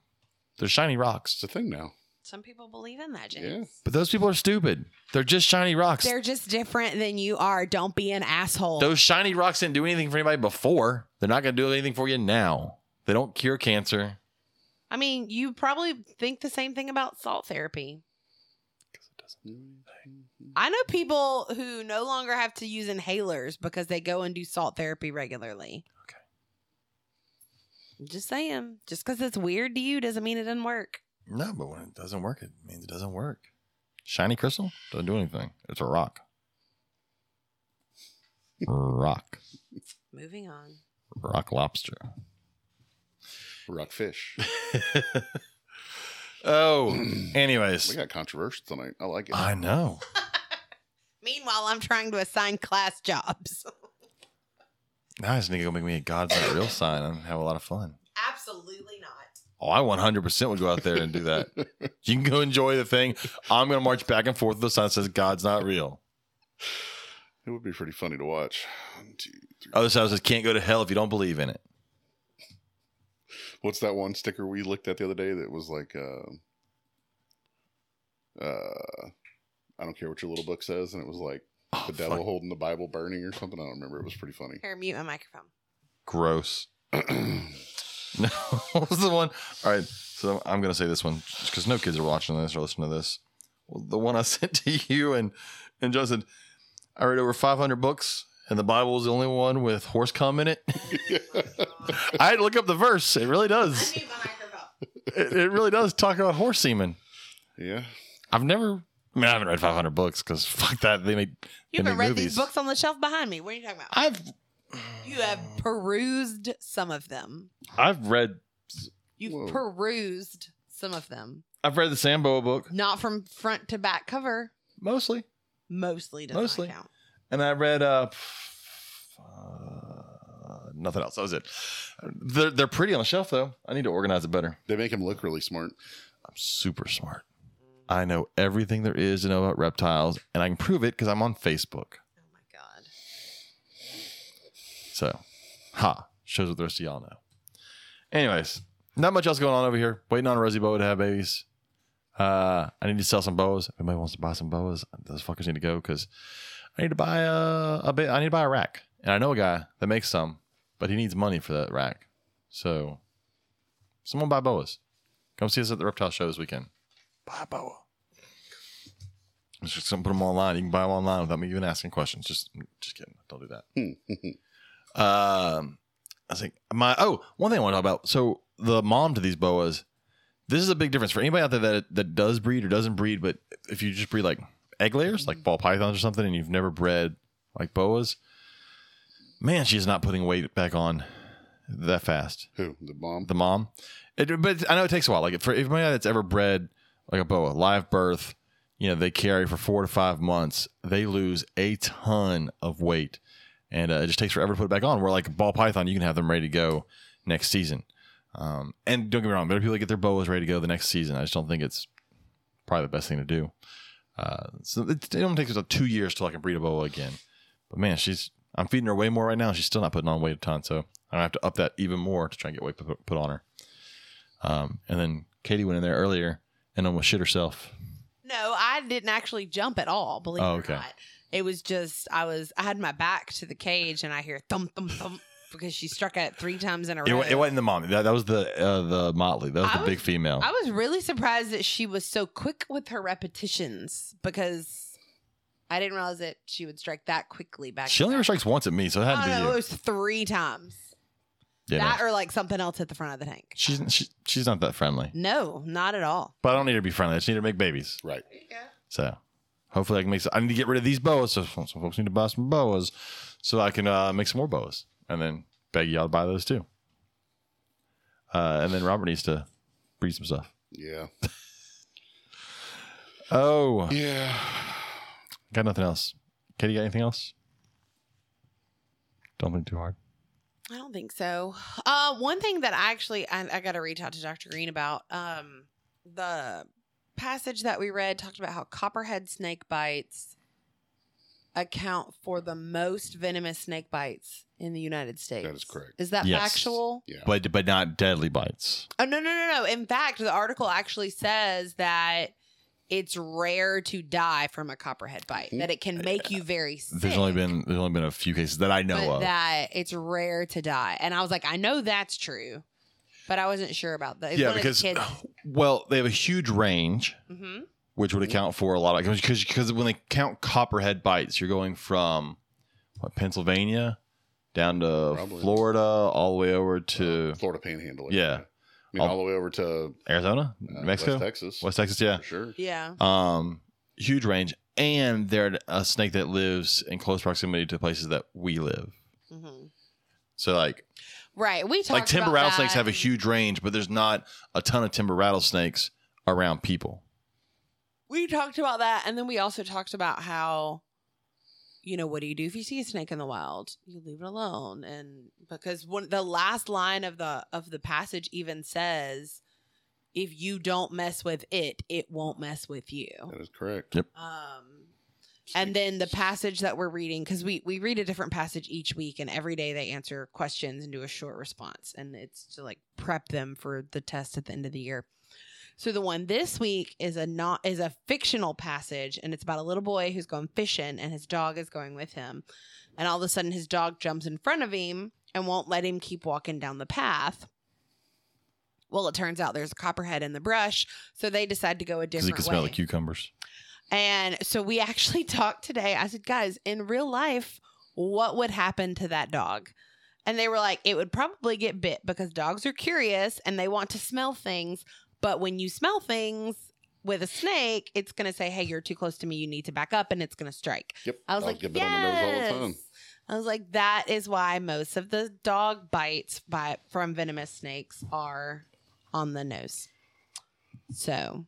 [SPEAKER 1] They're shiny
[SPEAKER 3] It's
[SPEAKER 1] rocks,
[SPEAKER 3] a thing now.
[SPEAKER 2] Some people believe in that,
[SPEAKER 3] Yeah.
[SPEAKER 2] James.
[SPEAKER 1] but those people are stupid. They're just shiny rocks.
[SPEAKER 2] They're just different than you are. Don't be an asshole.
[SPEAKER 1] those shiny rocks didn't do anything for anybody before. They're not going to do anything for you now. They don't cure cancer.
[SPEAKER 2] I mean, you probably think the same thing about salt therapy. I know people who no longer have to use inhalers because they go and do salt therapy regularly.
[SPEAKER 1] Okay.
[SPEAKER 2] I'm just saying, just because it's weird to you doesn't mean it doesn't work.
[SPEAKER 1] No, but when it doesn't work, it means it doesn't work. Shiny crystal doesn't do anything. It's a rock. rock.
[SPEAKER 2] Moving on.
[SPEAKER 1] Rock lobster.
[SPEAKER 3] Rockfish.
[SPEAKER 1] Oh,
[SPEAKER 3] we
[SPEAKER 1] anyways.
[SPEAKER 3] got controversial tonight. I like it.
[SPEAKER 1] I know.
[SPEAKER 2] Meanwhile, I'm trying to assign class jobs.
[SPEAKER 1] Now this nigga gonna make me a God's not real sign and have a lot of fun.
[SPEAKER 2] Absolutely not.
[SPEAKER 1] Oh, I 100% would go out there and do that. you can go enjoy the thing. I'm gonna march back and forth with a sign that says God's not real.
[SPEAKER 3] It would be pretty funny to watch. One, two, three.
[SPEAKER 1] Other side says can't go to hell if you don't believe in it.
[SPEAKER 3] What's that one sticker we looked at the other day that was like, uh, uh, I don't care what your little book says, and it was like
[SPEAKER 1] Oh,
[SPEAKER 3] the devil holding the Bible burning or something. I don't remember. It was pretty funny.
[SPEAKER 2] Here, mute my microphone.
[SPEAKER 1] Gross. No, what was the one? All right, so I'm gonna say this one because no kids are watching this or listening to this. Well, the one I sent to you and and Justin. I read over 500 books, and the Bible was the only one with horse cum in it. I had to look up the verse. It really does.
[SPEAKER 2] mute my
[SPEAKER 1] It,
[SPEAKER 2] microphone.
[SPEAKER 1] it really does talk about horse semen.
[SPEAKER 3] yeah,
[SPEAKER 1] I've never. I mean, I haven't read 500 books because fuck that. They make.
[SPEAKER 2] You
[SPEAKER 1] They
[SPEAKER 2] haven't
[SPEAKER 1] make
[SPEAKER 2] read
[SPEAKER 1] movies.
[SPEAKER 2] these books on the shelf behind me. What are you talking about?
[SPEAKER 1] I've
[SPEAKER 2] You have
[SPEAKER 1] Oh.
[SPEAKER 2] perused some of them.
[SPEAKER 1] I've read
[SPEAKER 2] You've
[SPEAKER 3] Whoa.
[SPEAKER 2] perused some of them.
[SPEAKER 1] I've read the Sambo book
[SPEAKER 2] Not from front to back cover.
[SPEAKER 1] mostly.
[SPEAKER 2] Mostly does
[SPEAKER 1] Mostly.
[SPEAKER 2] not count.
[SPEAKER 1] and I read uh, pff, uh nothing else. That was it. They're they're pretty on the shelf though. I need to organize it better.
[SPEAKER 3] they make him look really smart.
[SPEAKER 1] I'm super smart. I know everything there is to know about reptiles, and I can prove it because I'm on Facebook.
[SPEAKER 2] Oh my god.
[SPEAKER 1] So, ha shows what the rest of y'all know. Anyways, not much else going on over here. Waiting on Rosie Boa to have babies. Uh, I need to sell some boas. If anybody wants to buy some boas, those fuckers need to go because I need to buy a, a bit. I need to buy a rack, and I know a guy that makes some, but he needs money for that rack. So, someone buy boas. Come see us at the reptile show this weekend. Buy a boa. I'm just gonna put them online. You can buy them online without me even asking questions. Just, just kidding. Don't do that. Um, I was like, my oh, one thing I want to talk about. So the mom to these boas, this is a big difference for anybody out there that that does breed or doesn't breed. But if you just breed like egg layers, like ball pythons or something, and you've never bred like boas, man, she's not putting weight back on that fast.
[SPEAKER 3] Who the bomb?
[SPEAKER 1] The mom, it, but I know it takes a while. Like for anybody that's ever bred like a boa, live birth, you know, they carry for four to five months. They lose a ton of weight, and uh, it just takes forever to put it back on. Where like ball python, you can have them ready to go next season. Um, and don't get me wrong, better people that get their boas ready to go the next season. I just don't think it's probably the best thing to do. Uh, so it, it only takes about two years till I can breed a boa again. But man, she's I'm feeding her way more right now. She's still not putting on weight a ton, so I have to up that even more to try and get weight put, put on her. Um, and then Katie went in there earlier and almost shit herself.
[SPEAKER 2] No, I didn't actually jump at all, believe
[SPEAKER 1] Oh,
[SPEAKER 2] it or
[SPEAKER 1] okay.
[SPEAKER 2] not. It was just I was I had my back to the cage and I hear thump thump thump because she struck at it three times in a
[SPEAKER 1] It,
[SPEAKER 2] row.
[SPEAKER 1] wa- it wasn't the mommy. That, that was the uh, the motley. That was
[SPEAKER 2] I
[SPEAKER 1] the
[SPEAKER 2] was-
[SPEAKER 1] big female.
[SPEAKER 2] I was really surprised that she was so quick with her repetitions because I didn't realize that she would strike that quickly back.
[SPEAKER 1] she
[SPEAKER 2] to
[SPEAKER 1] only
[SPEAKER 2] back.
[SPEAKER 1] strikes once at me, so it had to
[SPEAKER 2] I
[SPEAKER 1] be
[SPEAKER 2] don't know, it
[SPEAKER 1] you.
[SPEAKER 2] was three times.
[SPEAKER 1] Yeah, no.
[SPEAKER 2] That or like something else at the front of the tank.
[SPEAKER 1] She's she, she's not that friendly,
[SPEAKER 2] No, not at all.
[SPEAKER 1] but I don't need her to be friendly. I just need her to make babies.
[SPEAKER 3] Right.
[SPEAKER 1] So hopefully I can make. Some, I need to get rid of these boas. So some folks need to buy some boas, so I can uh, make some more boas, and then beg y'all to buy those too. Uh, and then Robert needs to breed some stuff.
[SPEAKER 3] Yeah.
[SPEAKER 1] Oh,
[SPEAKER 3] Yeah.
[SPEAKER 1] got nothing else. Katie, got anything else? Don't think too hard.
[SPEAKER 2] I don't think so. Uh, one thing that I actually I, I got to reach out to Dr. Green about um, the passage that we read talked about how copperhead snake bites account for the most venomous snake bites in the United States.
[SPEAKER 3] correct.
[SPEAKER 2] Is that
[SPEAKER 1] Yes.
[SPEAKER 2] factual?
[SPEAKER 3] Yeah.
[SPEAKER 1] But but not deadly bites.
[SPEAKER 2] Oh no no no no! In fact, the article actually says that it's rare to die from a copperhead bite. That it can make you very sick.
[SPEAKER 1] There's only been there's only been a few cases that I know
[SPEAKER 2] but
[SPEAKER 1] of.
[SPEAKER 2] that it's rare to die. And I was like, I know that's true, but I wasn't sure about that. It's
[SPEAKER 1] yeah,
[SPEAKER 2] one of the
[SPEAKER 1] because
[SPEAKER 2] kids.
[SPEAKER 1] well, they have a huge range,
[SPEAKER 2] Mhm.
[SPEAKER 1] which would account for a lot of because because when they count copperhead bites, you're going from what, Pennsylvania down to
[SPEAKER 3] Probably.
[SPEAKER 1] Florida, all the way over to
[SPEAKER 3] Florida Panhandle.
[SPEAKER 1] Yeah.
[SPEAKER 3] I mean, all, the way over to
[SPEAKER 1] Arizona,
[SPEAKER 3] uh,
[SPEAKER 1] Mexico,
[SPEAKER 3] West Texas.
[SPEAKER 1] West Texas. Yeah,
[SPEAKER 3] For sure.
[SPEAKER 2] yeah,
[SPEAKER 1] um huge range and they're a snake that lives in close proximity to places that we live
[SPEAKER 2] Mhm.
[SPEAKER 1] so like
[SPEAKER 2] right. We talked
[SPEAKER 1] like timber
[SPEAKER 2] about
[SPEAKER 1] rattlesnakes
[SPEAKER 2] that.
[SPEAKER 1] have a huge range but there's not a ton of timber rattlesnakes around people
[SPEAKER 2] We talked about that, and then we also talked about how. You know what do you do if you see a snake in the wild? You leave it alone, and because one the last line of the of the passage even says, "If you don't mess with it, it won't mess with you."
[SPEAKER 3] That is correct.
[SPEAKER 2] Um, and then the passage that we're reading because we we read a different passage each week and every day they answer questions and do a short response and it's to like prep them for the test at the end of the year so the one this week is a not is a fictional passage and it's about a little boy who's going fishing and his dog is going with him and all of a sudden his dog jumps in front of him and won't let him keep walking down the path well it turns out there's a copperhead in the brush so they decide to go a
[SPEAKER 1] because
[SPEAKER 2] different
[SPEAKER 1] you can smell
[SPEAKER 2] way.
[SPEAKER 1] the cucumbers
[SPEAKER 2] And so we actually talked today. I said, guys, in real life, what would happen to that dog? And they were like, it would probably get bit because dogs are curious and they want to smell things. But when you smell things with a snake, it's going to say, hey, you're too close to me. You need to back up and it's going to strike.
[SPEAKER 3] Yep.
[SPEAKER 2] I was
[SPEAKER 3] Dogs
[SPEAKER 2] like,
[SPEAKER 3] get bit on the nose all
[SPEAKER 2] yes.
[SPEAKER 3] the time.
[SPEAKER 2] I was like, that is why most of the dog bites by from venomous snakes are on the nose. So,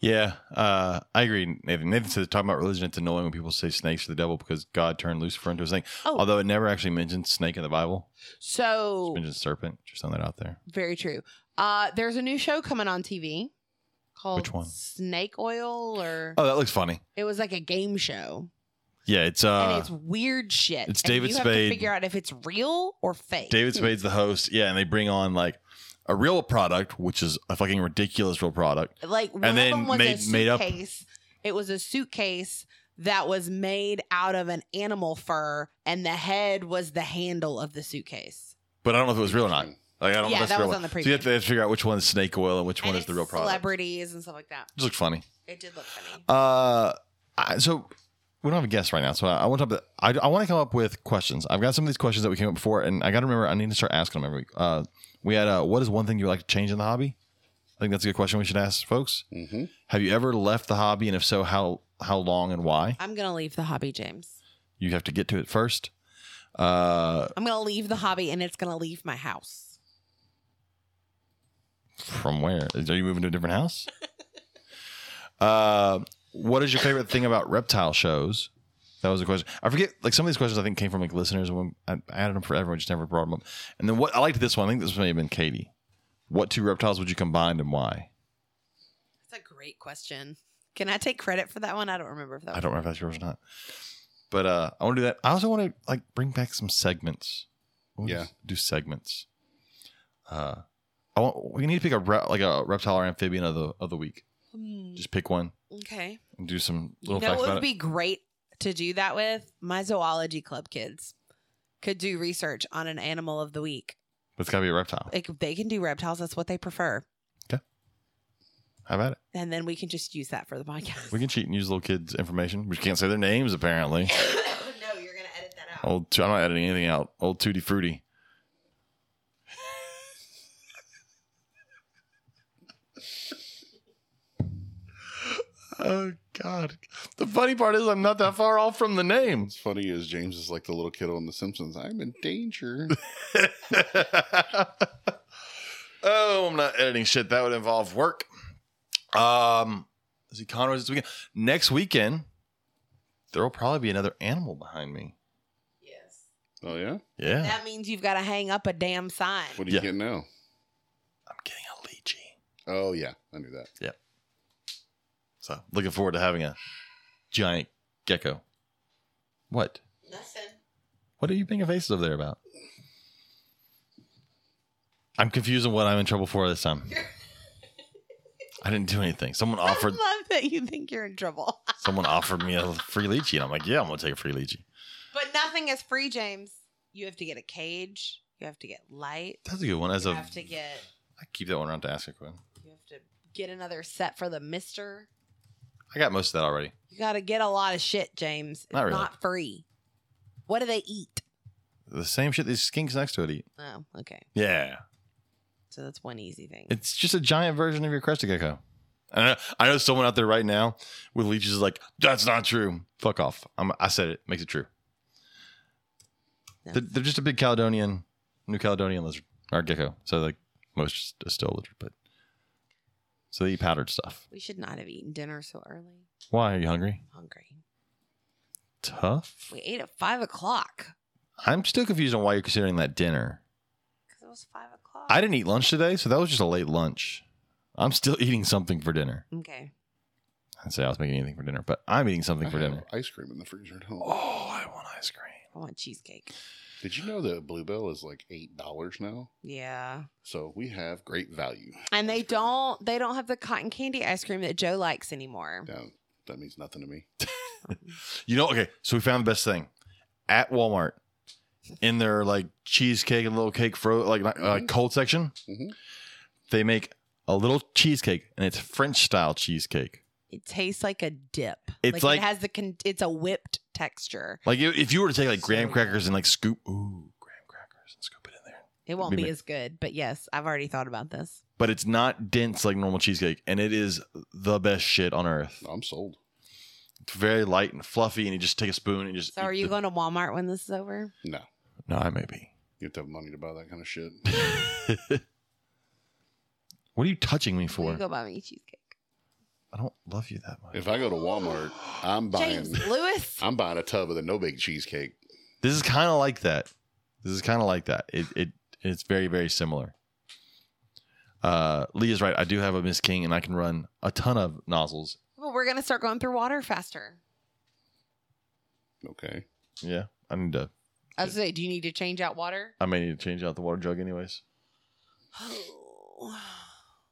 [SPEAKER 1] yeah uh i agree nathan nathan says talking about religion it's annoying when people say snakes are the devil because god turned lucifer into a snake
[SPEAKER 2] Oh.
[SPEAKER 1] although it never actually mentions snake in the bible
[SPEAKER 2] so
[SPEAKER 1] it mentions serpent just throwing that out there
[SPEAKER 2] Very true. Uh, there's a new show coming on TV called
[SPEAKER 1] Which one?
[SPEAKER 2] Snake Oil, or
[SPEAKER 1] oh that looks funny
[SPEAKER 2] it was like a game show,
[SPEAKER 1] yeah it's uh
[SPEAKER 2] and it's weird shit.
[SPEAKER 1] it's
[SPEAKER 2] And
[SPEAKER 1] David
[SPEAKER 2] you Have to
[SPEAKER 1] Spade.
[SPEAKER 2] figure out if it's real or fake. Hmm.
[SPEAKER 1] David Spade's the host. Yeah, and they bring on like a real product, which is a fucking ridiculous real product.
[SPEAKER 2] like one
[SPEAKER 1] then
[SPEAKER 2] of them was a
[SPEAKER 1] made- made up-
[SPEAKER 2] suitcase. It was a suitcase that was made out of an animal fur, and the head was the handle of the suitcase.
[SPEAKER 1] But I don't know if it was real or not. Like I don't
[SPEAKER 2] Yeah,
[SPEAKER 1] know if that's
[SPEAKER 2] that
[SPEAKER 1] real.
[SPEAKER 2] was
[SPEAKER 1] or
[SPEAKER 2] on
[SPEAKER 1] not.
[SPEAKER 2] the
[SPEAKER 1] so you have to, they have to figure out which one is snake oil and which one
[SPEAKER 2] And
[SPEAKER 1] is the
[SPEAKER 2] it's
[SPEAKER 1] real product.
[SPEAKER 2] Celebrities and stuff like that.
[SPEAKER 1] Just look funny.
[SPEAKER 2] It did look funny.
[SPEAKER 1] Uh, I, so we don't have a guest right now. So I, I want to. but I, I want to come up with questions. I've got some of these questions that we came up before, and I got to remember. I need to start asking them every week. Uh, we had uh, what is one thing you would like to change in the hobby? I think that's a good question we should ask folks.
[SPEAKER 3] Mm-hmm.
[SPEAKER 1] Have you ever left the hobby, and if so, how how long and why?
[SPEAKER 2] I'm gonna leave the hobby, James.
[SPEAKER 1] You have to get to it first. Uh,
[SPEAKER 2] I'm gonna leave the hobby, and it's gonna leave my house.
[SPEAKER 1] From where? Are you moving to a different house? uh, what is your favorite thing about reptile shows? That was a question. I forget. Like some of these questions, I think came from like listeners. When I I added them for everyone, just never brought them up. And then what I liked this one. I think this may have been Katie. What two reptiles would you combine and why?
[SPEAKER 2] That's a great question. Can I take credit for that one? I don't remember if that
[SPEAKER 1] I don't remember if that's yours or not. But uh, I want to do that. I also want to like bring back some segments. I wanna
[SPEAKER 3] Yeah.
[SPEAKER 1] s- do segments. Uh, I want. We need to pick a re- like a reptile or amphibian of the of the week.
[SPEAKER 2] don't.
[SPEAKER 1] Just pick one.
[SPEAKER 2] Okay.
[SPEAKER 1] and do some
[SPEAKER 2] You
[SPEAKER 1] little
[SPEAKER 2] know
[SPEAKER 1] facts
[SPEAKER 2] what
[SPEAKER 1] about
[SPEAKER 2] would
[SPEAKER 1] it.
[SPEAKER 2] be great to do that with? My zoology club kids could do research on an animal of the week.
[SPEAKER 1] But it's got to be a reptile.
[SPEAKER 2] Like they can do reptiles. That's what they prefer.
[SPEAKER 1] How about it?
[SPEAKER 2] And then we can just use that for the podcast.
[SPEAKER 1] We can cheat and use little kids' information. We can't say their names apparently.
[SPEAKER 2] no, you're going to edit that out.
[SPEAKER 1] Old, I'm not editing anything out. Old Tutti Frutti. oh God! The funny part is I'm not that far off from the names.
[SPEAKER 3] What's funny is James is like the little kiddo in The Simpsons. I'm in danger.
[SPEAKER 1] Oh, I'm not editing shit. That would involve work. Um, is he Conroy's this weekend? Next weekend, there will probably be another animal behind me.
[SPEAKER 2] Yes.
[SPEAKER 3] Oh yeah.
[SPEAKER 1] Yeah,
[SPEAKER 2] That means you've got to hang up a damn sign.
[SPEAKER 3] What do you
[SPEAKER 1] Yeah.
[SPEAKER 3] get now?
[SPEAKER 1] I'm getting a lychee.
[SPEAKER 3] Oh yeah, I knew that.
[SPEAKER 1] So looking forward to having a giant gecko. What?
[SPEAKER 2] Nothing.
[SPEAKER 1] What are you being faces over there about? I'm confused on what I'm in trouble for this time. I didn't do anything. Someone offered
[SPEAKER 2] I love that you think you're in trouble.
[SPEAKER 1] someone offered me a free lychee, and I'm like, yeah, I'm gonna take a free lychee.
[SPEAKER 2] But nothing is free, James. You have to get a cage. You have to get light.
[SPEAKER 1] That's a good one. As
[SPEAKER 2] you
[SPEAKER 1] a,
[SPEAKER 2] have to get.
[SPEAKER 1] I keep that one around to ask a question.
[SPEAKER 2] You have to get another set for the Mister.
[SPEAKER 1] I got most of that already.
[SPEAKER 2] You got to get a lot of shit, James. It's
[SPEAKER 1] Not really.
[SPEAKER 2] not free. What do they eat?
[SPEAKER 1] The same shit these skinks next to it eat.
[SPEAKER 2] Oh, okay.
[SPEAKER 1] Yeah,
[SPEAKER 2] So that's one easy thing.
[SPEAKER 1] it's just a giant version of your crested gecko. And I, I know someone out there right now with leeches is like, that's not true. Fuck off. I'm, I said it. Makes it true.
[SPEAKER 2] No.
[SPEAKER 1] They're, they're just a big Caledonian, New Caledonian lizard or gecko. So like most are still lizard, but so they eat powdered stuff.
[SPEAKER 2] we should not have eaten dinner so early.
[SPEAKER 1] Why are you hungry?
[SPEAKER 2] I'm hungry.
[SPEAKER 1] Tough.
[SPEAKER 2] We ate at five o'clock
[SPEAKER 1] I'm still confused on why you're considering that dinner.
[SPEAKER 2] because it was five o'clock.
[SPEAKER 1] I didn't eat lunch today, so that was just a late lunch. I'm still eating something for dinner.
[SPEAKER 2] Okay.
[SPEAKER 1] I say I was making anything for dinner, but I'm eating something
[SPEAKER 3] I
[SPEAKER 1] for
[SPEAKER 3] have
[SPEAKER 1] dinner.
[SPEAKER 3] ice cream in the freezer at home.
[SPEAKER 1] Oh, I want ice cream.
[SPEAKER 2] I want cheesecake.
[SPEAKER 3] Did you know that Bluebell is like eight dollars now?
[SPEAKER 2] Yeah.
[SPEAKER 3] So we have great value.
[SPEAKER 2] And they don't they don't have the cotton candy ice cream that Joe likes anymore.
[SPEAKER 3] Now, that means nothing to me.
[SPEAKER 1] You know, okay, so we found the best thing at Walmart in their like cheesecake and little cake fro like like uh,
[SPEAKER 3] Mhm.
[SPEAKER 1] cold section.
[SPEAKER 3] Mhm.
[SPEAKER 1] They make a little cheesecake and it's French style cheesecake.
[SPEAKER 2] It tastes like a dip.
[SPEAKER 1] It's like-
[SPEAKER 2] it has the con- it's a whipped texture.
[SPEAKER 1] Like if if you were to take like graham
[SPEAKER 2] So
[SPEAKER 1] crackers and like scoop ooh graham crackers and scoop it in there.
[SPEAKER 2] It won't
[SPEAKER 1] Be
[SPEAKER 2] be
[SPEAKER 1] ma-
[SPEAKER 2] as good, but yes, I've already thought about this.
[SPEAKER 1] But it's not dense like normal cheesecake, and it is the best shit on earth.
[SPEAKER 3] I'm sold.
[SPEAKER 1] It's very light and fluffy, and you just take a spoon and just.
[SPEAKER 2] So are
[SPEAKER 1] eat
[SPEAKER 2] you
[SPEAKER 1] the-
[SPEAKER 2] going to Walmart when this is over?
[SPEAKER 3] No,
[SPEAKER 1] No, I may be.
[SPEAKER 3] you have to have money to buy that kind of shit.
[SPEAKER 1] What are you touching me
[SPEAKER 2] Will
[SPEAKER 1] for?
[SPEAKER 2] you go buy me cheesecake.
[SPEAKER 1] I don't love you that much.
[SPEAKER 3] If I go to Walmart, I'm buying.
[SPEAKER 2] James Lewis.
[SPEAKER 3] I'm buying a tub of the no bake cheesecake.
[SPEAKER 1] This is kind of like that. This is kind of like that. It it it's very very similar. Uh, Lee is right. I do have a Miss King, and I can run a ton of nozzles.
[SPEAKER 2] Well, we're gonna start going through water faster.
[SPEAKER 3] Okay.
[SPEAKER 1] Yeah, I need to.
[SPEAKER 2] I was gonna say, do you need to change out water?
[SPEAKER 1] I may need to change out the water jug, anyways.
[SPEAKER 2] Oh.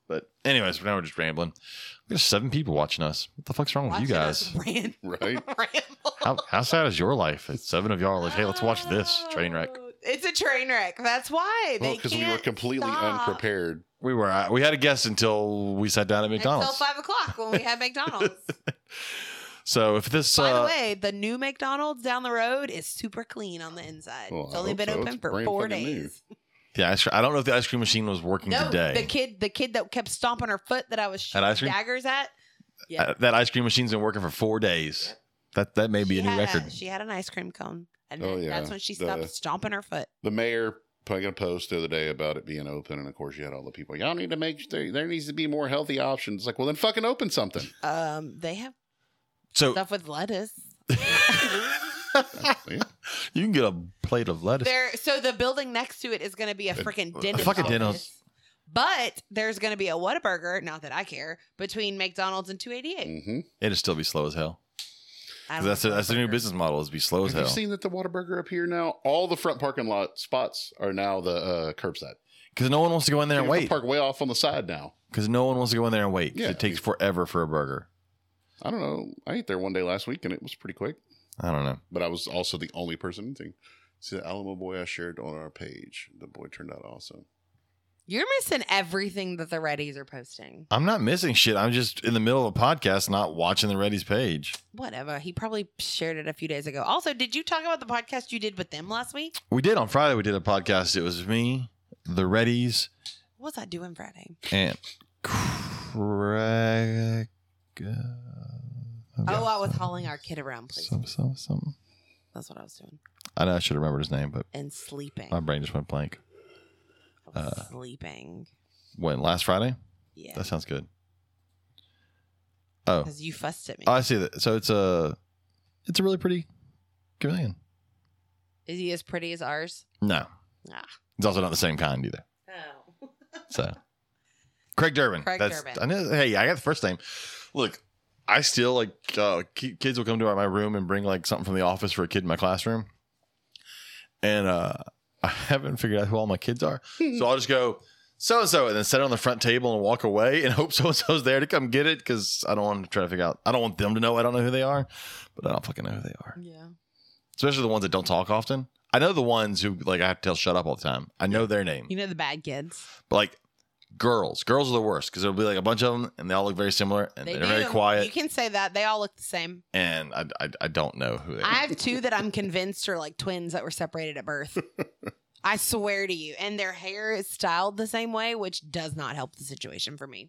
[SPEAKER 1] But anyways, for now we're just rambling. There's seven people watching us. What the fuck's wrong with you
[SPEAKER 2] Watching us
[SPEAKER 1] guys?
[SPEAKER 2] ran-
[SPEAKER 3] Right?
[SPEAKER 2] ramble.
[SPEAKER 1] How, how sad is your life? It's seven of
[SPEAKER 3] Oh,
[SPEAKER 1] y'all are like, hey, let's watch this train wreck.
[SPEAKER 2] Oh, It's a train wreck. That's why
[SPEAKER 3] Well,
[SPEAKER 2] they
[SPEAKER 3] because
[SPEAKER 2] because
[SPEAKER 3] we were completely unprepared.
[SPEAKER 1] We were uh, we had a guest until we sat down at McDonald's.
[SPEAKER 2] until five o'clock when we had McDonald's.
[SPEAKER 1] so if this
[SPEAKER 2] By the
[SPEAKER 1] uh,
[SPEAKER 2] way, the new McDonald's down the road is super clean on the inside.
[SPEAKER 3] Well,
[SPEAKER 2] it's
[SPEAKER 3] Oh, I
[SPEAKER 2] only
[SPEAKER 3] hope
[SPEAKER 2] been
[SPEAKER 3] so.
[SPEAKER 2] open
[SPEAKER 3] It's
[SPEAKER 2] for
[SPEAKER 3] brand
[SPEAKER 2] four
[SPEAKER 3] fucking new.
[SPEAKER 2] days.
[SPEAKER 1] the ice, I don't know if the ice cream machine was working
[SPEAKER 2] No,
[SPEAKER 1] today.
[SPEAKER 2] the kid, the kid that kept stomping her foot that I was
[SPEAKER 1] Had ice
[SPEAKER 2] shooting
[SPEAKER 1] cream?
[SPEAKER 2] daggers at. Yeah,
[SPEAKER 1] Uh, that ice cream machine's been working for four days. That that may be
[SPEAKER 2] She
[SPEAKER 1] a new
[SPEAKER 2] had
[SPEAKER 1] record.
[SPEAKER 2] she had an ice cream cone, and
[SPEAKER 3] Oh,
[SPEAKER 2] then
[SPEAKER 3] yeah.
[SPEAKER 2] that's when she
[SPEAKER 3] The-
[SPEAKER 2] stopped stomping her foot.
[SPEAKER 3] The mayor put out a post the other day about it being open, and of course you had all the people. Y'all need to make there, there needs to be more healthy options. It's like, well, then fucking open something.
[SPEAKER 2] Um, they have
[SPEAKER 1] So
[SPEAKER 2] stuff with lettuce.
[SPEAKER 3] Yeah.
[SPEAKER 1] you can get a plate of lettuce.
[SPEAKER 2] There, so the building next to it is going to be a
[SPEAKER 1] Uh,
[SPEAKER 2] freaking
[SPEAKER 1] uh,
[SPEAKER 2] dentist.
[SPEAKER 1] fucking
[SPEAKER 2] office.
[SPEAKER 1] dentist.
[SPEAKER 2] But there's going to be a Whataburger, not that I care, between McDonald's and 288.
[SPEAKER 3] Mm-hmm.
[SPEAKER 1] It'd still be slow as hell.
[SPEAKER 2] I
[SPEAKER 1] 'Cause That's
[SPEAKER 2] don't like
[SPEAKER 1] their- that's their new
[SPEAKER 2] Whataburger.
[SPEAKER 1] business model is be slow as
[SPEAKER 3] Have you
[SPEAKER 1] hell.
[SPEAKER 3] seen that the Whataburger up here now? All the front parking lot spots are now the uh, curbside.
[SPEAKER 1] Because no one wants to go in there
[SPEAKER 3] You
[SPEAKER 1] and
[SPEAKER 3] have to
[SPEAKER 1] wait.
[SPEAKER 3] Park way off on the side now.
[SPEAKER 1] Because no one wants to go in there and wait. 'cause
[SPEAKER 3] Yeah,
[SPEAKER 1] it takes
[SPEAKER 3] I mean-
[SPEAKER 1] forever for a burger.
[SPEAKER 3] I don't know. I ate there one day last week and it was pretty quick,
[SPEAKER 1] I don't know.
[SPEAKER 3] but I was also the only person eating. See the Alamo boy I shared on our page. The boy turned out awesome.
[SPEAKER 2] You're missing everything that the Reddies are posting.
[SPEAKER 1] I'm not missing shit. I'm just in the middle of a podcast, not watching the Reddy's page.
[SPEAKER 2] Whatever. He probably shared it a few days ago. Also, did you talk about the podcast you did with them last week?
[SPEAKER 1] We did on Friday. We did a podcast. It was me, the Reddies,
[SPEAKER 2] What was I doing Friday?
[SPEAKER 1] and Craig. uh,
[SPEAKER 2] Oh, I was hauling our kid around places.
[SPEAKER 1] Some, some, something.
[SPEAKER 2] That's what I was doing.
[SPEAKER 1] I know I should have remembered his name, but
[SPEAKER 2] And sleeping.
[SPEAKER 1] my brain just went blank.
[SPEAKER 2] I was
[SPEAKER 1] uh,
[SPEAKER 2] sleeping.
[SPEAKER 1] when last Friday.
[SPEAKER 2] Yeah.
[SPEAKER 1] That sounds good. Oh,
[SPEAKER 2] Because you fussed at me.
[SPEAKER 1] oh, I see that. So it's a, it's a really pretty chameleon.
[SPEAKER 2] Is he as pretty as ours?
[SPEAKER 1] No,
[SPEAKER 2] Ah.
[SPEAKER 1] it's also not the same kind either.
[SPEAKER 2] Oh.
[SPEAKER 1] So, Craig Durbin.
[SPEAKER 2] Craig
[SPEAKER 1] That's,
[SPEAKER 2] Durbin.
[SPEAKER 1] I know. Hey, I got the first name. Look, I still like uh, ki- kids will come to my room and bring like something from the office for a kid in my classroom, and uh, I haven't figured out who all my kids are. so I'll just go so and so, and then set it on the front table and walk away and hope so and so's there to come get it because I don't want to try to figure out. I don't want them to know I don't know who they are, but I don't fucking know who they are.
[SPEAKER 2] Yeah.
[SPEAKER 1] Especially the ones that don't talk often. I know the ones who like I have to tell shut up all the time. I know their name.
[SPEAKER 2] You know the bad kids.
[SPEAKER 1] But like girls, girls are the worst because there'll be like a bunch of them and they all look very similar and they are very
[SPEAKER 2] do. You
[SPEAKER 1] quiet.
[SPEAKER 2] can say that. They all look the same.
[SPEAKER 1] And I, I, I don't know who they
[SPEAKER 2] I
[SPEAKER 1] are.
[SPEAKER 2] have two that I'm convinced are like twins that were separated at birth. I swear to you. And their hair is styled the same way, which does not help the situation for me.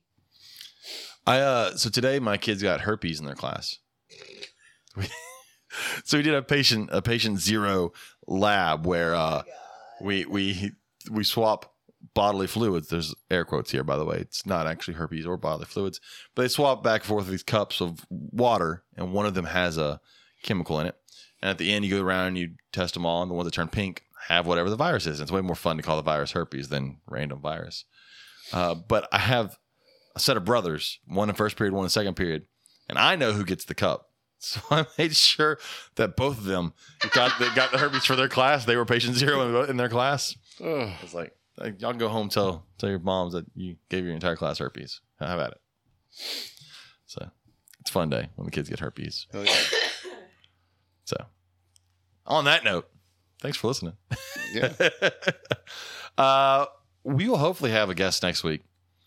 [SPEAKER 1] I uh, so today my kids got herpes in their class. We- so we did a patient a patient zero lab where uh, we we we swap bodily fluids. There's air quotes here, by the way. It's not actually herpes or bodily fluids, but they swap back and forth these cups of water, and one of them has a chemical in it. And at the end, you go around and you test them all, and the ones that turn pink have whatever the virus is. And it's way more fun to call the virus herpes than random virus. Uh, but I have a set of brothers, one in first period, one in second period, and I know who gets the cup. So I made sure that both of them got the, got the herpes for their class. They were patient zero in, in their class.
[SPEAKER 3] Ugh.
[SPEAKER 1] It's like, like y'all go home tell tell your moms that you gave your entire class herpes. How about it? So it's a fun day when the kids get herpes.
[SPEAKER 3] Hell yeah.
[SPEAKER 1] So on that note, thanks for listening.
[SPEAKER 3] Yeah.
[SPEAKER 1] uh, we will hopefully have a guest next week.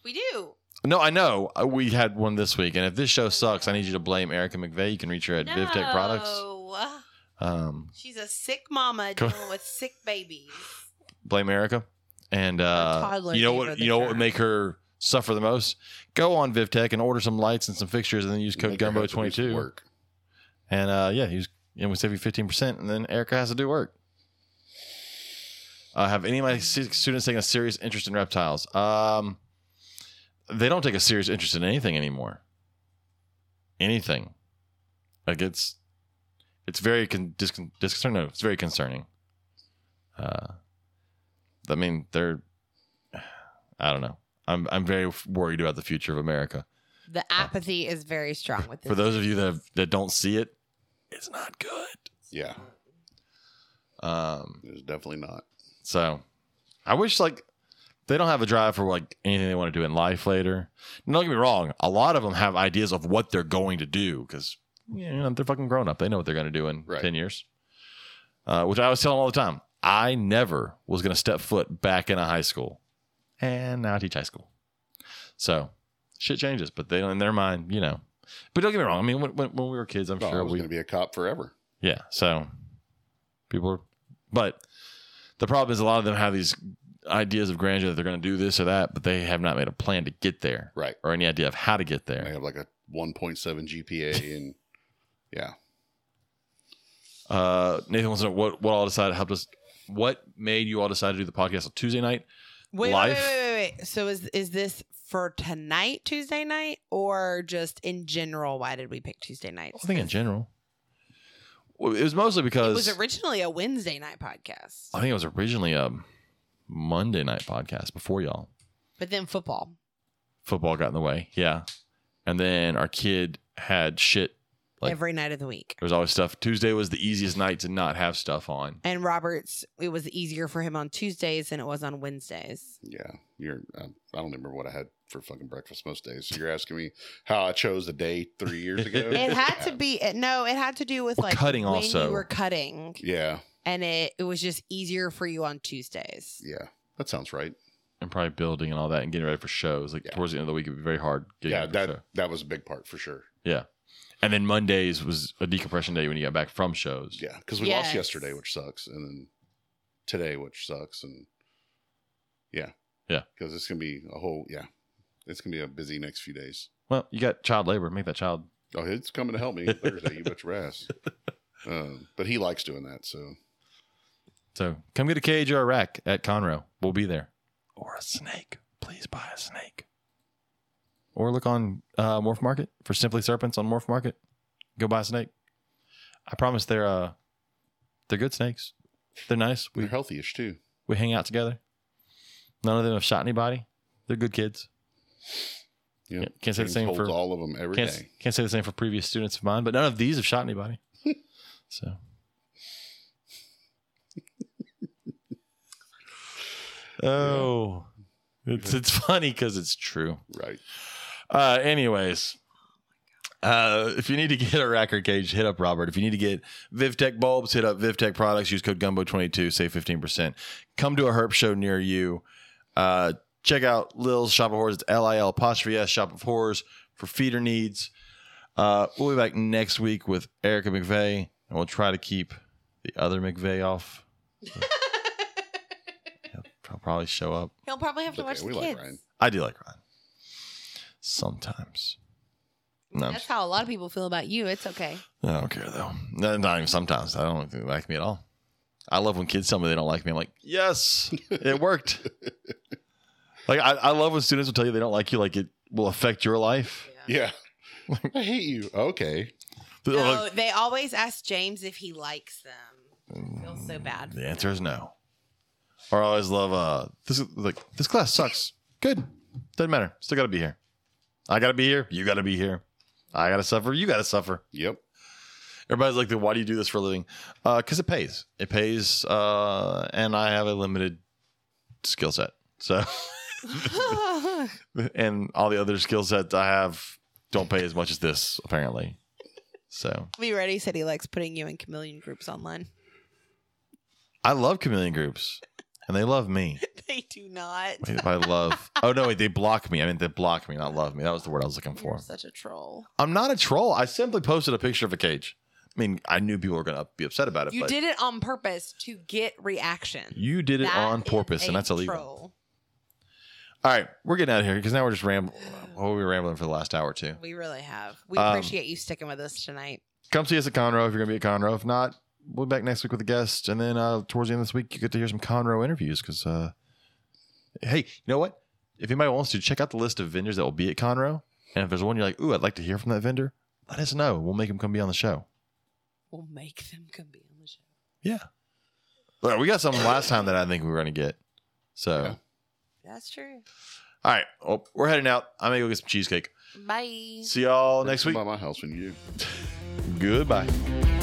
[SPEAKER 2] We do.
[SPEAKER 1] No, I know. Uh, We had one this week, and if this show sucks, I need you to blame Erica McVeigh. You can reach her at VivTech Products.
[SPEAKER 2] No.
[SPEAKER 1] Um,
[SPEAKER 2] She's a sick mama
[SPEAKER 1] Come-
[SPEAKER 2] dealing with sick babies.
[SPEAKER 1] blame Erica, and uh,
[SPEAKER 2] toddler
[SPEAKER 1] you know
[SPEAKER 2] gave her
[SPEAKER 1] what?
[SPEAKER 2] the
[SPEAKER 1] You know what would
[SPEAKER 2] germ.
[SPEAKER 1] make her suffer the most? Go on VivTech and order some lights and some fixtures, and then use code
[SPEAKER 3] Make your
[SPEAKER 1] Gumbo
[SPEAKER 3] head produce
[SPEAKER 1] twenty two.
[SPEAKER 3] Work.
[SPEAKER 1] And uh, yeah, use and we save you fifteen percent, and then Erica has to do work. Uh, have any of my se- students taken a serious interest in reptiles? Um, they don't take a serious interest in anything anymore. Anything, like it's it's very con- discon- disconcerting. No, it's very concerning. Uh, I mean, they're I don't know. I'm I'm very worried about the future of America.
[SPEAKER 2] The apathy is very strong with this.
[SPEAKER 1] Oh. For those of you that that don't see it, it's not good.
[SPEAKER 3] Yeah,
[SPEAKER 1] Um,
[SPEAKER 3] it's definitely not.
[SPEAKER 1] so I wish like they don't have a drive for like anything they want to do in life later. And don't get me wrong, a lot of them have ideas of what they're going to do because you know, they're fucking grown up. They know what they're going to do in
[SPEAKER 3] Right.
[SPEAKER 1] ten years. Uh, which I was telling them all the time. I never was going to step foot back in a high school, and now I teach high school. So shit changes, but they in their mind, you know. But don't get me wrong. I mean, when, when, when we were kids, I'm
[SPEAKER 3] Oh, I
[SPEAKER 1] sure
[SPEAKER 3] was
[SPEAKER 1] we
[SPEAKER 3] going to be a cop forever.
[SPEAKER 1] yeah. So people are, but the problem is a lot of them have these ideas of grandeur that they're going to do this or that, but they have not made a plan to get there
[SPEAKER 3] Right.
[SPEAKER 1] or any idea of how to get
[SPEAKER 3] I
[SPEAKER 1] there.
[SPEAKER 3] have like a 1.7 GPA, and yeah,
[SPEAKER 1] Uh, Nathan wants to know what, what all decided helped us. What made you all decide to do the podcast on Tuesday night?
[SPEAKER 2] wait,
[SPEAKER 1] life.
[SPEAKER 2] Wait, wait, wait, wait. So is is this for tonight, Tuesday night, or just in general? Why did we pick Tuesday nights?
[SPEAKER 1] I think in general. Well, It was mostly because
[SPEAKER 2] it was originally a Wednesday night podcast,
[SPEAKER 1] I think it was originally a Monday night podcast before y'all.
[SPEAKER 2] but then football.
[SPEAKER 1] Football got in the way. Yeah. And then our kid had shit Like-
[SPEAKER 2] every night of the week.
[SPEAKER 1] There was always stuff. Tuesday was the easiest night to not have stuff on.
[SPEAKER 2] And Roberts, it was easier for him on Tuesdays than it was on Wednesdays.
[SPEAKER 3] yeah. You're. Um, I don't remember what I had for fucking breakfast most days. So you're asking me how I chose a day three years ago.
[SPEAKER 2] It had to be it, no, it had to do with
[SPEAKER 1] Well,
[SPEAKER 2] like
[SPEAKER 1] cutting
[SPEAKER 2] when
[SPEAKER 1] also.
[SPEAKER 2] You were cutting,
[SPEAKER 3] Yeah,
[SPEAKER 2] and it it was just easier for you on Tuesdays.
[SPEAKER 3] yeah. That sounds right.
[SPEAKER 1] And probably building and all that and getting ready for shows. Like
[SPEAKER 3] Yeah.
[SPEAKER 1] towards the end of the week, it'd be very hard. Getting
[SPEAKER 3] yeah,
[SPEAKER 1] ready for
[SPEAKER 3] that
[SPEAKER 1] show.
[SPEAKER 3] that was a big part for sure.
[SPEAKER 1] And then Mondays was a decompression day when you got back from shows.
[SPEAKER 3] Yeah, because we
[SPEAKER 2] Yes.
[SPEAKER 3] lost yesterday, which sucks, and then today, which sucks, and yeah,
[SPEAKER 1] Yeah.
[SPEAKER 3] Because it's gonna be a whole yeah. It's gonna be a busy next few days.
[SPEAKER 1] Well, you got child labor. Make that child.
[SPEAKER 3] Oh, it's coming to help me Thursday. you bet your ass. Um, but he likes doing that, so
[SPEAKER 1] So come get a cage or a rack at Conroe. We'll be there. Or a snake. please buy a snake. Or look on uh, Morph Market for Simply Serpents on Morph Market. Go buy a snake. I promise they're uh, they're good snakes. They're nice.
[SPEAKER 3] They're
[SPEAKER 1] We
[SPEAKER 3] healthyish too.
[SPEAKER 1] we hang out together. None of them have shot anybody. They're good kids.
[SPEAKER 3] Yeah.
[SPEAKER 1] Can't, can't say the
[SPEAKER 3] James
[SPEAKER 1] same
[SPEAKER 3] holds
[SPEAKER 1] for
[SPEAKER 3] all of them every day.
[SPEAKER 1] can't, can't say the same for previous students of mine, but none of these have shot anybody. so Oh. It's it's funny because it's true.
[SPEAKER 3] Right.
[SPEAKER 1] Uh anyways. Uh, if you need to get a racker cage, hit up Robert. If you need to get VivTech bulbs, hit up VivTech products. Use code Gumbo22, save 15%. Come to a herp show near you. Uh, check out Lil's Shop of Horrors. It's L I L apostrophe S Shop of Horrors for feeder needs. Uh, we'll be back next week with Erica McVeigh, and we'll try to keep the other McVeigh off. He'll probably show up.
[SPEAKER 2] He'll probably have to
[SPEAKER 3] Okay,
[SPEAKER 2] watch the
[SPEAKER 3] we
[SPEAKER 2] kids.
[SPEAKER 3] like Ryan.
[SPEAKER 1] I do like Ryan. Sometimes. No, I'm
[SPEAKER 2] That's how a lot of people feel about you. It's okay.
[SPEAKER 1] I don't care though. No, Not even sometimes. I don't think they like me at all. I love when kids tell me they don't like me. I'm like, yes, it worked. like I, I love when students will tell you they don't like you. Like it will affect your life.
[SPEAKER 3] Yeah. I hate you. Okay.
[SPEAKER 1] They're
[SPEAKER 2] No,
[SPEAKER 1] like,
[SPEAKER 2] they always ask James if he likes
[SPEAKER 1] Mm,
[SPEAKER 2] them. I feel so bad.
[SPEAKER 1] the answer is no. Or I always love uh this is like this class sucks. Good. Doesn't matter. Still gotta be here. I gotta be here. You gotta be here. I gotta suffer. You gotta suffer.
[SPEAKER 3] Yep.
[SPEAKER 1] Everybody's like, "Why do you do this for a living?" Because it pays. It pays, uh, and I have a limited skill set. So, and all the other skill sets I have don't pay as much as this, apparently. So,
[SPEAKER 2] Be ready said he likes putting you in chameleon groups online.
[SPEAKER 1] I love chameleon groups, and they love me.
[SPEAKER 2] they do not.
[SPEAKER 1] Wait, if I love, oh no, wait, they block me. I mean, they block me, not love me. That was the word I was looking for.
[SPEAKER 2] You're such a troll.
[SPEAKER 1] I'm not a troll. I simply posted a picture of a cage. I mean, I knew people were gonna be upset about it.
[SPEAKER 2] You
[SPEAKER 1] but
[SPEAKER 2] did it on purpose to get reaction.
[SPEAKER 1] You did it
[SPEAKER 2] That
[SPEAKER 1] on
[SPEAKER 2] is
[SPEAKER 1] purpose,
[SPEAKER 2] a
[SPEAKER 1] and that's illegal.
[SPEAKER 2] troll.
[SPEAKER 1] All right, we're getting out of here because now we're just rambling. What were we rambling for the last hour or two?
[SPEAKER 2] We really have. We
[SPEAKER 1] Um,
[SPEAKER 2] appreciate you sticking with us tonight.
[SPEAKER 1] Come see us at Conroe if you're going to be at Conroe. If not, we'll be back next week with a guest. And then uh, towards the end of this week, you get to hear some Conroe interviews because, uh, hey, you know what? If anybody wants to, check out the list of vendors that will be at Conroe. And if there's one you're like, ooh, I'd like to hear from that vendor, let us know. We'll make him come be on the show.
[SPEAKER 2] We'll make them come be on the show.
[SPEAKER 1] Yeah. All right, we got something last time that I think we were going to get. So,
[SPEAKER 3] Yeah.
[SPEAKER 2] That's true.
[SPEAKER 1] all right, well, we're heading out. I'm going to go get some cheesecake.
[SPEAKER 2] Bye.
[SPEAKER 1] See y'all next
[SPEAKER 3] Come
[SPEAKER 1] week.
[SPEAKER 3] By my house when you do.
[SPEAKER 1] Goodbye.